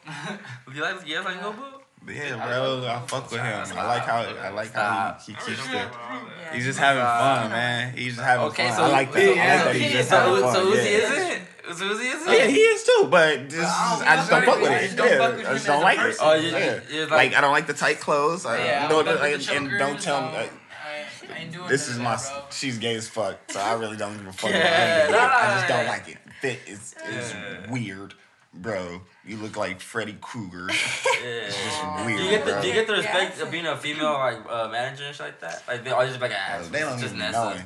Speaker 1: You like, you guys like Lil Bo?
Speaker 7: Yeah, bro, I fuck with him. I like how I like how he, he
Speaker 5: I really
Speaker 7: keeps
Speaker 5: don't
Speaker 7: the.
Speaker 5: care about all that.
Speaker 6: Yeah.
Speaker 7: He's just having fun, man. He's just having
Speaker 1: Okay,
Speaker 7: fun.
Speaker 1: so
Speaker 7: I like that. I like that. He's
Speaker 1: Okay,
Speaker 7: just
Speaker 1: so,
Speaker 7: having fun.
Speaker 1: so Uzi
Speaker 7: yeah.
Speaker 1: isn't? So Uzi isn't?
Speaker 7: Yeah, he is too, but just,
Speaker 8: I don't-
Speaker 7: I just don't
Speaker 8: I
Speaker 7: fuck with
Speaker 8: don't
Speaker 7: it.
Speaker 8: fuck
Speaker 7: yeah,
Speaker 8: with him
Speaker 7: I just
Speaker 8: as
Speaker 7: don't
Speaker 8: a
Speaker 7: like it.
Speaker 8: person.
Speaker 1: Oh, you,
Speaker 7: yeah.
Speaker 1: you, you
Speaker 7: Like I don't like the tight clothes. I,
Speaker 8: Yeah, I
Speaker 7: no,
Speaker 8: don't fuck
Speaker 7: like,
Speaker 8: with the
Speaker 7: and don't
Speaker 8: chokers,
Speaker 7: tell me
Speaker 8: um,
Speaker 7: like,
Speaker 8: I, I ain't doing
Speaker 7: this
Speaker 8: none
Speaker 7: is
Speaker 8: of
Speaker 7: my.
Speaker 8: that, bro.
Speaker 7: She's gay as fuck, so I really don't give a fuck.
Speaker 1: Yeah,
Speaker 7: about it. I just don't
Speaker 1: nah.
Speaker 7: like it. Fit is is
Speaker 1: Yeah.
Speaker 7: weird, bro. You look like Freddy Krueger.
Speaker 1: yeah.
Speaker 7: It's
Speaker 1: Do
Speaker 7: weird,
Speaker 1: you get the
Speaker 7: bro.
Speaker 1: Do you get the
Speaker 6: Yeah.
Speaker 1: respect of being a female like uh, manager and shit like that? Like they are just like ah,
Speaker 7: They don't
Speaker 1: it's just
Speaker 7: even
Speaker 1: Nessa.
Speaker 7: know it.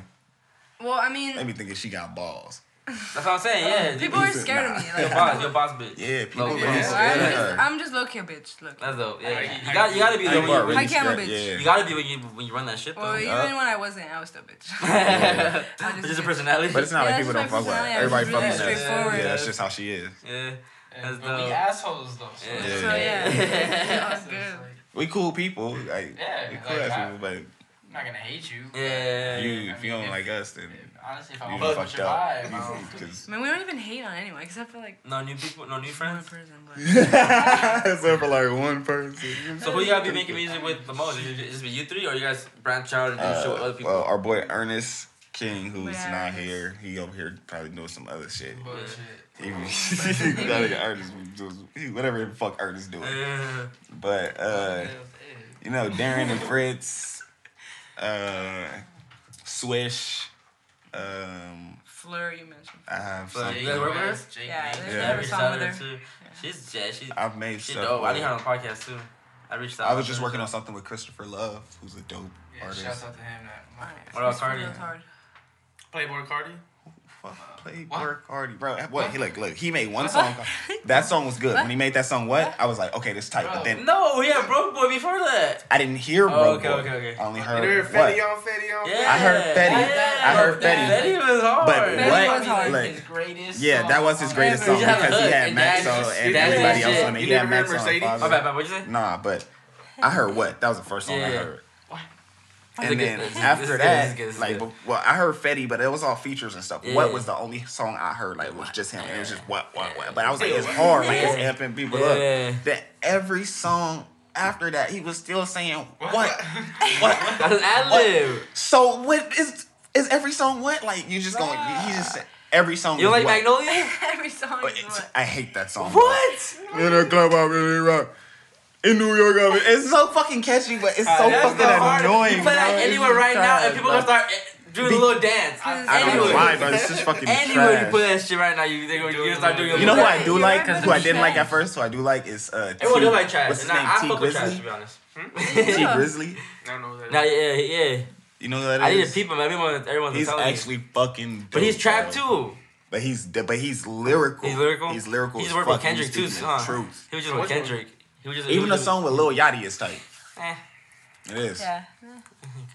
Speaker 6: Well, I mean,
Speaker 7: They be thinking she got balls.
Speaker 1: That's what I'm saying. Yeah,
Speaker 6: people
Speaker 1: you-
Speaker 6: are scared of me.
Speaker 1: your
Speaker 6: Like,
Speaker 1: boss, your boss bitch.
Speaker 7: Yeah, people
Speaker 1: Low-key.
Speaker 7: really
Speaker 6: so
Speaker 7: scared
Speaker 6: I'm,
Speaker 7: of
Speaker 6: just,
Speaker 7: her.
Speaker 6: I'm just low key a bitch. Look.
Speaker 1: That's dope. Yeah,
Speaker 5: Like,
Speaker 1: you got you got to be there
Speaker 7: People are
Speaker 1: when you,
Speaker 7: really
Speaker 6: I can't
Speaker 7: scared.
Speaker 6: bitch.
Speaker 7: Yeah.
Speaker 1: you got to be when you when you run that shit though.
Speaker 6: Well,
Speaker 7: Yeah.
Speaker 6: even when I wasn't, I was still a bitch.
Speaker 1: Yeah.
Speaker 6: I
Speaker 1: It's just a
Speaker 6: bitch.
Speaker 1: personality.
Speaker 7: But it's not
Speaker 6: Yeah,
Speaker 7: like people
Speaker 6: that's
Speaker 7: don't
Speaker 6: my
Speaker 7: fuck with her.
Speaker 6: personality. I'm
Speaker 7: Everybody
Speaker 6: just
Speaker 7: fucking
Speaker 6: really
Speaker 7: with her.
Speaker 6: straightforward.
Speaker 7: Yeah, that's just how she is.
Speaker 1: yeah. That's
Speaker 8: And, but we
Speaker 1: dope.
Speaker 8: assholes though. So
Speaker 1: Yeah.
Speaker 6: So yeah,
Speaker 8: Yeah,
Speaker 6: yeah.
Speaker 8: so
Speaker 6: good.
Speaker 8: it's like,
Speaker 7: We cool people. Like,
Speaker 8: Yeah,
Speaker 7: we cool
Speaker 8: like, I-
Speaker 7: ass people,
Speaker 8: I'm not gonna hate you. but
Speaker 1: Yeah.
Speaker 7: but you,
Speaker 8: I
Speaker 7: if you
Speaker 8: mean,
Speaker 7: don't
Speaker 8: if-
Speaker 7: like us, then
Speaker 8: Honestly, if I
Speaker 7: you
Speaker 8: don't
Speaker 7: just
Speaker 8: fuck with
Speaker 7: fucked
Speaker 8: your
Speaker 7: up.
Speaker 8: vibe, I don't-
Speaker 7: 'Cause-
Speaker 6: I mean, we don't even hate on anyone except for like
Speaker 1: No new people, no new
Speaker 6: one
Speaker 1: friends.
Speaker 6: person. But
Speaker 7: Except for like one person.
Speaker 1: So who you gotta be making music with the most? Is it just be you three, or you guys branch out and do
Speaker 7: Uh,
Speaker 1: show with other people?
Speaker 7: Well, our boy Ernest King, who's
Speaker 6: Yeah.
Speaker 7: not here, he over here probably doing some other shit.
Speaker 8: bullshit.
Speaker 7: He- you gotta get Ernest, doing- whatever the fuck Ernest doing.
Speaker 1: yeah.
Speaker 7: But uh, you know, Darren and Fritz, uh, Swish. Um,
Speaker 6: Fleur, you mentioned.
Speaker 7: I have
Speaker 1: But
Speaker 7: something.
Speaker 1: you guys work with her?
Speaker 8: Jake
Speaker 6: Yeah,
Speaker 8: Nate.
Speaker 6: there's
Speaker 7: Yeah.
Speaker 6: never
Speaker 1: Every
Speaker 6: song with
Speaker 1: Saturday
Speaker 6: her.
Speaker 1: too. She's yeah, she
Speaker 7: I've made
Speaker 1: she
Speaker 7: stuff.
Speaker 1: dope. I
Speaker 7: with-
Speaker 1: need her on the podcast too. I reached out.
Speaker 7: I was just working on something with Christopher Love, who's a dope
Speaker 8: Yeah,
Speaker 7: artist.
Speaker 8: shouts out to him. That motherfucker.
Speaker 1: What about
Speaker 6: It's real
Speaker 1: Cardi?
Speaker 6: hard.
Speaker 5: Playboy Cardi.
Speaker 7: Fuck, play
Speaker 8: What?
Speaker 7: work already, bro. What? He like, look, he made one song. That song was good. When he made that song, what? I was like, okay, this tight. But
Speaker 8: Bro.
Speaker 7: then
Speaker 1: No, yeah, broke boy before that.
Speaker 7: I didn't hear
Speaker 1: Oh,
Speaker 7: bro.
Speaker 1: okay,
Speaker 7: Boy.
Speaker 1: okay, okay.
Speaker 7: I only
Speaker 5: You heard
Speaker 7: heard
Speaker 5: Fetty on
Speaker 7: what?
Speaker 5: Fetty on.
Speaker 1: Yeah,
Speaker 5: Fetty?
Speaker 7: I heard Fetty.
Speaker 1: Yeah.
Speaker 7: I heard
Speaker 1: Yeah.
Speaker 7: Fetty.
Speaker 1: Fetty was hard.
Speaker 7: But
Speaker 1: Fetty
Speaker 7: what?
Speaker 1: was hard.
Speaker 8: Probably
Speaker 7: Like-
Speaker 8: his greatest
Speaker 7: Yeah, that
Speaker 8: song
Speaker 7: was his
Speaker 8: on
Speaker 7: greatest
Speaker 8: ever.
Speaker 7: song
Speaker 1: You have a
Speaker 7: because he
Speaker 1: hook,
Speaker 7: had
Speaker 1: and
Speaker 7: Max
Speaker 1: that's-
Speaker 7: on and
Speaker 1: that's
Speaker 7: everybody
Speaker 1: it.
Speaker 7: else on it.
Speaker 5: You
Speaker 7: He had
Speaker 5: never
Speaker 7: Max
Speaker 5: heard
Speaker 7: on
Speaker 5: Mercedes?
Speaker 7: Father.
Speaker 1: My bad, bad. What'd you say?
Speaker 7: Nah, but I heard what? That was the first song I
Speaker 1: Yeah.
Speaker 7: heard.
Speaker 8: What?
Speaker 1: This is
Speaker 7: And then
Speaker 1: good. This is- this is
Speaker 7: after
Speaker 1: good. This is
Speaker 7: that,
Speaker 1: good. This is
Speaker 7: like,
Speaker 1: good.
Speaker 7: bef- well, I heard Fetty, but it was all features and stuff.
Speaker 1: Yeah.
Speaker 7: What was the only song I heard? Like, was just him. It was just what, what, what. But I was like, it's
Speaker 1: Yeah.
Speaker 7: hard. Like, it's amping people
Speaker 1: Yeah.
Speaker 7: up. That every song after that, he was still saying what, what.
Speaker 1: That's an ad lib.
Speaker 7: So what is is every song what? Like, you just going? to He just said every song.
Speaker 1: You don't
Speaker 7: was
Speaker 1: like
Speaker 7: what.
Speaker 1: Magnolia?
Speaker 6: Every song
Speaker 7: But
Speaker 6: is
Speaker 7: it's-
Speaker 6: what.
Speaker 7: I hate that song.
Speaker 1: What?
Speaker 7: In a club, I really rock. In New York, I really- it's so fucking catchy, but it's so
Speaker 1: That's
Speaker 7: fucking
Speaker 1: the hard.
Speaker 7: annoying.
Speaker 1: You play
Speaker 7: bro.
Speaker 1: that
Speaker 7: It's
Speaker 1: anywhere
Speaker 7: just
Speaker 1: right now,
Speaker 7: trash,
Speaker 1: and people
Speaker 7: bro.
Speaker 1: gonna start eh, doing a little dance.
Speaker 7: I don't know
Speaker 1: Anywhere.
Speaker 7: why, but it's just fucking
Speaker 1: Anywhere you
Speaker 7: trash.
Speaker 1: put that shit right now, you they're gonna, you're gonna start doing. a
Speaker 7: You know who
Speaker 1: little
Speaker 7: I do
Speaker 6: You're
Speaker 7: like?
Speaker 6: right,
Speaker 7: Who I
Speaker 6: but
Speaker 7: didn't like
Speaker 6: trash.
Speaker 7: at first, who I do like is uh.
Speaker 1: Everyone
Speaker 7: T-
Speaker 1: do like trash.
Speaker 7: What's his
Speaker 1: and
Speaker 7: name?
Speaker 1: I, I
Speaker 7: T
Speaker 1: fuck with trash to
Speaker 7: Grizzly.
Speaker 1: be honest. Hmm?
Speaker 7: T
Speaker 6: Yeah.
Speaker 7: Grizzly.
Speaker 5: I don't know who that.
Speaker 1: Nah, yeah, yeah.
Speaker 7: You know who that is?
Speaker 1: I need to peep him. Everyone, everyone's
Speaker 7: He's
Speaker 1: telling me.
Speaker 7: actually fucking. Dope,
Speaker 1: But he's trapped
Speaker 7: bro.
Speaker 1: too.
Speaker 7: But he's but he's lyrical.
Speaker 1: He's lyrical.
Speaker 7: He's lyrical.
Speaker 1: He's
Speaker 7: as
Speaker 1: working with
Speaker 7: fuck. He's
Speaker 1: Kendrick too.
Speaker 7: speaking the
Speaker 1: Huh?
Speaker 7: Truth.
Speaker 1: He was just with
Speaker 5: Which one?
Speaker 1: Kendrick. He was just he
Speaker 7: Even the
Speaker 1: was just-
Speaker 7: song with Lil Yachty is tight.
Speaker 1: Eh.
Speaker 7: It is.
Speaker 6: Yeah.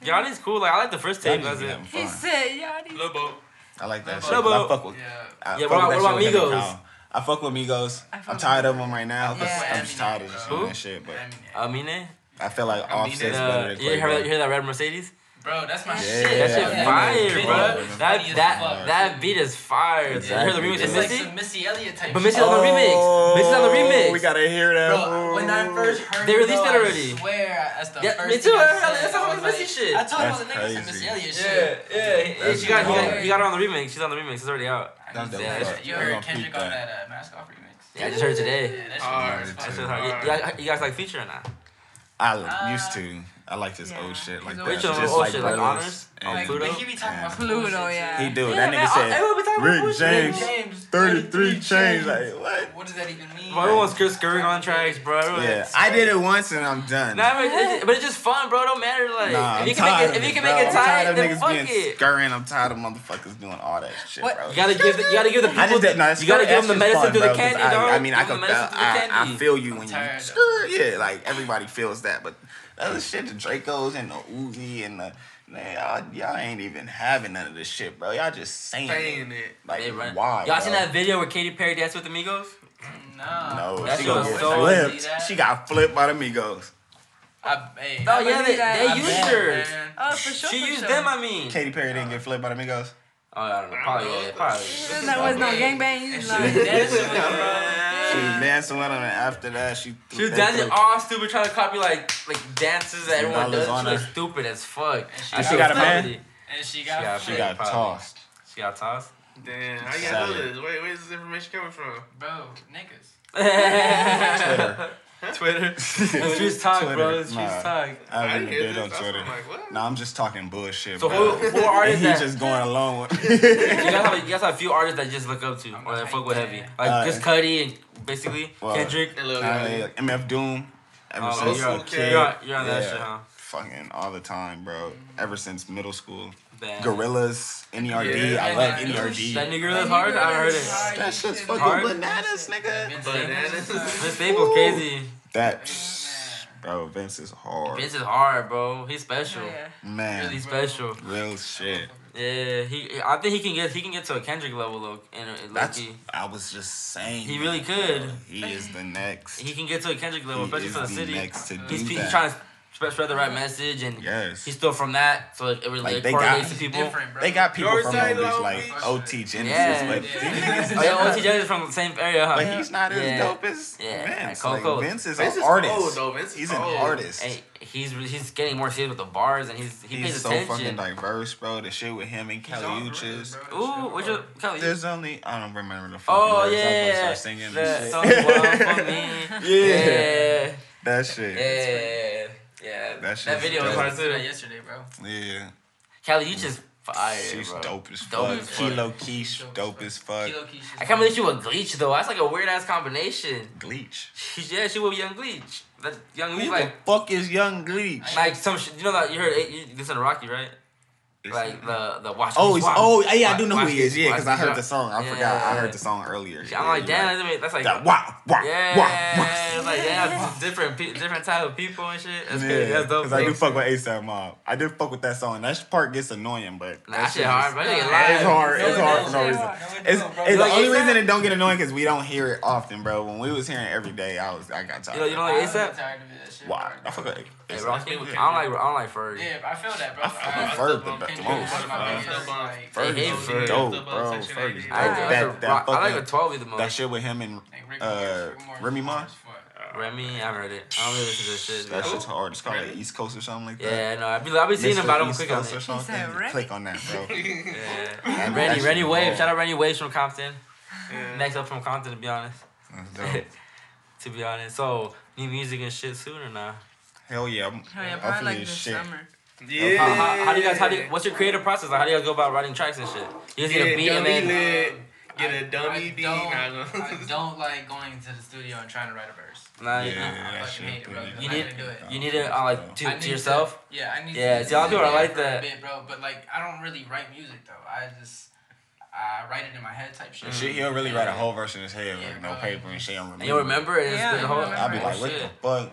Speaker 1: Yachty's cool. Like I like the first tape. That's
Speaker 7: Yachty's be
Speaker 1: it.
Speaker 7: having
Speaker 6: He
Speaker 7: fun.
Speaker 6: said, "Yachty."
Speaker 5: Lobo.
Speaker 7: I like that shit.
Speaker 1: Lobo.
Speaker 7: but I fuck with.
Speaker 8: Yeah.
Speaker 7: I
Speaker 1: Yeah,
Speaker 7: fuck
Speaker 1: what
Speaker 7: with
Speaker 1: about-
Speaker 7: that
Speaker 1: what
Speaker 7: shit
Speaker 1: about
Speaker 7: with Henry
Speaker 1: Migos?
Speaker 7: Kyle. I fuck with Migos.
Speaker 6: I fuck
Speaker 7: I'm
Speaker 6: with
Speaker 7: tired of them right now. 'cause
Speaker 6: Yeah.
Speaker 7: I'm just tired of just
Speaker 1: Who?
Speaker 7: doing that shit. But
Speaker 8: Eminem.
Speaker 1: Amine.
Speaker 7: I feel like
Speaker 8: I mean,
Speaker 7: Offset's
Speaker 8: It's
Speaker 1: Uh,
Speaker 7: better than
Speaker 1: you hear, you
Speaker 7: Quavo.
Speaker 1: hear that red Mercedes?
Speaker 8: Bro, that's my
Speaker 2: Yeah.
Speaker 8: shit.
Speaker 1: That shit
Speaker 8: Yeah.
Speaker 1: fire,
Speaker 8: Video
Speaker 1: bro.
Speaker 8: is funny
Speaker 1: That
Speaker 8: as
Speaker 1: that
Speaker 8: fuck.
Speaker 1: that beat is fire.
Speaker 2: Exactly.
Speaker 1: You heard the remix
Speaker 8: It's
Speaker 1: with
Speaker 8: like
Speaker 1: Missy?
Speaker 8: some Missy Elliott type
Speaker 1: But
Speaker 8: shit.
Speaker 1: Missy on the remix. Missy on the
Speaker 7: Oh,
Speaker 1: remix.
Speaker 2: We gotta hear that.
Speaker 8: Bro, when I first heard
Speaker 1: They
Speaker 8: it,
Speaker 1: released
Speaker 8: though,
Speaker 1: that already.
Speaker 8: I swear, that's the
Speaker 1: Yeah,
Speaker 8: first
Speaker 1: me too.
Speaker 8: thing I
Speaker 1: I heard
Speaker 8: said.
Speaker 1: That's
Speaker 8: I
Speaker 1: all
Speaker 8: was
Speaker 1: Missy
Speaker 8: like-
Speaker 1: shit.
Speaker 8: I told you all the
Speaker 2: That's
Speaker 8: niggas said
Speaker 2: crazy.
Speaker 8: Missy Elliott
Speaker 1: Yeah,
Speaker 8: shit.
Speaker 1: yeah.
Speaker 2: That's
Speaker 1: She got, he got,
Speaker 8: hard.
Speaker 1: he got her on the remix. She's on the remix. It's already out.
Speaker 7: That's dope.
Speaker 1: Yeah,
Speaker 7: as
Speaker 1: that's-
Speaker 7: fuck.
Speaker 8: You
Speaker 7: We
Speaker 8: heard
Speaker 7: gonna
Speaker 8: Kendrick
Speaker 7: peep
Speaker 8: on
Speaker 7: that.
Speaker 8: that uh, Mask Off remix.
Speaker 1: Yeah, I just heard it
Speaker 8: Yeah,
Speaker 1: today.
Speaker 8: that shit
Speaker 5: Hard.
Speaker 8: was hard
Speaker 1: That's just
Speaker 8: as fuck.
Speaker 1: hard. You, you guys- you guys like featuring that?
Speaker 7: I used to. I like this old shit
Speaker 6: He's
Speaker 7: like that.
Speaker 6: always-
Speaker 1: Featuring
Speaker 7: Just
Speaker 1: old
Speaker 7: like
Speaker 1: shit like
Speaker 7: brothers
Speaker 1: Honors
Speaker 7: and-
Speaker 1: on
Speaker 8: Like,
Speaker 1: Pluto.
Speaker 8: But he be talking about
Speaker 6: Pluto,
Speaker 8: shit, too.
Speaker 6: yeah.
Speaker 7: He do.
Speaker 1: Yeah,
Speaker 7: that
Speaker 1: man,
Speaker 7: nigga
Speaker 1: I-
Speaker 7: said
Speaker 1: everyone be talking about
Speaker 7: Rick
Speaker 1: Bush.
Speaker 7: James,
Speaker 8: James,
Speaker 7: 33 chains. Like, what?
Speaker 8: What does that even mean?
Speaker 1: Bro, everyone's Chris Skirring on tracks, bro. Everyone's-
Speaker 7: Yeah, I did it once and I'm done.
Speaker 1: Nah, I mean, it's just- but it's just fun, bro. It Don't matter. Like,
Speaker 7: Nah,
Speaker 1: if
Speaker 7: I'm
Speaker 1: you can make
Speaker 7: tired
Speaker 1: it,
Speaker 7: of
Speaker 1: if you can
Speaker 7: bro.
Speaker 1: make it
Speaker 7: I'm
Speaker 1: tight,
Speaker 7: tired of
Speaker 1: then
Speaker 7: niggas
Speaker 1: fuck
Speaker 7: being
Speaker 1: it.
Speaker 7: scurrying. I'm tired of motherfuckers doing all that shit,
Speaker 6: What-
Speaker 7: bro.
Speaker 1: You gotta give, the, you gotta give the
Speaker 7: I
Speaker 1: people,
Speaker 7: just
Speaker 1: the,
Speaker 7: did, no, that's
Speaker 1: you gotta
Speaker 7: good.
Speaker 1: give them the
Speaker 7: That's
Speaker 1: medicine
Speaker 7: just
Speaker 1: through the
Speaker 7: fun, bro, 'cause
Speaker 1: candy,
Speaker 7: I,
Speaker 1: dog.
Speaker 7: I mean, I
Speaker 1: Give them
Speaker 7: can
Speaker 1: the
Speaker 7: feel,
Speaker 1: medicine through the
Speaker 7: I, I
Speaker 1: candy.
Speaker 7: feel you when
Speaker 8: tired
Speaker 7: you
Speaker 8: of-
Speaker 7: screw, yeah, like everybody feels that. But the other shit, the Dracos and the Uzi and the man, y'all, y'all ain't even having none of this shit, bro. Y'all just saying,
Speaker 5: Saying
Speaker 7: it.
Speaker 5: it.
Speaker 7: like
Speaker 1: They run-
Speaker 7: why?
Speaker 1: Y'all
Speaker 7: bro?
Speaker 1: seen that video where Katy Perry danced with Amigos?
Speaker 8: Nah.
Speaker 7: No,
Speaker 1: That
Speaker 7: she
Speaker 1: shit
Speaker 7: got
Speaker 1: was so-
Speaker 8: See that?
Speaker 7: flipped. She got flipped by the Migos.
Speaker 8: I, hey,
Speaker 1: Oh
Speaker 8: I
Speaker 1: yeah, they,
Speaker 6: believe that.
Speaker 1: they
Speaker 6: I
Speaker 1: used
Speaker 8: bet,
Speaker 1: her.
Speaker 8: man.
Speaker 6: Oh, for sure.
Speaker 1: She
Speaker 6: for
Speaker 1: used
Speaker 6: sure.
Speaker 1: them. I mean,
Speaker 7: Katy Perry didn't get flipped by the Migos.
Speaker 1: oh, I don't know. Probably, yeah, probably.
Speaker 6: That was no gangbang. You
Speaker 8: She
Speaker 6: lying.
Speaker 8: was dancing with him, bro.
Speaker 7: She was dancing with him, and after that, she
Speaker 1: She was
Speaker 7: they
Speaker 1: dancing
Speaker 7: threw-
Speaker 1: all stupid, trying to copy like like dances that everyone
Speaker 7: dollars
Speaker 1: does.
Speaker 7: on
Speaker 1: She was
Speaker 7: her.
Speaker 1: stupid as fuck.
Speaker 8: she
Speaker 1: That
Speaker 8: got
Speaker 1: shit
Speaker 7: a
Speaker 1: was
Speaker 7: man?
Speaker 1: comedy.
Speaker 8: And she
Speaker 1: She got
Speaker 8: got,
Speaker 1: a
Speaker 7: She
Speaker 8: flipped,
Speaker 7: got
Speaker 1: Probably.
Speaker 7: tossed.
Speaker 1: She got tossed.
Speaker 5: Damn, how you
Speaker 7: Sad.
Speaker 5: gotta do this? Where, where's this information coming from?
Speaker 8: bro. Niggas.
Speaker 1: Twitter, Twitter. Streets talk, bro.
Speaker 7: Twitter,
Speaker 1: Streets
Speaker 7: nah.
Speaker 1: talk.
Speaker 7: I haven't
Speaker 5: didn't hear
Speaker 7: been on
Speaker 5: this. I was
Speaker 7: Twitter.
Speaker 5: like, what?
Speaker 7: No, I'm just talking bullshit.
Speaker 1: So who
Speaker 7: bro.
Speaker 1: who are
Speaker 7: And
Speaker 1: artists
Speaker 7: he's
Speaker 1: that
Speaker 7: just going along with.
Speaker 1: you guys have? You guys have a few artists that you just look up to or that fuck with heavy, like
Speaker 7: Uh,
Speaker 1: just Cudi and basically
Speaker 7: Well,
Speaker 1: Kendrick.
Speaker 5: Hey, look,
Speaker 7: Kanye, like, MF Doom. Ever
Speaker 1: Oh,
Speaker 7: since
Speaker 1: you're,
Speaker 7: I
Speaker 1: on,
Speaker 7: was a
Speaker 5: okay.
Speaker 1: you're
Speaker 7: kid.
Speaker 1: on- you're on that
Speaker 7: Yeah.
Speaker 1: shit, huh?
Speaker 7: Fucking all the time, bro.
Speaker 1: Mm-hmm.
Speaker 7: Ever since middle school.
Speaker 1: Bad.
Speaker 7: Gorillas, NERD.
Speaker 5: Yeah.
Speaker 7: I love
Speaker 8: That
Speaker 1: That
Speaker 7: NERD.
Speaker 1: nigga really hard. I heard it.
Speaker 7: That shit's fucking
Speaker 1: Hard.
Speaker 7: bananas, nigga.
Speaker 8: Vince
Speaker 5: Bananas.
Speaker 8: Staples.
Speaker 1: This Staples crazy.
Speaker 7: That, bro, Vince is hard.
Speaker 1: Vince is hard, bro. He's special.
Speaker 6: "Oh, Yeah.
Speaker 7: Man,
Speaker 1: He's special.
Speaker 7: real shit.
Speaker 1: Yeah, he. I think he can get. He can get to a Kendrick level though. And
Speaker 7: That's,
Speaker 1: lucky,
Speaker 7: I was just saying.
Speaker 1: he really
Speaker 7: that,
Speaker 1: could.
Speaker 7: bro. He is the next.
Speaker 1: He can get to a Kendrick level,
Speaker 7: he
Speaker 1: especially
Speaker 7: is
Speaker 1: from the
Speaker 7: the
Speaker 1: city.
Speaker 7: next to do
Speaker 1: He's, he's
Speaker 7: that.
Speaker 1: trying to spread, spread the right message, and
Speaker 7: Yes.
Speaker 1: he's still from that, so it, it really
Speaker 7: Like,
Speaker 1: it
Speaker 7: they
Speaker 1: correlates
Speaker 7: got-
Speaker 1: to people.
Speaker 8: Different, bro.
Speaker 7: They got people from
Speaker 5: Northside
Speaker 7: Long Beach,
Speaker 5: Long
Speaker 7: like
Speaker 5: Beach.
Speaker 7: OT Genesis,
Speaker 1: Yeah.
Speaker 7: but
Speaker 8: Yeah.
Speaker 7: these niggas is
Speaker 1: Oh, yeah,
Speaker 7: not-
Speaker 1: OT Jazz is from the same area, huh?
Speaker 7: Like he's not as
Speaker 1: Yeah.
Speaker 7: dope as
Speaker 1: Yeah,
Speaker 7: Vince.
Speaker 1: like, Coco.
Speaker 7: Like, Vince is
Speaker 5: Vince
Speaker 7: an
Speaker 5: is
Speaker 7: artist.
Speaker 5: old, though. Vince is
Speaker 7: he's an
Speaker 5: old.
Speaker 7: artist.
Speaker 1: Hey, he's he's getting more serious with the bars, and he's he
Speaker 7: he's
Speaker 1: pays
Speaker 7: so fucking
Speaker 1: attention.
Speaker 7: diverse, bro. The shit with him and Kelly Uchis.
Speaker 1: Ooh, what's your Kelly?
Speaker 7: There's only I don't remember the fucking
Speaker 1: Oh
Speaker 7: words.
Speaker 1: yeah,
Speaker 7: I'm gonna
Speaker 1: yeah,
Speaker 7: start singing
Speaker 1: yeah.
Speaker 7: and
Speaker 1: So
Speaker 7: shit.
Speaker 1: wild for me.
Speaker 7: Yeah.
Speaker 1: yeah.
Speaker 7: that shit.
Speaker 1: Yeah, yeah.
Speaker 7: That
Speaker 1: That,
Speaker 7: shit's
Speaker 1: video
Speaker 7: dope.
Speaker 1: was
Speaker 8: I
Speaker 1: hard
Speaker 8: said that
Speaker 1: too.
Speaker 8: yesterday, bro.
Speaker 7: Yeah,
Speaker 1: Kelly, you just fire,
Speaker 7: she's
Speaker 1: bro.
Speaker 7: dope as
Speaker 1: Dope
Speaker 7: fuck.
Speaker 1: as fuck.
Speaker 7: Kilo Keish, dope as fuck.
Speaker 8: Kilo Keisha's
Speaker 1: I can't believe she was Gleech though. That's like a weird ass combination.
Speaker 7: Gleech.
Speaker 1: She- yeah, she was Young Gleech. That Young
Speaker 7: Who
Speaker 1: Gleech,
Speaker 7: the
Speaker 1: like,
Speaker 7: fuck is Young Gleech?
Speaker 1: like some sh- you know that you heard eh, you listen to Rocky, right? Like the the watch.
Speaker 7: Oh,
Speaker 1: These
Speaker 7: he's,
Speaker 1: Wild-
Speaker 7: oh, yeah, I
Speaker 1: Wa-
Speaker 7: do know who
Speaker 1: Watch
Speaker 7: he is.
Speaker 1: These
Speaker 7: Yeah, because I
Speaker 1: Wild-
Speaker 7: heard the song. I
Speaker 1: Yeah,
Speaker 7: forgot. I
Speaker 1: yeah.
Speaker 7: heard the song earlier.
Speaker 1: I'm
Speaker 7: Yeah,
Speaker 1: like,
Speaker 7: you're
Speaker 1: damn,
Speaker 7: right.
Speaker 1: that's- that's like.
Speaker 7: That wow, wow,
Speaker 1: yeah,
Speaker 7: wow, wow.
Speaker 1: it's like yeah, it's different, pe- different type of people and shit. That's crazy.
Speaker 7: Yeah,
Speaker 1: That's dope.
Speaker 7: because I do
Speaker 1: bro.
Speaker 7: fuck with ASAP Mob. I did fuck with that song. That part gets annoying, but
Speaker 1: Nah, that shit hard, bro. That nigga
Speaker 7: It's
Speaker 1: live.
Speaker 7: hard. It's
Speaker 6: No,
Speaker 7: hard
Speaker 6: no,
Speaker 7: for no
Speaker 6: no,
Speaker 7: reason.
Speaker 6: no,
Speaker 7: It's, it's the
Speaker 1: Like
Speaker 7: only
Speaker 1: A$AP?
Speaker 7: reason it don't get annoying because we don't hear it often, bro. When we was hearing it every day, I was I got tired.
Speaker 1: You know, you
Speaker 8: I
Speaker 1: know, like
Speaker 8: was
Speaker 1: ASAP.
Speaker 8: tired of that shit,
Speaker 7: why? I
Speaker 8: bro.
Speaker 7: fuck with
Speaker 1: Hey,
Speaker 7: A$AP.
Speaker 1: bro, I don't like, I don't like Ferg.
Speaker 8: Yeah, I feel that, bro.
Speaker 7: I fucking
Speaker 8: I'm
Speaker 7: Ferg
Speaker 8: still
Speaker 7: the-
Speaker 8: on
Speaker 7: the
Speaker 8: Kendrick.
Speaker 7: most,
Speaker 8: One of my
Speaker 5: bro.
Speaker 8: favorites, like-
Speaker 7: Ferg
Speaker 1: Hey,
Speaker 7: is
Speaker 1: Ferg.
Speaker 7: dope,
Speaker 5: Dope,
Speaker 7: bro.
Speaker 5: Section
Speaker 7: Ferg is
Speaker 5: 80.
Speaker 1: I, I,
Speaker 7: dope. That that
Speaker 1: I, I like a
Speaker 7: fucking
Speaker 1: twelve the most.
Speaker 7: that shit with him and
Speaker 8: Like Rick
Speaker 7: uh
Speaker 8: Morris, Rick Morris,
Speaker 7: Remy
Speaker 8: Rick
Speaker 7: Ma.
Speaker 8: fuck.
Speaker 1: Remy, I haven't heard it. I don't really listen to this shit.
Speaker 7: That
Speaker 1: bro.
Speaker 7: shit's hard. It's called like East Coast or something like that.
Speaker 1: Yeah, no, I be, I be seeing him,
Speaker 7: Mr.
Speaker 1: but I don't
Speaker 7: East
Speaker 1: click on
Speaker 7: Coast or
Speaker 1: it.
Speaker 7: something.
Speaker 6: said, "Rick."
Speaker 7: Click on that, bro.
Speaker 1: Yeah.
Speaker 7: And
Speaker 1: Rennie,
Speaker 7: that's
Speaker 1: Rennie
Speaker 7: just
Speaker 1: Wave.
Speaker 7: raw.
Speaker 1: Shout out Rennie Waves from Compton.
Speaker 5: Yeah.
Speaker 1: Next up from Compton, to be honest.
Speaker 7: That's dope.
Speaker 1: to be honest. So, new music and shit soon or not?
Speaker 7: Hell yeah. I'm-
Speaker 6: Hell Oh, yeah, probably
Speaker 7: Hopefully
Speaker 6: like
Speaker 7: it's
Speaker 6: this
Speaker 7: shit.
Speaker 6: summer.
Speaker 5: Yeah.
Speaker 1: How, how, how do you guys, how do you, what's your creative process? Like, how do you guys go about writing tracks and shit? You just
Speaker 5: Get
Speaker 1: get a
Speaker 5: a
Speaker 1: beat and
Speaker 5: dummy
Speaker 1: then.
Speaker 5: lid. Get a
Speaker 8: I
Speaker 5: dummy beat.
Speaker 8: don't,
Speaker 5: Nah,
Speaker 8: I
Speaker 5: I'm-
Speaker 8: don't like going to the studio and trying to write a verse.
Speaker 1: Nah,
Speaker 7: Yeah,
Speaker 1: you-
Speaker 8: I
Speaker 7: that
Speaker 8: fucking hate
Speaker 7: shit.
Speaker 8: it, bro.
Speaker 7: pretty-
Speaker 1: You
Speaker 8: I'm
Speaker 1: need-
Speaker 8: not gonna do it.
Speaker 1: You need it, uh, like,
Speaker 8: I
Speaker 1: to,
Speaker 8: need
Speaker 1: to yourself.
Speaker 8: yeah, I need.
Speaker 1: Yeah,
Speaker 8: to
Speaker 1: see, a lot of people
Speaker 8: sit
Speaker 1: are like
Speaker 8: down for a
Speaker 1: that.
Speaker 8: bit, bro. But like, I don't really write music though. I just I write it in my head type shit.
Speaker 7: Shit, he'll really write a whole verse in his head with no
Speaker 8: Yeah.
Speaker 7: paper and shit. I'm
Speaker 1: And you'll remember it. and
Speaker 6: Yeah,
Speaker 1: It's the
Speaker 6: you
Speaker 1: whole.
Speaker 6: remember
Speaker 7: I'll be like,
Speaker 1: oh,
Speaker 7: what
Speaker 1: shit.
Speaker 7: the fuck?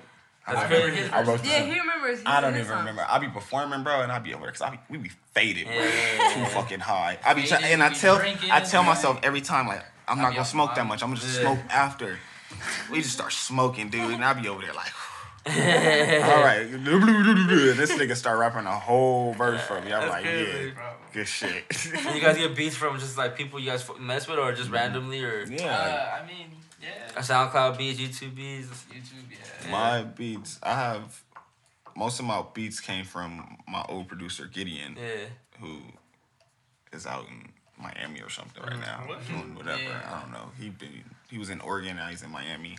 Speaker 7: I
Speaker 1: That's
Speaker 7: remember-
Speaker 1: crazy.
Speaker 7: I wrote
Speaker 6: Yeah,
Speaker 7: this.
Speaker 6: he remembers. He's
Speaker 7: I don't
Speaker 6: in his
Speaker 7: even
Speaker 6: songs.
Speaker 7: remember. I be performing, bro, and I be over there because I be, we be faded, bro.
Speaker 1: Yeah.
Speaker 7: Too fucking high. I be try-
Speaker 8: Faded,
Speaker 7: and I
Speaker 8: we
Speaker 7: tell
Speaker 8: drinking,
Speaker 7: I tell
Speaker 8: yeah.
Speaker 7: myself every time like I'm not
Speaker 8: be
Speaker 7: gonna
Speaker 8: up
Speaker 7: smoke that
Speaker 8: high.
Speaker 7: much. I'm gonna just
Speaker 1: Yeah.
Speaker 7: smoke after. We just start smoking, dude, and I be over there like,
Speaker 1: Yeah.
Speaker 7: all right, good. This nigga start rapping a whole verse for me. I'm
Speaker 1: That's
Speaker 7: like,
Speaker 1: crazy,
Speaker 7: yeah,
Speaker 5: bro.
Speaker 7: good shit.
Speaker 1: And you guys get beats from just like people you guys f- mess with, or just randomly, or
Speaker 7: Mm-hmm. yeah,
Speaker 8: Uh, I mean, yeah.
Speaker 1: SoundCloud beats, YouTube beats.
Speaker 8: YouTube,
Speaker 7: like,
Speaker 8: yeah.
Speaker 7: my beats. I have most of my beats came from my old producer Gideon,
Speaker 1: Yeah.
Speaker 7: who is out in Miami or something right now,
Speaker 5: What?
Speaker 7: doing whatever.
Speaker 8: Yeah.
Speaker 7: I don't know. He been he was in Oregon, now he's in Miami.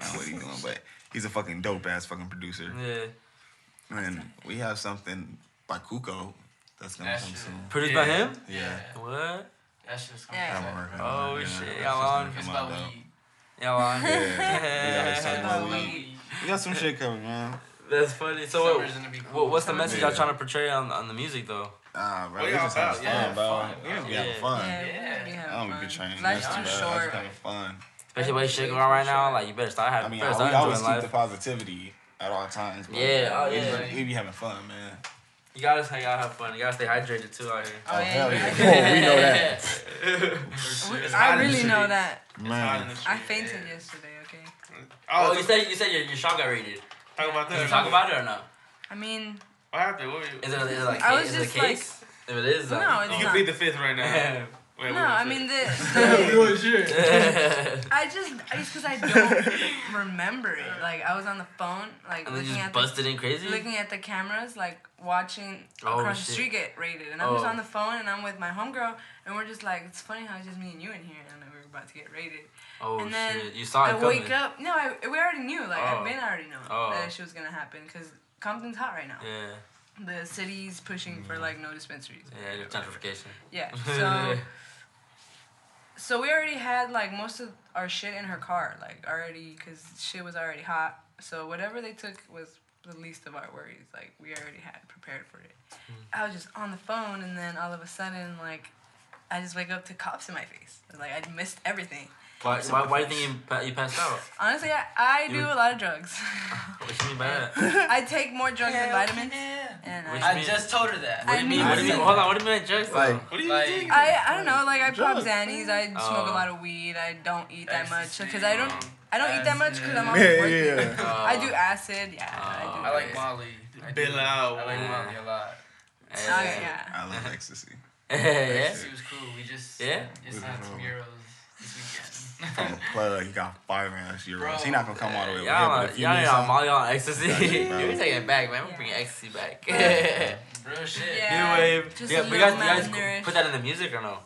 Speaker 7: I don't know what he's doing, but he's a fucking dope ass fucking producer.
Speaker 1: Yeah.
Speaker 7: And we have something by Kuko that's gonna
Speaker 8: That's
Speaker 7: come
Speaker 8: true.
Speaker 7: soon.
Speaker 1: Produced by
Speaker 5: Yeah.
Speaker 1: him?
Speaker 7: Yeah.
Speaker 1: What?
Speaker 8: That's just
Speaker 6: Yeah.
Speaker 7: That one
Speaker 8: coming.
Speaker 7: working
Speaker 8: Yeah.
Speaker 7: on,
Speaker 1: Oh,
Speaker 7: yeah.
Speaker 1: shit,
Speaker 7: That's
Speaker 1: y'all
Speaker 7: just gonna
Speaker 1: on?
Speaker 7: come
Speaker 8: It's
Speaker 7: out
Speaker 8: about
Speaker 7: dope.
Speaker 8: weed.
Speaker 1: Yeah, well,
Speaker 7: Yeah, we always talking
Speaker 8: It's
Speaker 7: about
Speaker 8: about
Speaker 7: weed.
Speaker 8: weed.
Speaker 7: We got some shit coming, man.
Speaker 1: That's funny. So, what,
Speaker 8: Summer's gonna be
Speaker 1: what-
Speaker 8: cool.
Speaker 1: what's the message y'all
Speaker 7: Yeah.
Speaker 1: trying to portray on, on the music, though?
Speaker 7: Nah, bro,
Speaker 5: What
Speaker 7: we
Speaker 5: y'all
Speaker 7: just having
Speaker 5: about?
Speaker 7: fun,
Speaker 8: Yeah,
Speaker 7: bro.
Speaker 8: fun,
Speaker 7: We just be
Speaker 1: bro.
Speaker 7: having
Speaker 1: Yeah.
Speaker 7: fun.
Speaker 6: Yeah, we
Speaker 8: Yeah.
Speaker 6: having
Speaker 7: I don't
Speaker 6: fun.
Speaker 7: be trying.
Speaker 6: Life's
Speaker 8: nothing,
Speaker 6: too
Speaker 8: bro.
Speaker 7: I
Speaker 6: short.
Speaker 7: just having fun.
Speaker 1: Especially what shit
Speaker 8: Shit,
Speaker 1: going on right now.
Speaker 8: shit.
Speaker 1: Like, you better start
Speaker 7: I
Speaker 1: having,
Speaker 7: mean,
Speaker 1: better
Speaker 7: we
Speaker 1: start
Speaker 7: always
Speaker 1: enjoying life.
Speaker 7: keep the positivity at all times. Bro.
Speaker 1: yeah, oh,
Speaker 7: We
Speaker 1: yeah.
Speaker 7: just- we be having fun, man.
Speaker 1: You gotta, you gotta have fun. You gotta stay hydrated, too, out here.
Speaker 7: Oh,
Speaker 6: yeah,
Speaker 7: hell
Speaker 6: you
Speaker 7: yeah.
Speaker 6: gotta-
Speaker 7: Oh, we know that.
Speaker 5: It's hot
Speaker 6: I
Speaker 5: in the
Speaker 6: really know
Speaker 5: streets.
Speaker 6: that.
Speaker 5: It's hot in
Speaker 7: Man.
Speaker 5: the street.
Speaker 6: I fainted
Speaker 5: yeah.
Speaker 6: yesterday, okay?
Speaker 5: Oh,
Speaker 1: Oh, you
Speaker 5: so-
Speaker 1: said, you said your, your shot got rated.
Speaker 5: talk about
Speaker 1: Did
Speaker 5: that.
Speaker 1: you talk about it or no?
Speaker 6: I mean,
Speaker 5: What happened? What were you?
Speaker 1: Is it, is it like,
Speaker 6: I
Speaker 1: ca-
Speaker 6: was
Speaker 1: is it a
Speaker 6: just like-
Speaker 1: case? If it is,
Speaker 6: No,
Speaker 5: You
Speaker 6: it's
Speaker 5: can plead the fifth right now.
Speaker 1: um,
Speaker 5: Wait,
Speaker 6: no,
Speaker 5: what was
Speaker 6: I
Speaker 5: it?
Speaker 6: mean, the,
Speaker 8: Good shit.
Speaker 6: the I just, it's because I don't remember it. Like, I was on the phone, like,
Speaker 1: and then you
Speaker 6: looking
Speaker 1: just
Speaker 6: at the
Speaker 1: busted in crazy?
Speaker 6: looking at the cameras, like watching
Speaker 1: Oh,
Speaker 6: across the
Speaker 1: shit.
Speaker 6: street get raided. And I'm just
Speaker 1: Oh.
Speaker 6: on the phone and I'm with my homegirl and we're just like, it's funny how it's just me and you in here and we were about to get raided.
Speaker 1: Oh,
Speaker 6: and then
Speaker 1: shit. You saw it
Speaker 6: I
Speaker 1: coming.
Speaker 6: wake up. No, I, we already knew. Like,
Speaker 1: Oh.
Speaker 6: I've been already know
Speaker 1: Oh.
Speaker 6: that shit was gonna happen because Compton's hot right now.
Speaker 1: Yeah,
Speaker 6: The city's pushing for like no dispensaries.
Speaker 1: yeah, your gentrification.
Speaker 6: Yeah. So so we already had like most of our shit in her car, like already because shit was already hot. So whatever they took was the least of our worries. Like we already had prepared for it.
Speaker 1: Hmm.
Speaker 6: I was just on the phone, and then all of a sudden, like, I just wake up to cops in my face. Like I missed everything.
Speaker 1: why, why, why do you think you, pa- you passed out?
Speaker 6: Honestly, I, I do
Speaker 1: You-
Speaker 6: a lot of drugs.
Speaker 1: What you mean by that?
Speaker 6: I take more drugs than vitamins,
Speaker 8: Yeah.
Speaker 6: and
Speaker 1: Which
Speaker 6: I,
Speaker 8: I just told her that.
Speaker 6: I mean-
Speaker 1: What do you mean? Hold on, what do you mean by drugs, though?
Speaker 7: Like-
Speaker 5: What do you
Speaker 8: Like-
Speaker 5: think?
Speaker 6: I I don't know. Like I pop
Speaker 7: Drugs.
Speaker 6: Xannies. I smoke
Speaker 1: Oh.
Speaker 6: a lot of weed. I don't eat that much
Speaker 8: Ecstasy,
Speaker 6: because I don't
Speaker 8: um,
Speaker 6: I don't eat that much because I'm always
Speaker 7: Yeah,
Speaker 6: working.
Speaker 7: yeah.
Speaker 1: Uh,
Speaker 6: I do acid, yeah. I
Speaker 1: Oh,
Speaker 6: do.
Speaker 8: I like Molly. I do.
Speaker 5: Bill
Speaker 8: I
Speaker 5: out.
Speaker 8: like Molly a lot.
Speaker 1: Yeah.
Speaker 6: Oh, yeah.
Speaker 7: I love ecstasy.
Speaker 1: yeah.
Speaker 8: She was cool. We just
Speaker 1: Yeah?
Speaker 8: just had some euros this
Speaker 7: From
Speaker 8: weekend.
Speaker 7: the plug, he got five and a half euros. He not gonna come all the way over here,
Speaker 1: Y'all,
Speaker 7: but
Speaker 1: on-
Speaker 7: if you
Speaker 1: y'all
Speaker 7: need
Speaker 1: ain't on
Speaker 7: some,
Speaker 1: Molly y'all on ecstasy.
Speaker 7: Got you, bro.
Speaker 1: we taking it back, man. We're
Speaker 6: Yeah.
Speaker 1: bringing ecstasy back.
Speaker 8: Real shit.
Speaker 6: Oh, Yeah.
Speaker 1: anyway,
Speaker 6: Just
Speaker 1: yeah,
Speaker 6: a
Speaker 1: we
Speaker 6: little
Speaker 1: guys, you guys
Speaker 6: malnourished.
Speaker 1: put that in the music or no?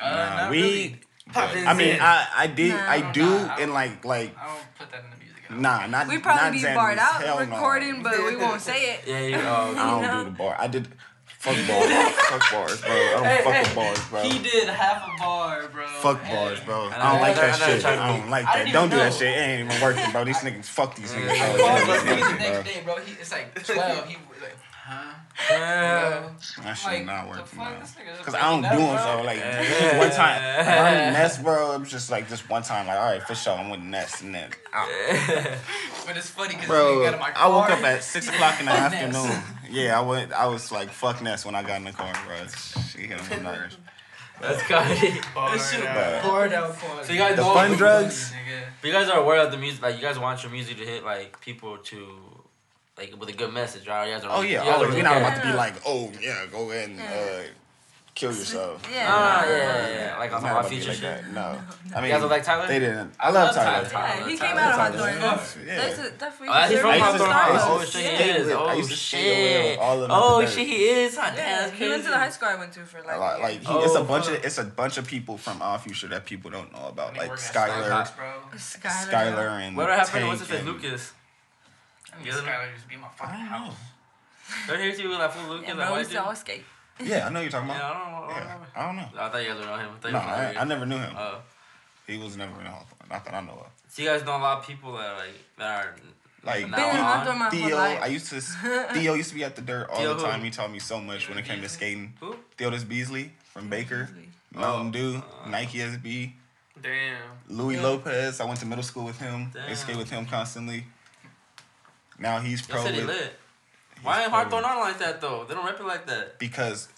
Speaker 8: Uh,
Speaker 7: nah,
Speaker 8: not
Speaker 7: we.
Speaker 8: really.
Speaker 7: but- I mean, I I did
Speaker 6: Nah.
Speaker 7: I do
Speaker 8: Nah, I-
Speaker 7: and like like
Speaker 8: I don't put that in the music. album.
Speaker 7: nah not
Speaker 6: We
Speaker 7: not
Speaker 6: probably be
Speaker 7: Xanax,
Speaker 6: barred out
Speaker 7: hell no.
Speaker 6: recording, but we won't say it.
Speaker 1: Yeah, you oh,
Speaker 7: I
Speaker 6: You
Speaker 7: don't
Speaker 6: know?
Speaker 7: do the bar. I did fuck bars. fuck bars, bro. I don't fuck with bars, bro.
Speaker 8: He did half a bar, bro.
Speaker 7: Fuck
Speaker 8: Hey,
Speaker 7: bars,
Speaker 1: I
Speaker 7: bro. I don't
Speaker 1: know-
Speaker 7: like
Speaker 1: I know-
Speaker 7: that
Speaker 1: I know
Speaker 7: shit.
Speaker 1: you're trying to
Speaker 7: I
Speaker 1: be-
Speaker 7: don't like
Speaker 8: I
Speaker 7: that.
Speaker 8: didn't
Speaker 7: Don't do
Speaker 8: even
Speaker 7: that
Speaker 8: know.
Speaker 7: shit. It ain't even working, bro. These niggas, fuck these niggas,
Speaker 8: He
Speaker 7: bro.
Speaker 8: called us
Speaker 7: It's
Speaker 8: the
Speaker 7: not working,
Speaker 8: next
Speaker 7: bro.
Speaker 8: day, bro. He, it's like 12. He was like, huh?
Speaker 1: yeah.
Speaker 8: Bro.
Speaker 7: That
Speaker 8: Like,
Speaker 7: shit not
Speaker 8: the
Speaker 7: working,
Speaker 8: fuck?
Speaker 7: bro.
Speaker 8: This nigga's
Speaker 7: Cause I don't do
Speaker 8: breaking
Speaker 7: them,
Speaker 8: up,
Speaker 7: so
Speaker 8: bro.
Speaker 7: like just one time, learning Ness, bro. It was just like just one time, like all right, for sure, I'm with Ness, and then out.
Speaker 8: But it's funny because
Speaker 7: Bro,
Speaker 8: got in my
Speaker 7: I woke
Speaker 8: car.
Speaker 7: up at six o'clock in the
Speaker 8: Fuck
Speaker 7: afternoon.
Speaker 8: Ness.
Speaker 7: Yeah, I went. I was like, "Fuck Ness" when I got in the car, bro. She hit on my nerves.
Speaker 1: That's crazy.
Speaker 5: Bar
Speaker 8: This shit
Speaker 5: it
Speaker 7: Bro.
Speaker 5: out.
Speaker 1: Oh,
Speaker 8: poured out for us.
Speaker 1: So you guys
Speaker 7: The
Speaker 1: know-
Speaker 7: fun drugs?
Speaker 8: Nigga.
Speaker 1: But you guys are aware of the music, like you guys want your music to hit like people to, like with a good message, right? You guys are.
Speaker 7: Oh
Speaker 1: you
Speaker 7: yeah,
Speaker 1: guys
Speaker 7: oh,
Speaker 1: are
Speaker 7: we're
Speaker 1: really
Speaker 7: not
Speaker 1: good.
Speaker 7: about to be like, "Oh yeah, go ahead and uh, kill yourself."
Speaker 1: Ah,
Speaker 6: Yeah.
Speaker 1: yeah, yeah, yeah. Like on
Speaker 7: I'm
Speaker 1: some
Speaker 7: not
Speaker 1: hot
Speaker 7: about to be
Speaker 1: future
Speaker 7: like
Speaker 1: shit.
Speaker 7: that. No, I mean,
Speaker 1: You guys don't like Tyler?
Speaker 7: They didn't. I love, Tyler.
Speaker 6: Yeah, he
Speaker 1: Tyler,
Speaker 6: came
Speaker 1: Tyler,
Speaker 6: out of Hot
Speaker 1: Tyler.
Speaker 6: Door. That's
Speaker 7: Yeah.
Speaker 6: that's a that's where
Speaker 1: Oh, that's-
Speaker 6: he
Speaker 1: he's from
Speaker 6: served
Speaker 1: Hot
Speaker 6: at
Speaker 1: Door.
Speaker 6: Starbucks.
Speaker 1: Oh shit, he
Speaker 6: Yeah.
Speaker 1: is.
Speaker 7: Yeah. I
Speaker 1: Oh
Speaker 7: used to stay over
Speaker 1: shit.
Speaker 7: with all of them
Speaker 1: Oh
Speaker 7: together.
Speaker 1: shit, he is. Huh? Damn,
Speaker 6: Yeah,
Speaker 1: that's
Speaker 6: he went to
Speaker 1: crazy.
Speaker 6: the high school I went to for like.
Speaker 7: Like, like he,
Speaker 1: Oh,
Speaker 7: it's a bunch
Speaker 1: fuck.
Speaker 7: of it's a bunch of people from our future that people don't know about,
Speaker 8: They
Speaker 7: like
Speaker 8: work at
Speaker 7: Skylar,
Speaker 8: Starbucks, bro.
Speaker 6: Skylar.
Speaker 7: Skylar, and
Speaker 1: What happened? What's his
Speaker 7: Tank
Speaker 1: face?
Speaker 7: and-
Speaker 1: Lucas.
Speaker 8: I mean,
Speaker 1: Yeah, them-
Speaker 8: Skylar used to be in my fucking
Speaker 7: I don't know.
Speaker 8: house.
Speaker 1: Don't hear you with that fool Lucas.
Speaker 6: Yeah,
Speaker 1: that
Speaker 6: bro, we
Speaker 1: white
Speaker 6: used
Speaker 1: dude.
Speaker 6: to all skate.
Speaker 7: Yeah, I know you're talking
Speaker 1: Yeah,
Speaker 7: about.
Speaker 1: I don't know. I don't
Speaker 7: Yeah,
Speaker 1: know.
Speaker 7: I don't know.
Speaker 1: I thought you guys would know him. I thought you
Speaker 7: No,
Speaker 1: guys
Speaker 7: I,
Speaker 1: were
Speaker 7: I never knew him.
Speaker 1: Oh.
Speaker 7: He was never in Hawthorne. I thought I know of.
Speaker 1: So you guys know a lot of people that are like that are
Speaker 7: Like
Speaker 1: Now
Speaker 6: Been in
Speaker 1: on.
Speaker 6: Hot Door my whole
Speaker 7: Theo, I
Speaker 6: life.
Speaker 7: used to. Theo used to be at the dirt all
Speaker 1: Theo
Speaker 7: the
Speaker 1: who?
Speaker 7: time. He taught me so much when it came to skating.
Speaker 1: who? Oh,
Speaker 7: Theodis Beasley from Baker,
Speaker 6: Beasley.
Speaker 7: Mountain Dew,
Speaker 1: uh,
Speaker 7: Nike SB,
Speaker 5: Damn.
Speaker 7: Louis
Speaker 6: Yeah.
Speaker 7: Lopez. I went to middle school with him. They
Speaker 1: Damn.
Speaker 7: skate with him constantly. Now he's
Speaker 1: Y'all
Speaker 7: pro
Speaker 1: said he
Speaker 7: with
Speaker 1: lit. Why ain't
Speaker 7: pro
Speaker 1: Hawthorne
Speaker 7: with-
Speaker 1: on like that though? They don't rap it like that.
Speaker 7: because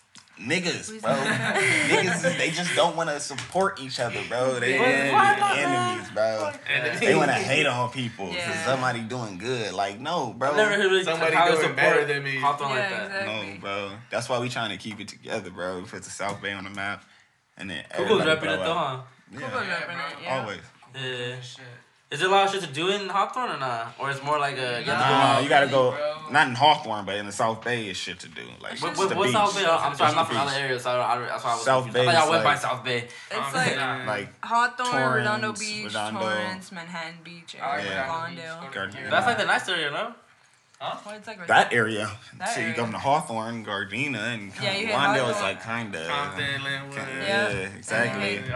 Speaker 7: niggas,
Speaker 6: Who's
Speaker 7: bro. niggas, they just don't want to support each other, bro. They
Speaker 6: Yeah.
Speaker 7: want to be enemies, bro.
Speaker 5: And
Speaker 7: They want to hate on people for
Speaker 6: Yeah.
Speaker 7: somebody doing good. Like, no, bro.
Speaker 1: I've never heard really
Speaker 5: Somebody
Speaker 1: how to
Speaker 5: doing
Speaker 1: support
Speaker 5: better than me.
Speaker 1: Hawthorne like that.
Speaker 6: yeah, exactly.
Speaker 7: No, bro. That's why we trying to keep it together, bro. We put the South Bay on the map, and then
Speaker 1: Google's
Speaker 7: everybody
Speaker 1: repping it
Speaker 7: blow
Speaker 1: though,
Speaker 7: out.
Speaker 1: huh?
Speaker 6: Google
Speaker 7: Yeah,
Speaker 6: yeah,
Speaker 8: bro.
Speaker 6: yeah.
Speaker 7: always.
Speaker 1: Yeah.
Speaker 8: Shit.
Speaker 1: Is there a lot of shit to do in Hawthorne or not? Or it's more like a. you have to go
Speaker 8: Nah.
Speaker 7: Nah,
Speaker 1: out-
Speaker 7: you gotta go.
Speaker 8: Bro.
Speaker 7: Not in Hawthorne, but in the South Bay is shit to do. Like
Speaker 1: What,
Speaker 7: it's
Speaker 1: what,
Speaker 7: the
Speaker 1: what's
Speaker 7: beach.
Speaker 1: South Bay? I'm sorry, I'm not
Speaker 7: the
Speaker 1: from other
Speaker 7: beach.
Speaker 1: areas, so I don't, I, that's why I was.
Speaker 7: South
Speaker 1: confused. I
Speaker 7: Bay
Speaker 1: thought
Speaker 7: is
Speaker 1: y'all went by
Speaker 7: like-
Speaker 1: South Bay.
Speaker 6: It's like
Speaker 7: Like
Speaker 6: Hawthorne, Redondo
Speaker 7: Torrance,
Speaker 6: Beach,
Speaker 7: Redondo.
Speaker 6: Torrance, Manhattan Beach, area,
Speaker 7: Yeah.
Speaker 6: Palmdale.
Speaker 7: Gardena.
Speaker 1: That's like the nice area, no?
Speaker 6: Well, it's like right
Speaker 7: that area.
Speaker 6: That
Speaker 7: so you
Speaker 6: area.
Speaker 7: come to Hawthorne, Gardena, and
Speaker 6: Yeah, you hit
Speaker 7: Wandale is
Speaker 6: Hawthorne.
Speaker 7: like kinda.
Speaker 5: Compton, Linwood.
Speaker 7: kinda-
Speaker 6: Yeah.
Speaker 7: yeah.
Speaker 6: Hey,
Speaker 7: exactly.
Speaker 6: hey.
Speaker 7: Exactly,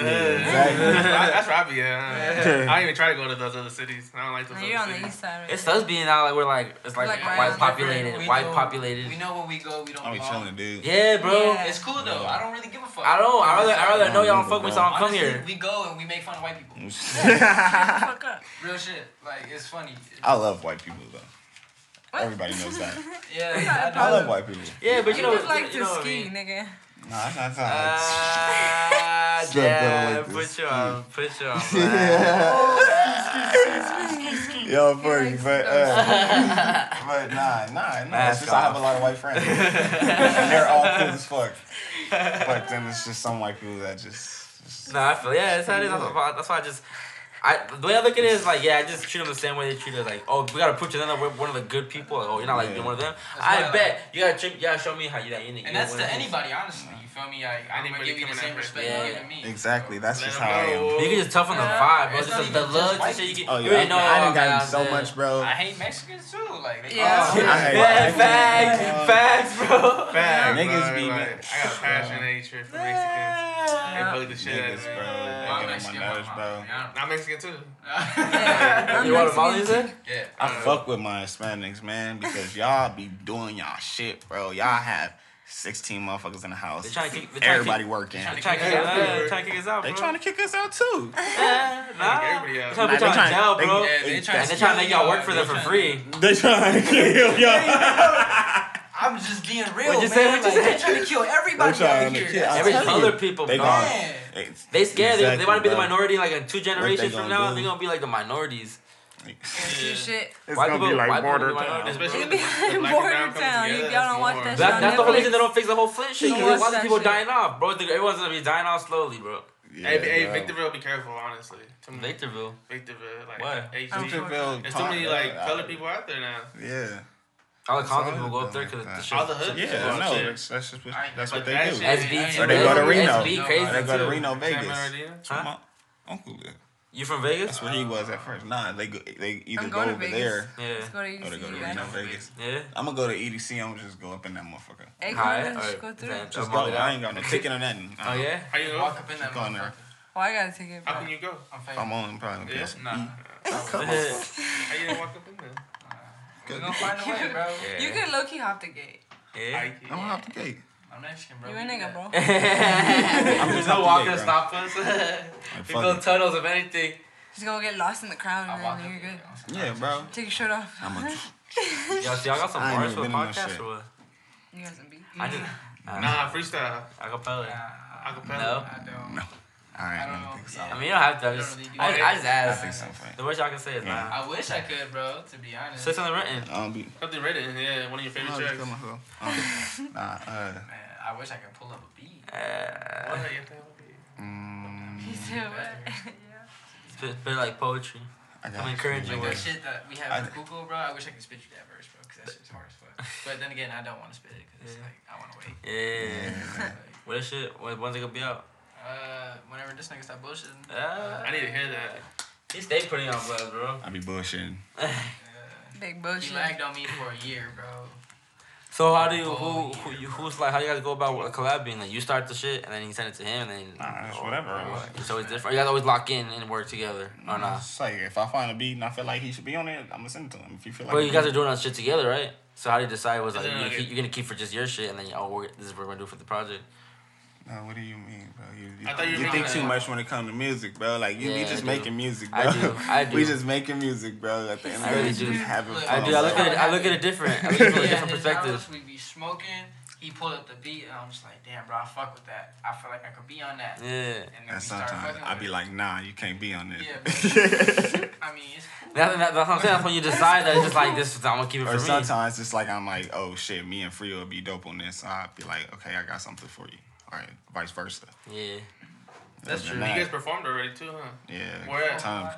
Speaker 5: That's
Speaker 7: exactly.
Speaker 5: that's where I be at. huh? I don't even try to go to those other cities. I don't like those
Speaker 6: Now
Speaker 5: other
Speaker 6: you're on the
Speaker 5: cities.
Speaker 6: east side. Right
Speaker 1: It
Speaker 6: there.
Speaker 1: sucks being out like we're like, it's like,
Speaker 6: Like, right
Speaker 1: white
Speaker 6: on the
Speaker 1: populated.
Speaker 8: We
Speaker 1: white
Speaker 8: know-
Speaker 1: populated.
Speaker 8: We know where we go. We don't.
Speaker 7: I'll be
Speaker 8: belong.
Speaker 7: chilling, dude.
Speaker 1: Yeah, bro.
Speaker 6: Yeah.
Speaker 8: It's cool though. I don't really give a fuck.
Speaker 1: I don't. I rather, I rather know y'all don't
Speaker 7: Yeah.
Speaker 1: fuck with me, so I don't come
Speaker 8: Honestly,
Speaker 1: here.
Speaker 8: We go and we make fun of white people.
Speaker 6: Shut the fuck up.
Speaker 8: Real shit. Like it's funny.
Speaker 7: I love white people though.
Speaker 6: What?
Speaker 7: Everybody knows that.
Speaker 8: Yeah.
Speaker 7: I love white people.
Speaker 1: Yeah, but you
Speaker 6: You
Speaker 1: know,
Speaker 6: just like
Speaker 1: you
Speaker 6: to
Speaker 1: know what I
Speaker 6: ski,
Speaker 1: mean.
Speaker 6: nigga.
Speaker 7: Nah, that's not
Speaker 1: Ah,
Speaker 7: It's not better
Speaker 1: yeah,
Speaker 7: like
Speaker 1: put
Speaker 7: this.
Speaker 1: you on, put you on.
Speaker 7: Yo, funny, but uh,
Speaker 1: blast.
Speaker 7: but nah, nah, nah. It's
Speaker 1: Mask
Speaker 7: just I have a
Speaker 1: off.
Speaker 7: lot of white friends, and they're all cool as fuck. But then it's just some white people that just, just
Speaker 1: Nah, I feel yeah. That's how it is. That's why, that's why I just. I, the way I look at it is like, yeah, I just treat them the same way they treat us. Like, oh, we gotta put you in there. We're one of the good people. Like, oh, you're not like
Speaker 7: Yeah.
Speaker 1: you're one of them.
Speaker 8: That's
Speaker 1: I
Speaker 8: why I
Speaker 1: bet you gotta treat, you gotta show me how you that. You, you
Speaker 8: And that's
Speaker 1: one
Speaker 8: to
Speaker 1: of them.
Speaker 8: anybody, honestly. You feel me? Like I'm gonna
Speaker 5: Anybody
Speaker 8: give you
Speaker 5: coming
Speaker 8: the same
Speaker 5: after
Speaker 8: respect
Speaker 1: us.
Speaker 8: you
Speaker 1: Yeah.
Speaker 8: give me.
Speaker 7: exactly. That's
Speaker 5: Let
Speaker 7: just
Speaker 5: 'em
Speaker 7: how I am.
Speaker 5: know.
Speaker 1: You can just toughen the vibe,
Speaker 6: Yeah.
Speaker 1: bro.
Speaker 8: It's
Speaker 1: It's
Speaker 8: not
Speaker 1: just the
Speaker 8: even just
Speaker 1: looks
Speaker 8: white
Speaker 1: and shit. You, can,
Speaker 7: Oh
Speaker 1: you
Speaker 7: yeah,
Speaker 1: already know.
Speaker 7: I, I
Speaker 1: oh,
Speaker 7: done gotten
Speaker 1: man,
Speaker 7: so
Speaker 1: yeah.
Speaker 7: much, bro.
Speaker 8: I hate Mexicans too. Like they
Speaker 6: Yeah.
Speaker 8: Oh,
Speaker 7: I hate
Speaker 1: Yeah,
Speaker 7: white people.
Speaker 1: facts, facts, bro.
Speaker 5: Facts,
Speaker 7: Niggas
Speaker 5: bro,
Speaker 7: be
Speaker 5: like,
Speaker 7: mad.
Speaker 5: I got passion and hatred for Mexicans. They fuck the shit out of
Speaker 7: Niggas,
Speaker 5: me.
Speaker 7: bro. They
Speaker 8: I'm
Speaker 7: get on
Speaker 8: Mexican,
Speaker 7: my nerves,
Speaker 8: my
Speaker 7: bro.
Speaker 8: mom. Yeah.
Speaker 5: I'm Mexican too.
Speaker 6: Yeah, I'm
Speaker 1: You want a
Speaker 6: Mexican.
Speaker 1: volley? You said?
Speaker 8: Yeah.
Speaker 7: I fuck with my Hispanics, man, because y'all be doing y'all shit, bro. Y'all have 16 motherfuckers in the house.
Speaker 1: They tryna kick- they tryna
Speaker 7: Everybody
Speaker 1: kick-
Speaker 7: working.
Speaker 1: Trying to kick us out. yeah, Trying to kick us out, bro.
Speaker 7: They trying to kick us out too.
Speaker 1: Yeah, nah.
Speaker 5: everybody out.
Speaker 1: Trying to
Speaker 7: Nah,
Speaker 1: put y'all
Speaker 7: they
Speaker 1: in jail,
Speaker 7: tryna- they-
Speaker 1: bro.
Speaker 8: Yeah, they
Speaker 7: And
Speaker 8: trying
Speaker 1: And they're trying to make y'all work for them for free.
Speaker 7: They trying to kill y'all.
Speaker 8: I'm just being
Speaker 1: What'd
Speaker 8: real,
Speaker 1: you
Speaker 8: man.
Speaker 1: say? What'd you
Speaker 8: like,
Speaker 1: say?
Speaker 8: They're trying to kill
Speaker 7: They
Speaker 8: everybody
Speaker 7: trying
Speaker 8: out
Speaker 7: to
Speaker 8: here.
Speaker 7: kill.
Speaker 8: That's-
Speaker 7: I'm
Speaker 1: Every
Speaker 7: telling
Speaker 1: other
Speaker 7: you,
Speaker 1: people,
Speaker 7: they
Speaker 1: bro.
Speaker 7: gone.
Speaker 8: Man.
Speaker 7: It's-
Speaker 1: They scared. They- they
Speaker 7: exactly,
Speaker 1: want to be the
Speaker 7: bro.
Speaker 1: minority like in two generations
Speaker 7: gonna
Speaker 1: from now.
Speaker 7: do?
Speaker 1: They're gonna be like the minorities.
Speaker 6: You shit.
Speaker 7: It's
Speaker 1: White
Speaker 7: gonna be
Speaker 1: people- white
Speaker 7: like
Speaker 1: people
Speaker 7: border
Speaker 1: do my own
Speaker 7: town.
Speaker 5: Especially
Speaker 6: It'd
Speaker 5: when
Speaker 6: be
Speaker 5: the
Speaker 6: like
Speaker 5: black
Speaker 6: border
Speaker 5: and brown come
Speaker 6: town. You
Speaker 5: together,
Speaker 6: y'all don't
Speaker 5: it's
Speaker 6: watch
Speaker 5: more.
Speaker 6: that shit.
Speaker 1: That,
Speaker 6: on
Speaker 1: that's the whole
Speaker 6: Netflix.
Speaker 1: reason they don't fix the whole Flint shit.
Speaker 6: Don't
Speaker 1: 'cause They
Speaker 6: watch
Speaker 1: want the
Speaker 6: that
Speaker 1: people
Speaker 6: shit.
Speaker 1: dying off, bro. They- Everyone's gonna be dying off slowly, bro.
Speaker 7: Yeah,
Speaker 5: Hey, hey,
Speaker 7: bro.
Speaker 5: Victorville, be careful, honestly. Too many-
Speaker 1: Victorville.
Speaker 5: Victorville, like
Speaker 1: Why?
Speaker 5: HD.
Speaker 7: Victorville,
Speaker 5: There's too many
Speaker 7: Pont-
Speaker 5: like
Speaker 7: uh,
Speaker 5: colored people out there now.
Speaker 7: Yeah.
Speaker 1: All the
Speaker 7: all
Speaker 1: common people go up there
Speaker 7: like
Speaker 1: because
Speaker 7: that.
Speaker 1: the shit.
Speaker 5: All the hood.
Speaker 7: Yeah,
Speaker 5: people
Speaker 7: I
Speaker 5: out
Speaker 7: know.
Speaker 5: there.
Speaker 7: That's, that's just what,
Speaker 8: Alright,
Speaker 7: that's what
Speaker 5: but
Speaker 7: they
Speaker 5: that
Speaker 7: do.
Speaker 5: shit-
Speaker 1: SB
Speaker 8: Or
Speaker 1: too.
Speaker 8: they go to
Speaker 7: Reno.
Speaker 1: SB
Speaker 7: Or they
Speaker 1: crazy
Speaker 7: go to
Speaker 1: too.
Speaker 7: Reno, Vegas.
Speaker 5: San Bernardino?
Speaker 7: That's
Speaker 1: Huh?
Speaker 7: where my uncle lived.
Speaker 1: You from Vegas?
Speaker 7: That's where he was at first. Nah, they go, they either
Speaker 6: I'm
Speaker 7: go
Speaker 6: going to
Speaker 7: over
Speaker 6: Vegas.
Speaker 7: there
Speaker 1: Yeah.
Speaker 6: Let's go to
Speaker 7: or they go
Speaker 6: EDC.
Speaker 7: to Reno,
Speaker 6: man.
Speaker 7: Vegas.
Speaker 1: Yeah.
Speaker 7: I'm gonna go to E EDC. I'm gonna just go up in that motherfucker.
Speaker 6: Hey, come
Speaker 1: Hi.
Speaker 6: on, let's
Speaker 1: alright,
Speaker 6: go through.
Speaker 1: then,
Speaker 7: Just
Speaker 1: I'm
Speaker 7: go.
Speaker 1: all
Speaker 7: I
Speaker 1: down.
Speaker 7: ain't got no ticket or nothing.
Speaker 1: Oh yeah.
Speaker 5: How you know?
Speaker 8: Walk up in that
Speaker 7: Keep going there.
Speaker 8: motherfucker.
Speaker 6: Well, I gotta take it
Speaker 5: How can
Speaker 6: back.
Speaker 5: you go?
Speaker 8: I'm
Speaker 7: If I'm
Speaker 8: famous.
Speaker 7: on, probably gonna
Speaker 5: Yeah,
Speaker 7: be
Speaker 8: Nah.
Speaker 5: How you didn't walk up in there?
Speaker 8: We're gonna find a way, bro.
Speaker 6: You
Speaker 1: Yeah.
Speaker 6: can low key hop the gate.
Speaker 1: Yeah.
Speaker 5: Ike.
Speaker 7: I'm off the gate.
Speaker 8: I'm Mexican, bro.
Speaker 6: You a
Speaker 8: We do
Speaker 6: nigga,
Speaker 8: that.
Speaker 6: bro.
Speaker 1: I'm
Speaker 7: just
Speaker 1: no
Speaker 7: up to
Speaker 1: walker
Speaker 7: date, bro.
Speaker 1: stop us.
Speaker 7: Like,
Speaker 1: we build
Speaker 7: fuck
Speaker 1: tunnels if anything.
Speaker 6: Just gonna get lost in the crowd
Speaker 8: I walk
Speaker 6: and
Speaker 8: up
Speaker 6: then you're
Speaker 8: in
Speaker 6: good.
Speaker 8: there.
Speaker 7: it. Yeah, bro.
Speaker 6: Take your shirt off.
Speaker 7: I'm a,
Speaker 1: Y'all, see, y'all got some
Speaker 7: I ain't
Speaker 1: bars
Speaker 7: never
Speaker 1: for the
Speaker 7: been in no
Speaker 1: podcast
Speaker 7: shit.
Speaker 1: or what?
Speaker 6: You guys some beat.
Speaker 1: I just
Speaker 5: Nah, freestyle.
Speaker 1: acapella.
Speaker 5: Acapella.
Speaker 1: No.
Speaker 8: I don't.
Speaker 7: No. all right.
Speaker 8: I
Speaker 7: I
Speaker 8: don't
Speaker 7: don't
Speaker 8: know.
Speaker 7: think so.
Speaker 1: I
Speaker 8: Yeah.
Speaker 1: mean, you don't have to. I just,
Speaker 8: don't really do
Speaker 1: I,
Speaker 5: that.
Speaker 1: I just
Speaker 7: I
Speaker 1: asked.
Speaker 7: think something.
Speaker 1: The worst y'all can say is
Speaker 7: Yeah. Oh.
Speaker 1: nah.
Speaker 8: I wish I could, bro. To be honest.
Speaker 1: Say something written.
Speaker 7: I don't be.
Speaker 5: Something written, yeah, one of your
Speaker 7: I
Speaker 5: favorite tracks.
Speaker 7: don't just kill myself. Um, Nah. Uh.
Speaker 8: Man, I wish I could pull up a beat.
Speaker 5: Why
Speaker 1: Uh,
Speaker 5: not? You have to have a beat.
Speaker 7: mm,
Speaker 6: He said what?
Speaker 1: spit, spit like poetry.
Speaker 7: I got
Speaker 1: Some encouraging
Speaker 8: Like that
Speaker 1: words.
Speaker 8: shit that we
Speaker 7: I-
Speaker 8: have in Google, bro. I wish I could spit you that verse, bro, because that shit's hard as fuck. But then again, I don't want to spit it because
Speaker 1: Yeah.
Speaker 8: like I want to wait.
Speaker 1: Yeah.
Speaker 8: Like,
Speaker 1: What that shit? When, when's it gonna be out?
Speaker 8: uh, whenever this nigga stop bullshitting.
Speaker 1: Uh,
Speaker 5: I need to hear that.
Speaker 1: he stayed pretty on blast, bro.
Speaker 7: I be bullshitting.
Speaker 6: Big
Speaker 8: He
Speaker 6: bullshit.
Speaker 8: lagged on me for a year, bro.
Speaker 1: So how do you who,
Speaker 8: Oh,
Speaker 1: who
Speaker 8: yeah,
Speaker 1: you, who's like how do you guys go about a collab being like you start the shit and then you send it to him and then
Speaker 7: Nah, it's whatever. Mm-hmm.
Speaker 1: Or It's always different. You guys always lock in and work together or not?
Speaker 7: It's like if I find a beat and I feel like he should be on it, I'm gonna send it to him. If you feel like
Speaker 1: Well, you guys are doing that shit together, right? So how do you decide was like
Speaker 5: Isn't
Speaker 1: you're
Speaker 5: it
Speaker 1: gonna,
Speaker 5: like
Speaker 1: keep,
Speaker 5: a-
Speaker 1: you're gonna keep for just your shit and then oh we're, this is what we're gonna do for the project.
Speaker 7: No, what do you mean, bro? You, you,
Speaker 5: I thought you
Speaker 7: you
Speaker 5: were
Speaker 7: think
Speaker 5: making
Speaker 7: too
Speaker 5: a-
Speaker 7: much when it comes to music, bro. Like you,
Speaker 1: Yeah,
Speaker 7: we
Speaker 1: I
Speaker 7: just
Speaker 1: do.
Speaker 7: making music, bro.
Speaker 1: I do. I do.
Speaker 7: We just making music, bro. At the end of
Speaker 1: I
Speaker 7: the
Speaker 1: really
Speaker 7: day,
Speaker 1: do.
Speaker 7: we having
Speaker 8: Look,
Speaker 7: fun.
Speaker 1: I do. I look
Speaker 7: bro.
Speaker 1: at it. I look at it different. I look at it from a
Speaker 8: Yeah,
Speaker 1: different
Speaker 8: in his
Speaker 1: perspective.
Speaker 8: house, we be smoking. he pulled up the beat, and I'm just like, damn, bro, I fuck with that. I feel like I could be on that.
Speaker 1: Yeah.
Speaker 8: And then
Speaker 7: And
Speaker 8: we start
Speaker 7: sometimes
Speaker 8: fucking
Speaker 7: I'd
Speaker 8: with
Speaker 7: be
Speaker 8: it.
Speaker 7: like, nah, you can't be on
Speaker 8: yeah.
Speaker 7: this.
Speaker 8: but, I mean, it's cool.
Speaker 1: That, that, that's what I'm saying. That's when you decide that it's just like this. is- I'm gonna keep it
Speaker 7: or
Speaker 1: for me.
Speaker 7: sometimes it's like I'm like, oh shit, me and Free will be dope on this. I'd be like, okay, I got something for you. All right, vice versa.
Speaker 1: Yeah.
Speaker 5: That's
Speaker 7: Other
Speaker 5: true.
Speaker 7: than
Speaker 5: You guys
Speaker 7: that,
Speaker 5: performed already too, huh?
Speaker 7: yeah,
Speaker 5: Where at?
Speaker 7: time.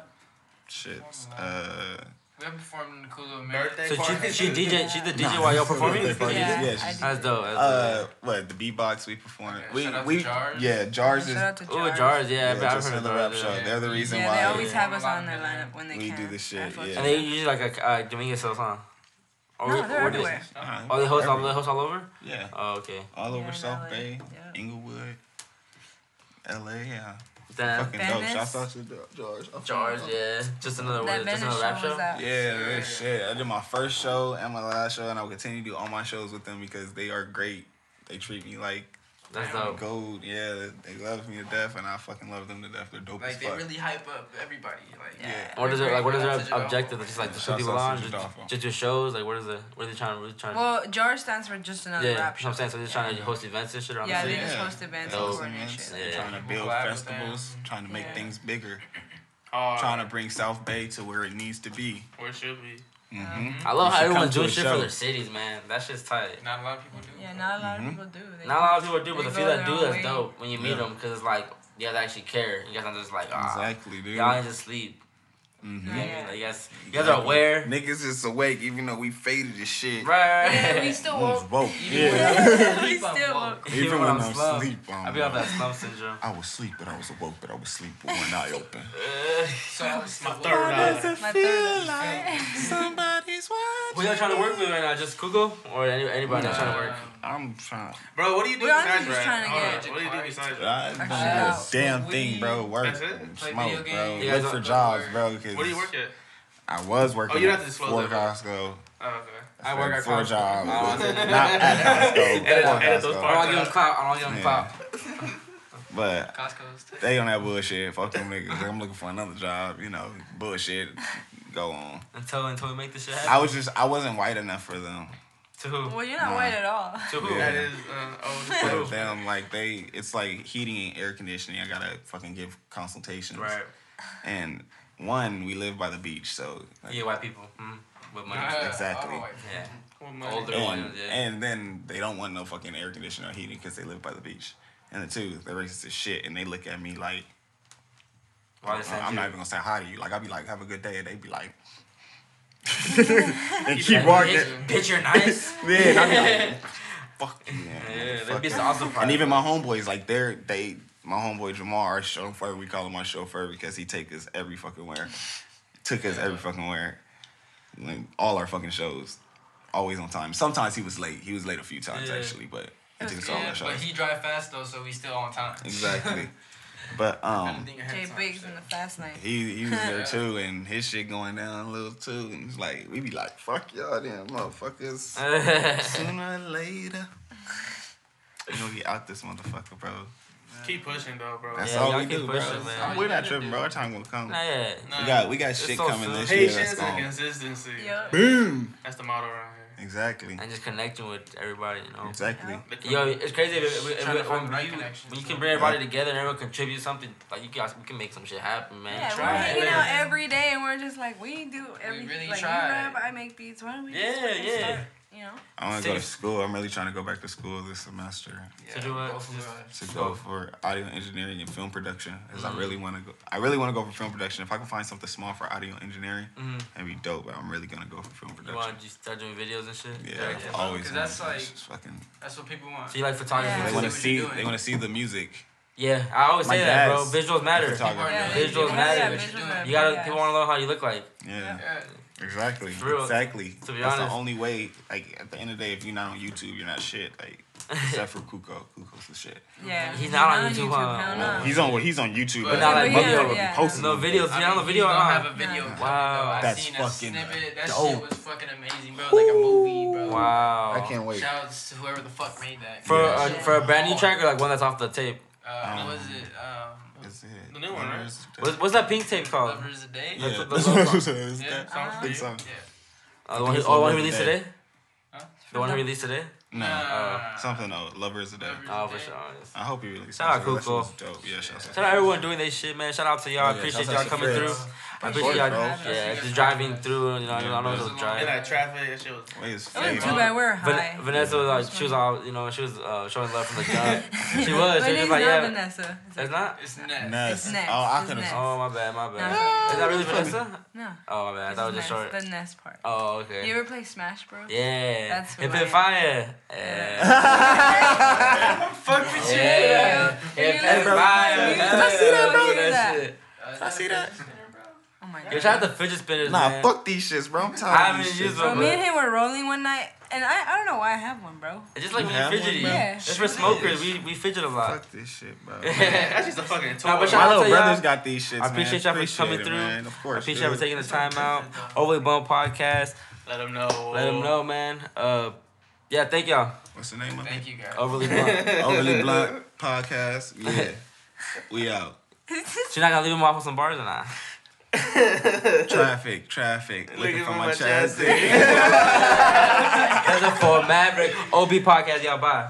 Speaker 7: Shit. Uh,
Speaker 8: We haven't performed in the cool little minute.
Speaker 1: So
Speaker 5: Birthday party.
Speaker 1: she, she DJ. She's the DJ while y'all performing.
Speaker 7: Yeah,
Speaker 6: Yeah,
Speaker 7: yeah, she's-
Speaker 6: I
Speaker 1: That's dope. That's
Speaker 7: uh, what the beatbox we performed?
Speaker 8: Okay,
Speaker 7: We
Speaker 8: shout out
Speaker 7: we
Speaker 8: to Jars.
Speaker 7: yeah,
Speaker 6: do.
Speaker 7: jars is
Speaker 6: Shout out to
Speaker 1: dope. Ooh,
Speaker 6: Jars.
Speaker 1: jars. Yeah, I've-
Speaker 7: yeah,
Speaker 1: I've
Speaker 7: just
Speaker 1: heard
Speaker 7: another
Speaker 1: about
Speaker 7: rap
Speaker 1: that.
Speaker 7: show. They're the reason
Speaker 6: Yeah,
Speaker 7: why
Speaker 6: they always
Speaker 8: yeah.
Speaker 6: have us on their lineup when they
Speaker 7: We
Speaker 6: can.
Speaker 7: do the shit,
Speaker 6: I fuck
Speaker 7: yeah.
Speaker 1: And
Speaker 6: with
Speaker 1: they
Speaker 6: them.
Speaker 1: usually like a uh, Dominguez sells, huh? Or,
Speaker 6: No, they're
Speaker 1: or do they-
Speaker 6: everywhere.
Speaker 7: Uh,
Speaker 1: Oh, they host all,
Speaker 7: every-
Speaker 1: they host all over.
Speaker 7: Yeah,
Speaker 1: Oh, okay.
Speaker 7: all
Speaker 6: Yeah,
Speaker 7: over South
Speaker 6: LA,
Speaker 7: Bay,
Speaker 6: yeah.
Speaker 7: Inglewood, LA. Yeah,
Speaker 1: Damn.
Speaker 7: fucking dope.
Speaker 6: Venice.
Speaker 7: Shout out to Jar- Jars. I fuck
Speaker 1: Jars.
Speaker 7: with them.
Speaker 1: Uh, Yeah. Just another.
Speaker 6: That
Speaker 1: Word, just
Speaker 6: Venice
Speaker 1: another rap
Speaker 6: show
Speaker 1: show.
Speaker 6: was out.
Speaker 7: Yeah, man, shit. I did my first show and my last show, and I will continue to do all my shows with them because they are great. They treat me like
Speaker 1: That's dope.
Speaker 7: gold. Yeah, they love me to death, and I fucking love them to death. They're dope as
Speaker 8: Like they
Speaker 7: fuck.
Speaker 8: really hype up everybody. Like
Speaker 7: Yeah.
Speaker 1: What is it like? What is their objective?
Speaker 8: That's
Speaker 1: Just like to show
Speaker 7: Shouts
Speaker 1: people
Speaker 7: out to
Speaker 1: on,
Speaker 7: Jadolfo.
Speaker 1: just, just do shows. Like, what is it? What are they trying? What are they trying?
Speaker 6: Well, JAR stands for just another
Speaker 1: yeah,
Speaker 6: rap
Speaker 1: that's what
Speaker 6: show.
Speaker 1: I'm saying. So they're trying to host events and shit around
Speaker 6: Yeah,
Speaker 1: the
Speaker 6: they
Speaker 1: city.
Speaker 6: just host events
Speaker 1: Dope.
Speaker 6: and
Speaker 7: Those
Speaker 6: coordinate
Speaker 7: events,
Speaker 6: shit.
Speaker 1: Yeah.
Speaker 7: Trying to build
Speaker 8: Collab with
Speaker 7: festivals, trying to make
Speaker 6: Yeah.
Speaker 7: things bigger,
Speaker 5: Oh,
Speaker 7: trying to bring South Bay to where it needs to be.
Speaker 5: Where it should be?
Speaker 7: hmm
Speaker 1: I love
Speaker 7: You should
Speaker 1: how
Speaker 7: come
Speaker 1: everyone's
Speaker 7: to
Speaker 1: doing
Speaker 7: a
Speaker 1: shit
Speaker 7: show.
Speaker 1: for their cities, man. That shit's tight.
Speaker 8: Not a lot of people do.
Speaker 6: Yeah,
Speaker 8: bro.
Speaker 6: not a lot of
Speaker 7: Mhm.
Speaker 6: people do. They
Speaker 1: Not a lot of people do, but
Speaker 6: They
Speaker 1: the few
Speaker 6: go
Speaker 1: that
Speaker 6: their
Speaker 1: do,
Speaker 6: own
Speaker 1: that's
Speaker 6: way.
Speaker 1: dope when you meet
Speaker 7: Yeah.
Speaker 1: them, because it's like you guys actually care. You guys not just like ah,
Speaker 7: Exactly, dude.
Speaker 1: y'all ain't just sleep. You know what
Speaker 7: Mhm.
Speaker 1: I mean?
Speaker 6: Yeah.
Speaker 1: Like, you guys, you guys are aware,
Speaker 7: Niggas is awake, even though we faded as shit.
Speaker 1: right?
Speaker 6: Yeah, we still
Speaker 7: Niggas
Speaker 6: won't.
Speaker 7: woke.
Speaker 6: we
Speaker 8: Sleep up,
Speaker 6: still
Speaker 8: bro.
Speaker 6: won't.
Speaker 1: Even
Speaker 7: Even
Speaker 1: when
Speaker 7: when
Speaker 1: I'm
Speaker 7: I'm
Speaker 1: slow,
Speaker 7: asleep,
Speaker 1: I be on
Speaker 7: um,
Speaker 1: that slump syndrome.
Speaker 7: I was asleep, but I was awoke, but I was asleep with one eye open.
Speaker 8: So I was
Speaker 5: My third eye.
Speaker 6: My third.
Speaker 7: somebody's
Speaker 1: Who y'all trying to work with right now? Just Google or any, anybody that's trying to work?
Speaker 7: I'm trying.
Speaker 5: Bro, what do you do
Speaker 6: We're
Speaker 5: besides
Speaker 6: honestly just
Speaker 5: rap?
Speaker 6: trying to
Speaker 5: Hold on,
Speaker 6: get-
Speaker 5: What do you do besides rap?
Speaker 7: I don't do
Speaker 6: Shout
Speaker 7: a
Speaker 6: out.
Speaker 7: damn thing, bro. Work,
Speaker 5: That's it?
Speaker 8: Play video
Speaker 7: smoke, bro.
Speaker 8: games?
Speaker 1: You guys
Speaker 7: Look for
Speaker 1: don't-
Speaker 7: jobs, bro. 'cause
Speaker 5: What do you work at?
Speaker 7: I was working.
Speaker 5: Oh, you don't
Speaker 7: at
Speaker 5: have to disclose
Speaker 7: four
Speaker 5: that, bro.
Speaker 7: Costco.
Speaker 5: Oh, okay.
Speaker 1: I work at
Speaker 7: four
Speaker 1: Costco.
Speaker 7: jobs.
Speaker 1: I don't wanna-
Speaker 7: Not at Costco.
Speaker 5: Oh, Edit-
Speaker 7: four
Speaker 5: edit those
Speaker 1: I don't
Speaker 5: parts.
Speaker 7: Costco.
Speaker 1: want to give them clout. I don't want to give them
Speaker 7: Yeah.
Speaker 1: clout.
Speaker 7: But
Speaker 8: Costco's.
Speaker 7: they on that bullshit. Fuck them niggas. I'm looking for another job. You know, bullshit. Go on.
Speaker 1: Until until we make this shit happen.
Speaker 7: I was just. I wasn't white enough for them.
Speaker 1: To who?
Speaker 6: Well, you're not
Speaker 7: Nah.
Speaker 6: white at all.
Speaker 1: To who?
Speaker 7: Yeah.
Speaker 5: That is uh,
Speaker 7: But
Speaker 5: old.
Speaker 7: them like they it's like heating and air conditioning i gotta fucking give consultations
Speaker 1: Right.
Speaker 7: and one we live by the beach so like,
Speaker 1: Yeah, white people. Mm, with money.
Speaker 8: Uh,
Speaker 7: Exactly.
Speaker 8: all white.
Speaker 1: yeah.
Speaker 5: What money?
Speaker 1: Older
Speaker 7: and,
Speaker 1: ones. Oh, Yeah.
Speaker 7: and then they don't want no fucking air conditioning or heating because they live by the beach and the two they're racist as shit and they look at me like
Speaker 1: Why they
Speaker 7: uh,
Speaker 1: send
Speaker 7: i'm
Speaker 1: you?
Speaker 7: not even gonna say hi to you like i'll be like have a good day and they be like and
Speaker 5: You
Speaker 7: keep
Speaker 5: said
Speaker 7: walking
Speaker 1: Bitch, bitch, you're nice.
Speaker 7: man i'm like fuck you man,
Speaker 1: yeah,
Speaker 7: motherfucker.
Speaker 1: that bitch awesome.
Speaker 7: And even my homeboys, like they're they my homeboy Jamar, our chauffeur, we call him our chauffeur because he take us every fucking where. Took us every fucking where. Like all our fucking shows. Always on time. Sometimes he was late. He was late a few times
Speaker 1: Yeah.
Speaker 7: actually, but he took us to all
Speaker 8: Yeah,
Speaker 7: our
Speaker 8: but
Speaker 7: shows.
Speaker 8: he drive fast though, so we still on time.
Speaker 7: Exactly. but
Speaker 8: I didn't
Speaker 7: um
Speaker 8: think ahead
Speaker 6: Jay
Speaker 8: of time,
Speaker 6: Biggs
Speaker 8: so.
Speaker 6: in the fast lane.
Speaker 7: he he was there too and his shit going down a little too. And it's like we be like, fuck y'all damn motherfuckers. Sooner or later. We gonna get out this motherfucker, bro.
Speaker 5: Keep pushing though, bro.
Speaker 7: That's
Speaker 1: Yeah,
Speaker 7: all
Speaker 1: y'all
Speaker 7: we
Speaker 1: keep
Speaker 7: do,
Speaker 1: pushing,
Speaker 7: bro.
Speaker 1: man.
Speaker 7: We're not tripping, bro. Our time gonna come.
Speaker 1: Nah, yeah.
Speaker 7: We got we got shit
Speaker 1: so
Speaker 7: coming
Speaker 1: soon.
Speaker 7: this year. That's
Speaker 5: Patience and
Speaker 7: going
Speaker 5: consistency.
Speaker 6: Yup.
Speaker 7: boom.
Speaker 5: That's the motto around here.
Speaker 7: Exactly.
Speaker 1: And just connecting with everybody, you know.
Speaker 7: Exactly.
Speaker 5: Look,
Speaker 1: Yo, it's crazy if, if, if,
Speaker 8: Trying to
Speaker 1: if-
Speaker 8: find
Speaker 1: when
Speaker 8: the right
Speaker 1: you,
Speaker 8: connections,
Speaker 1: when you
Speaker 8: man.
Speaker 1: can bring everybody together and everyone contribute something. Like you guys, we can make some shit happen, man.
Speaker 6: Yeah, we're
Speaker 8: Try
Speaker 6: hanging
Speaker 8: it.
Speaker 6: out every day, and we're just like, we do everything.
Speaker 8: really
Speaker 6: like,
Speaker 8: try.
Speaker 6: you rap, I make beats. Why don't we just
Speaker 1: Yeah,
Speaker 6: fucking
Speaker 1: yeah.
Speaker 6: start? You know,
Speaker 1: Mm-hmm.
Speaker 7: I want to go to
Speaker 1: Safe.
Speaker 7: school. I'm really trying to go back to school this semester
Speaker 1: So do what?
Speaker 8: both of
Speaker 1: Just-
Speaker 8: us.
Speaker 7: to
Speaker 1: Go.
Speaker 7: go for audio engineering and film production. Cause
Speaker 1: Mhm.
Speaker 7: I really want to go. I really want to go for film production. If I can find something small for audio engineering,
Speaker 1: Mhm.
Speaker 7: that'd be dope. But I'm really gonna go for film
Speaker 1: You
Speaker 7: production.
Speaker 1: want to start doing videos and shit?
Speaker 7: Yeah,
Speaker 1: yeah.
Speaker 7: I've always.
Speaker 8: 'Cause
Speaker 7: wanted
Speaker 8: that's
Speaker 7: to do
Speaker 8: like-
Speaker 7: this. It's fucking.
Speaker 8: That's what people want.
Speaker 1: So you like photography?
Speaker 6: Yeah.
Speaker 7: They
Speaker 1: too?
Speaker 8: see
Speaker 7: want to
Speaker 8: what
Speaker 7: see.
Speaker 8: you're doing.
Speaker 7: They want to see the music.
Speaker 1: Yeah, I always
Speaker 7: My
Speaker 1: say that, bro.
Speaker 7: dad's
Speaker 1: Visuals matter.
Speaker 7: photographer.
Speaker 6: yeah,
Speaker 8: Visuals
Speaker 6: they- they wanna-
Speaker 1: matter.
Speaker 6: yeah,
Speaker 1: What
Speaker 8: you
Speaker 6: visuals
Speaker 8: doing.
Speaker 6: matter,
Speaker 1: You gotta
Speaker 6: yeah.
Speaker 1: people want to know how you look like.
Speaker 7: Yeah.
Speaker 8: Yeah.
Speaker 7: Exactly.
Speaker 1: For real.
Speaker 7: Exactly.
Speaker 1: To be
Speaker 7: That's
Speaker 1: honest.
Speaker 7: the only way. Like at the end of the day, if you're not on YouTube, you're not shit. Like except for Kuko. Kuko's the shit.
Speaker 6: Yeah,
Speaker 1: He's not on YouTube, huh?
Speaker 6: hell no.
Speaker 7: He's on. Well, he's on YouTube.
Speaker 8: But not
Speaker 7: that
Speaker 6: like
Speaker 7: motherfucker
Speaker 6: video,
Speaker 7: be
Speaker 6: yeah.
Speaker 7: posting
Speaker 1: No
Speaker 7: them.
Speaker 1: videos.
Speaker 8: I
Speaker 1: You're not
Speaker 8: mean,
Speaker 1: on
Speaker 8: he's
Speaker 1: video.
Speaker 8: gonna
Speaker 1: huh?
Speaker 8: have a video. coming,
Speaker 1: Wow.
Speaker 8: though. I
Speaker 7: That's
Speaker 8: seen
Speaker 7: fucking
Speaker 8: a snippet. That shit
Speaker 7: dope.
Speaker 8: was fucking amazing, bro. Like a movie, bro.
Speaker 1: Wow.
Speaker 7: I can't wait.
Speaker 8: Shouts to whoever the fuck made that.
Speaker 1: For
Speaker 7: Yeah.
Speaker 1: a, for a brand new track or like one that's off the tape.
Speaker 8: uh,
Speaker 7: Um,
Speaker 8: what was it? Um,
Speaker 7: That's it.
Speaker 5: The new one, right?
Speaker 1: What's, what's that pink tape called?
Speaker 8: Lovers a Day.
Speaker 7: Yeah,
Speaker 1: the-
Speaker 7: that's
Speaker 1: the-
Speaker 7: what I'm saying.
Speaker 8: Yeah.
Speaker 7: Think so.
Speaker 8: Yeah.
Speaker 1: Uh, the one, he- oh, the one he released today.
Speaker 8: Huh?
Speaker 1: The one he released today.
Speaker 7: No,
Speaker 1: Uh,
Speaker 7: something though. Lover is a day.
Speaker 8: Lover-
Speaker 1: Oh, for sure. yes.
Speaker 7: I hope he releases.
Speaker 1: Shout out
Speaker 7: it. That shit
Speaker 1: Kuko.
Speaker 7: was Dope. Yeah, shout out.
Speaker 1: Shout out everyone doing their shit, man. Shout out to y'all.
Speaker 9: yeah,
Speaker 1: appreciate
Speaker 9: shout out
Speaker 1: y'all
Speaker 9: to
Speaker 1: coming
Speaker 9: Fritz.
Speaker 1: through. I
Speaker 6: Of
Speaker 1: appreciate
Speaker 6: course,
Speaker 1: y'all.
Speaker 6: bro.
Speaker 1: Yeah, just driving through. You know, I don't know if it was
Speaker 5: In
Speaker 1: driving.
Speaker 5: that traffic, that shit was.
Speaker 7: Wait, it's
Speaker 6: It wasn't
Speaker 7: fake.
Speaker 6: too bad. We were high.
Speaker 1: Van- Vanessa was like, she was all, you know, she was uh, showing love from the jump. she was.
Speaker 6: But
Speaker 1: She
Speaker 6: it
Speaker 1: was
Speaker 6: is
Speaker 1: just
Speaker 6: not
Speaker 1: like, yeah.
Speaker 6: Vanessa.
Speaker 1: It's
Speaker 6: It's like,
Speaker 1: not?
Speaker 8: It's next.
Speaker 7: Ness.
Speaker 6: It's Ness.
Speaker 7: Oh, I
Speaker 6: It's
Speaker 7: couldn't.
Speaker 6: Ness.
Speaker 1: Oh, my bad, my bad.
Speaker 6: No.
Speaker 1: Is that really Vanessa?
Speaker 6: no.
Speaker 1: Oh, my bad. I
Speaker 6: it's
Speaker 1: thought it was
Speaker 6: Ness,
Speaker 1: just short.
Speaker 6: The Ness part.
Speaker 1: Oh, okay.
Speaker 6: You ever play Smash Bros? Oh
Speaker 1: Yeah.
Speaker 6: That's
Speaker 1: Hip
Speaker 6: who
Speaker 1: Hip
Speaker 6: I
Speaker 1: Fire.
Speaker 8: Fuck with you.
Speaker 1: Yeah.
Speaker 6: You
Speaker 1: Hip
Speaker 6: listen
Speaker 1: Hip
Speaker 6: to
Speaker 1: Fire.
Speaker 6: my music. I see that, bro.
Speaker 1: Look at
Speaker 6: Look at
Speaker 1: shit.
Speaker 8: I see that.
Speaker 6: Oh my
Speaker 1: Yo,
Speaker 6: god.
Speaker 1: shout out to Fidget Spinners,
Speaker 7: Nah,
Speaker 1: man.
Speaker 7: fuck these shits, bro. I'm
Speaker 1: I
Speaker 7: tired
Speaker 1: haven't
Speaker 7: of these
Speaker 1: used
Speaker 7: shits.
Speaker 1: one,
Speaker 6: Bro,
Speaker 1: but
Speaker 6: me and him were rolling one night, and I, I don't know why I have one, bro.
Speaker 1: it's just like
Speaker 7: You
Speaker 1: when you're
Speaker 7: have one,
Speaker 1: fidgety.
Speaker 7: bro?
Speaker 6: Yeah.
Speaker 1: It's for smokers. We, we fidget a lot.
Speaker 7: Fuck this shit, bro.
Speaker 5: That's just a fucking toy.
Speaker 1: Nah, but
Speaker 7: My
Speaker 1: shout out to
Speaker 7: little
Speaker 1: y'all.
Speaker 7: brothers got these shits.
Speaker 1: I appreciate y'all
Speaker 7: man.
Speaker 1: for coming
Speaker 7: it,
Speaker 1: through.
Speaker 7: Man. Of course.
Speaker 1: Appreciate y'all for
Speaker 7: dude.
Speaker 1: taking the time out. Overly Bump Podcast.
Speaker 5: Let them know.
Speaker 1: Let
Speaker 7: Oh.
Speaker 1: them know, man. Uh, yeah, thank y'all.
Speaker 7: What's the name of it?
Speaker 8: Thank you guys.
Speaker 1: Overly Bump.
Speaker 7: Overly Blunt Podcast. Yeah, we out.
Speaker 1: She's not gonna leave him off with some bars or not.
Speaker 7: Traffic, traffic. Looking,
Speaker 5: Looking
Speaker 7: for
Speaker 5: for
Speaker 7: my
Speaker 5: my
Speaker 7: chassis.
Speaker 1: That's it for Maverick OB Podcast. Y'all bye.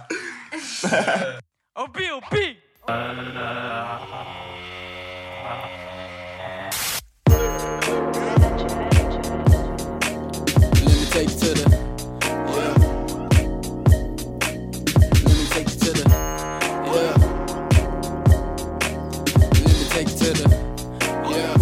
Speaker 1: OB OB.
Speaker 9: Let me take you to the.
Speaker 7: Oh,
Speaker 9: Yeah. Let me take you to the. Yeah. Let me take you to the. Yeah.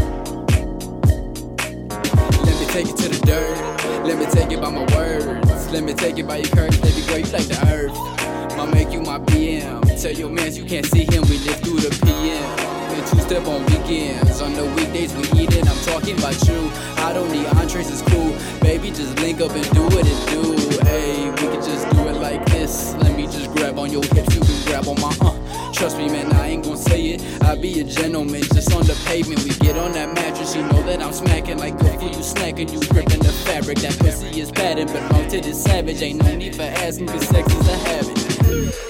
Speaker 9: Let me take you to the dirt. Let me take it by my words. Let me take it by your curves. Baby girl, you like the earth. My make you my BM. Tell your mans you can't see him. We live through the PM. And two step on weekends. On the weekdays we eat it. I'm talking about you. I don't need entrees. It's cool. Baby, just link up and do what it do. Hey, we can just do it like this. Let me just grab on your hips. You can grab on my uh. Trust me, man, I ain't gon' say it. I be a gentleman, just on the pavement. We get on that mattress, you know that I'm smacking like good for you snacking. You gripping the fabric, that pussy is padded, but mounted is savage. Ain't no need for asking, cause sex is a habit.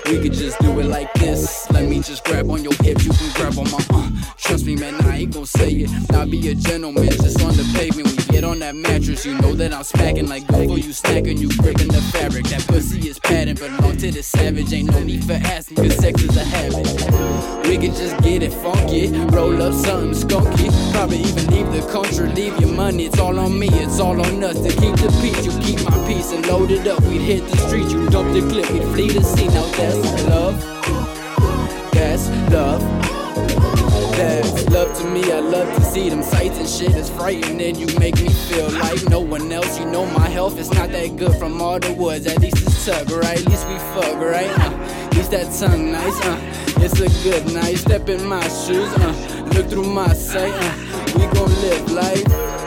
Speaker 9: We could just do it like this. Let me just grab on your hips, you can grab on my uh. Trust me, man, I ain't gon' say it. I be a gentleman, just on the pavement. We get on that mattress, you know that I'm smacking like good for you snacking. You gripping the fabric, that pussy is padded, but mounted is savage. Ain't no need for asking, cause sex is a habit. We could just get it funky, roll up something skunky. Probably even leave the country, leave your money. It's all on me, it's all on us to keep the peace. You keep my peace and load it up. We'd hit the streets, you dump the clip, we'd flee the scene. Now that's love, that's love. That's love to me, I love to see them sights and shit is frightening. You make me feel like no one else. You know my health is not that good from all the woods. At least it's tough, right? At least we fuck, right? Uh, at least that tongue nice, uh. It's a good night. Step in my shoes, uh. Look through my sight, uh. We gon' live life.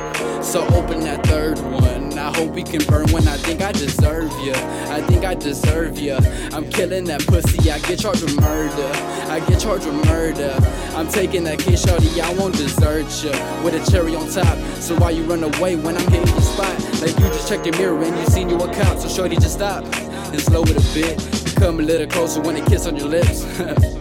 Speaker 9: So open that third one. I hope we can burn one. I think I deserve ya. I think I deserve ya. I'm killing that pussy. I get charged with murder. I get charged with murder. I'm taking that kid, shorty. I won't desert ya with a cherry on top. So why you run away when I'm hitting the spot? Like you just checked your mirror and you seen you a cop. So shorty, just stop and slow it a bit. Come a little closer when it kiss on your lips.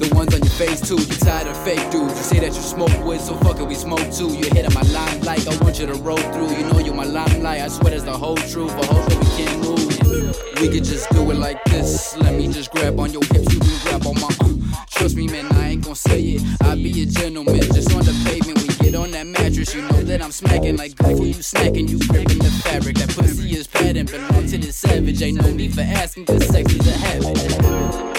Speaker 9: The ones on your face too, you tired of fake dudes. You say that you smoke with, so fuck it, we smoke too. You hit on my line like I want you to roll through. You know you're my limelight, I swear that's the whole truth. I hope that we can move. We could just do it like this. Let me just grab on your hips, you can grab on my. Uh. Trust me, man, I ain't gon' say it. I be a gentleman, just on the pavement. We get on that mattress, you know that I'm smacking like good for you snacking. You gripping the fabric, that pussy is padding, belong to the savage. Ain't no need for asking, cause sex is a habit.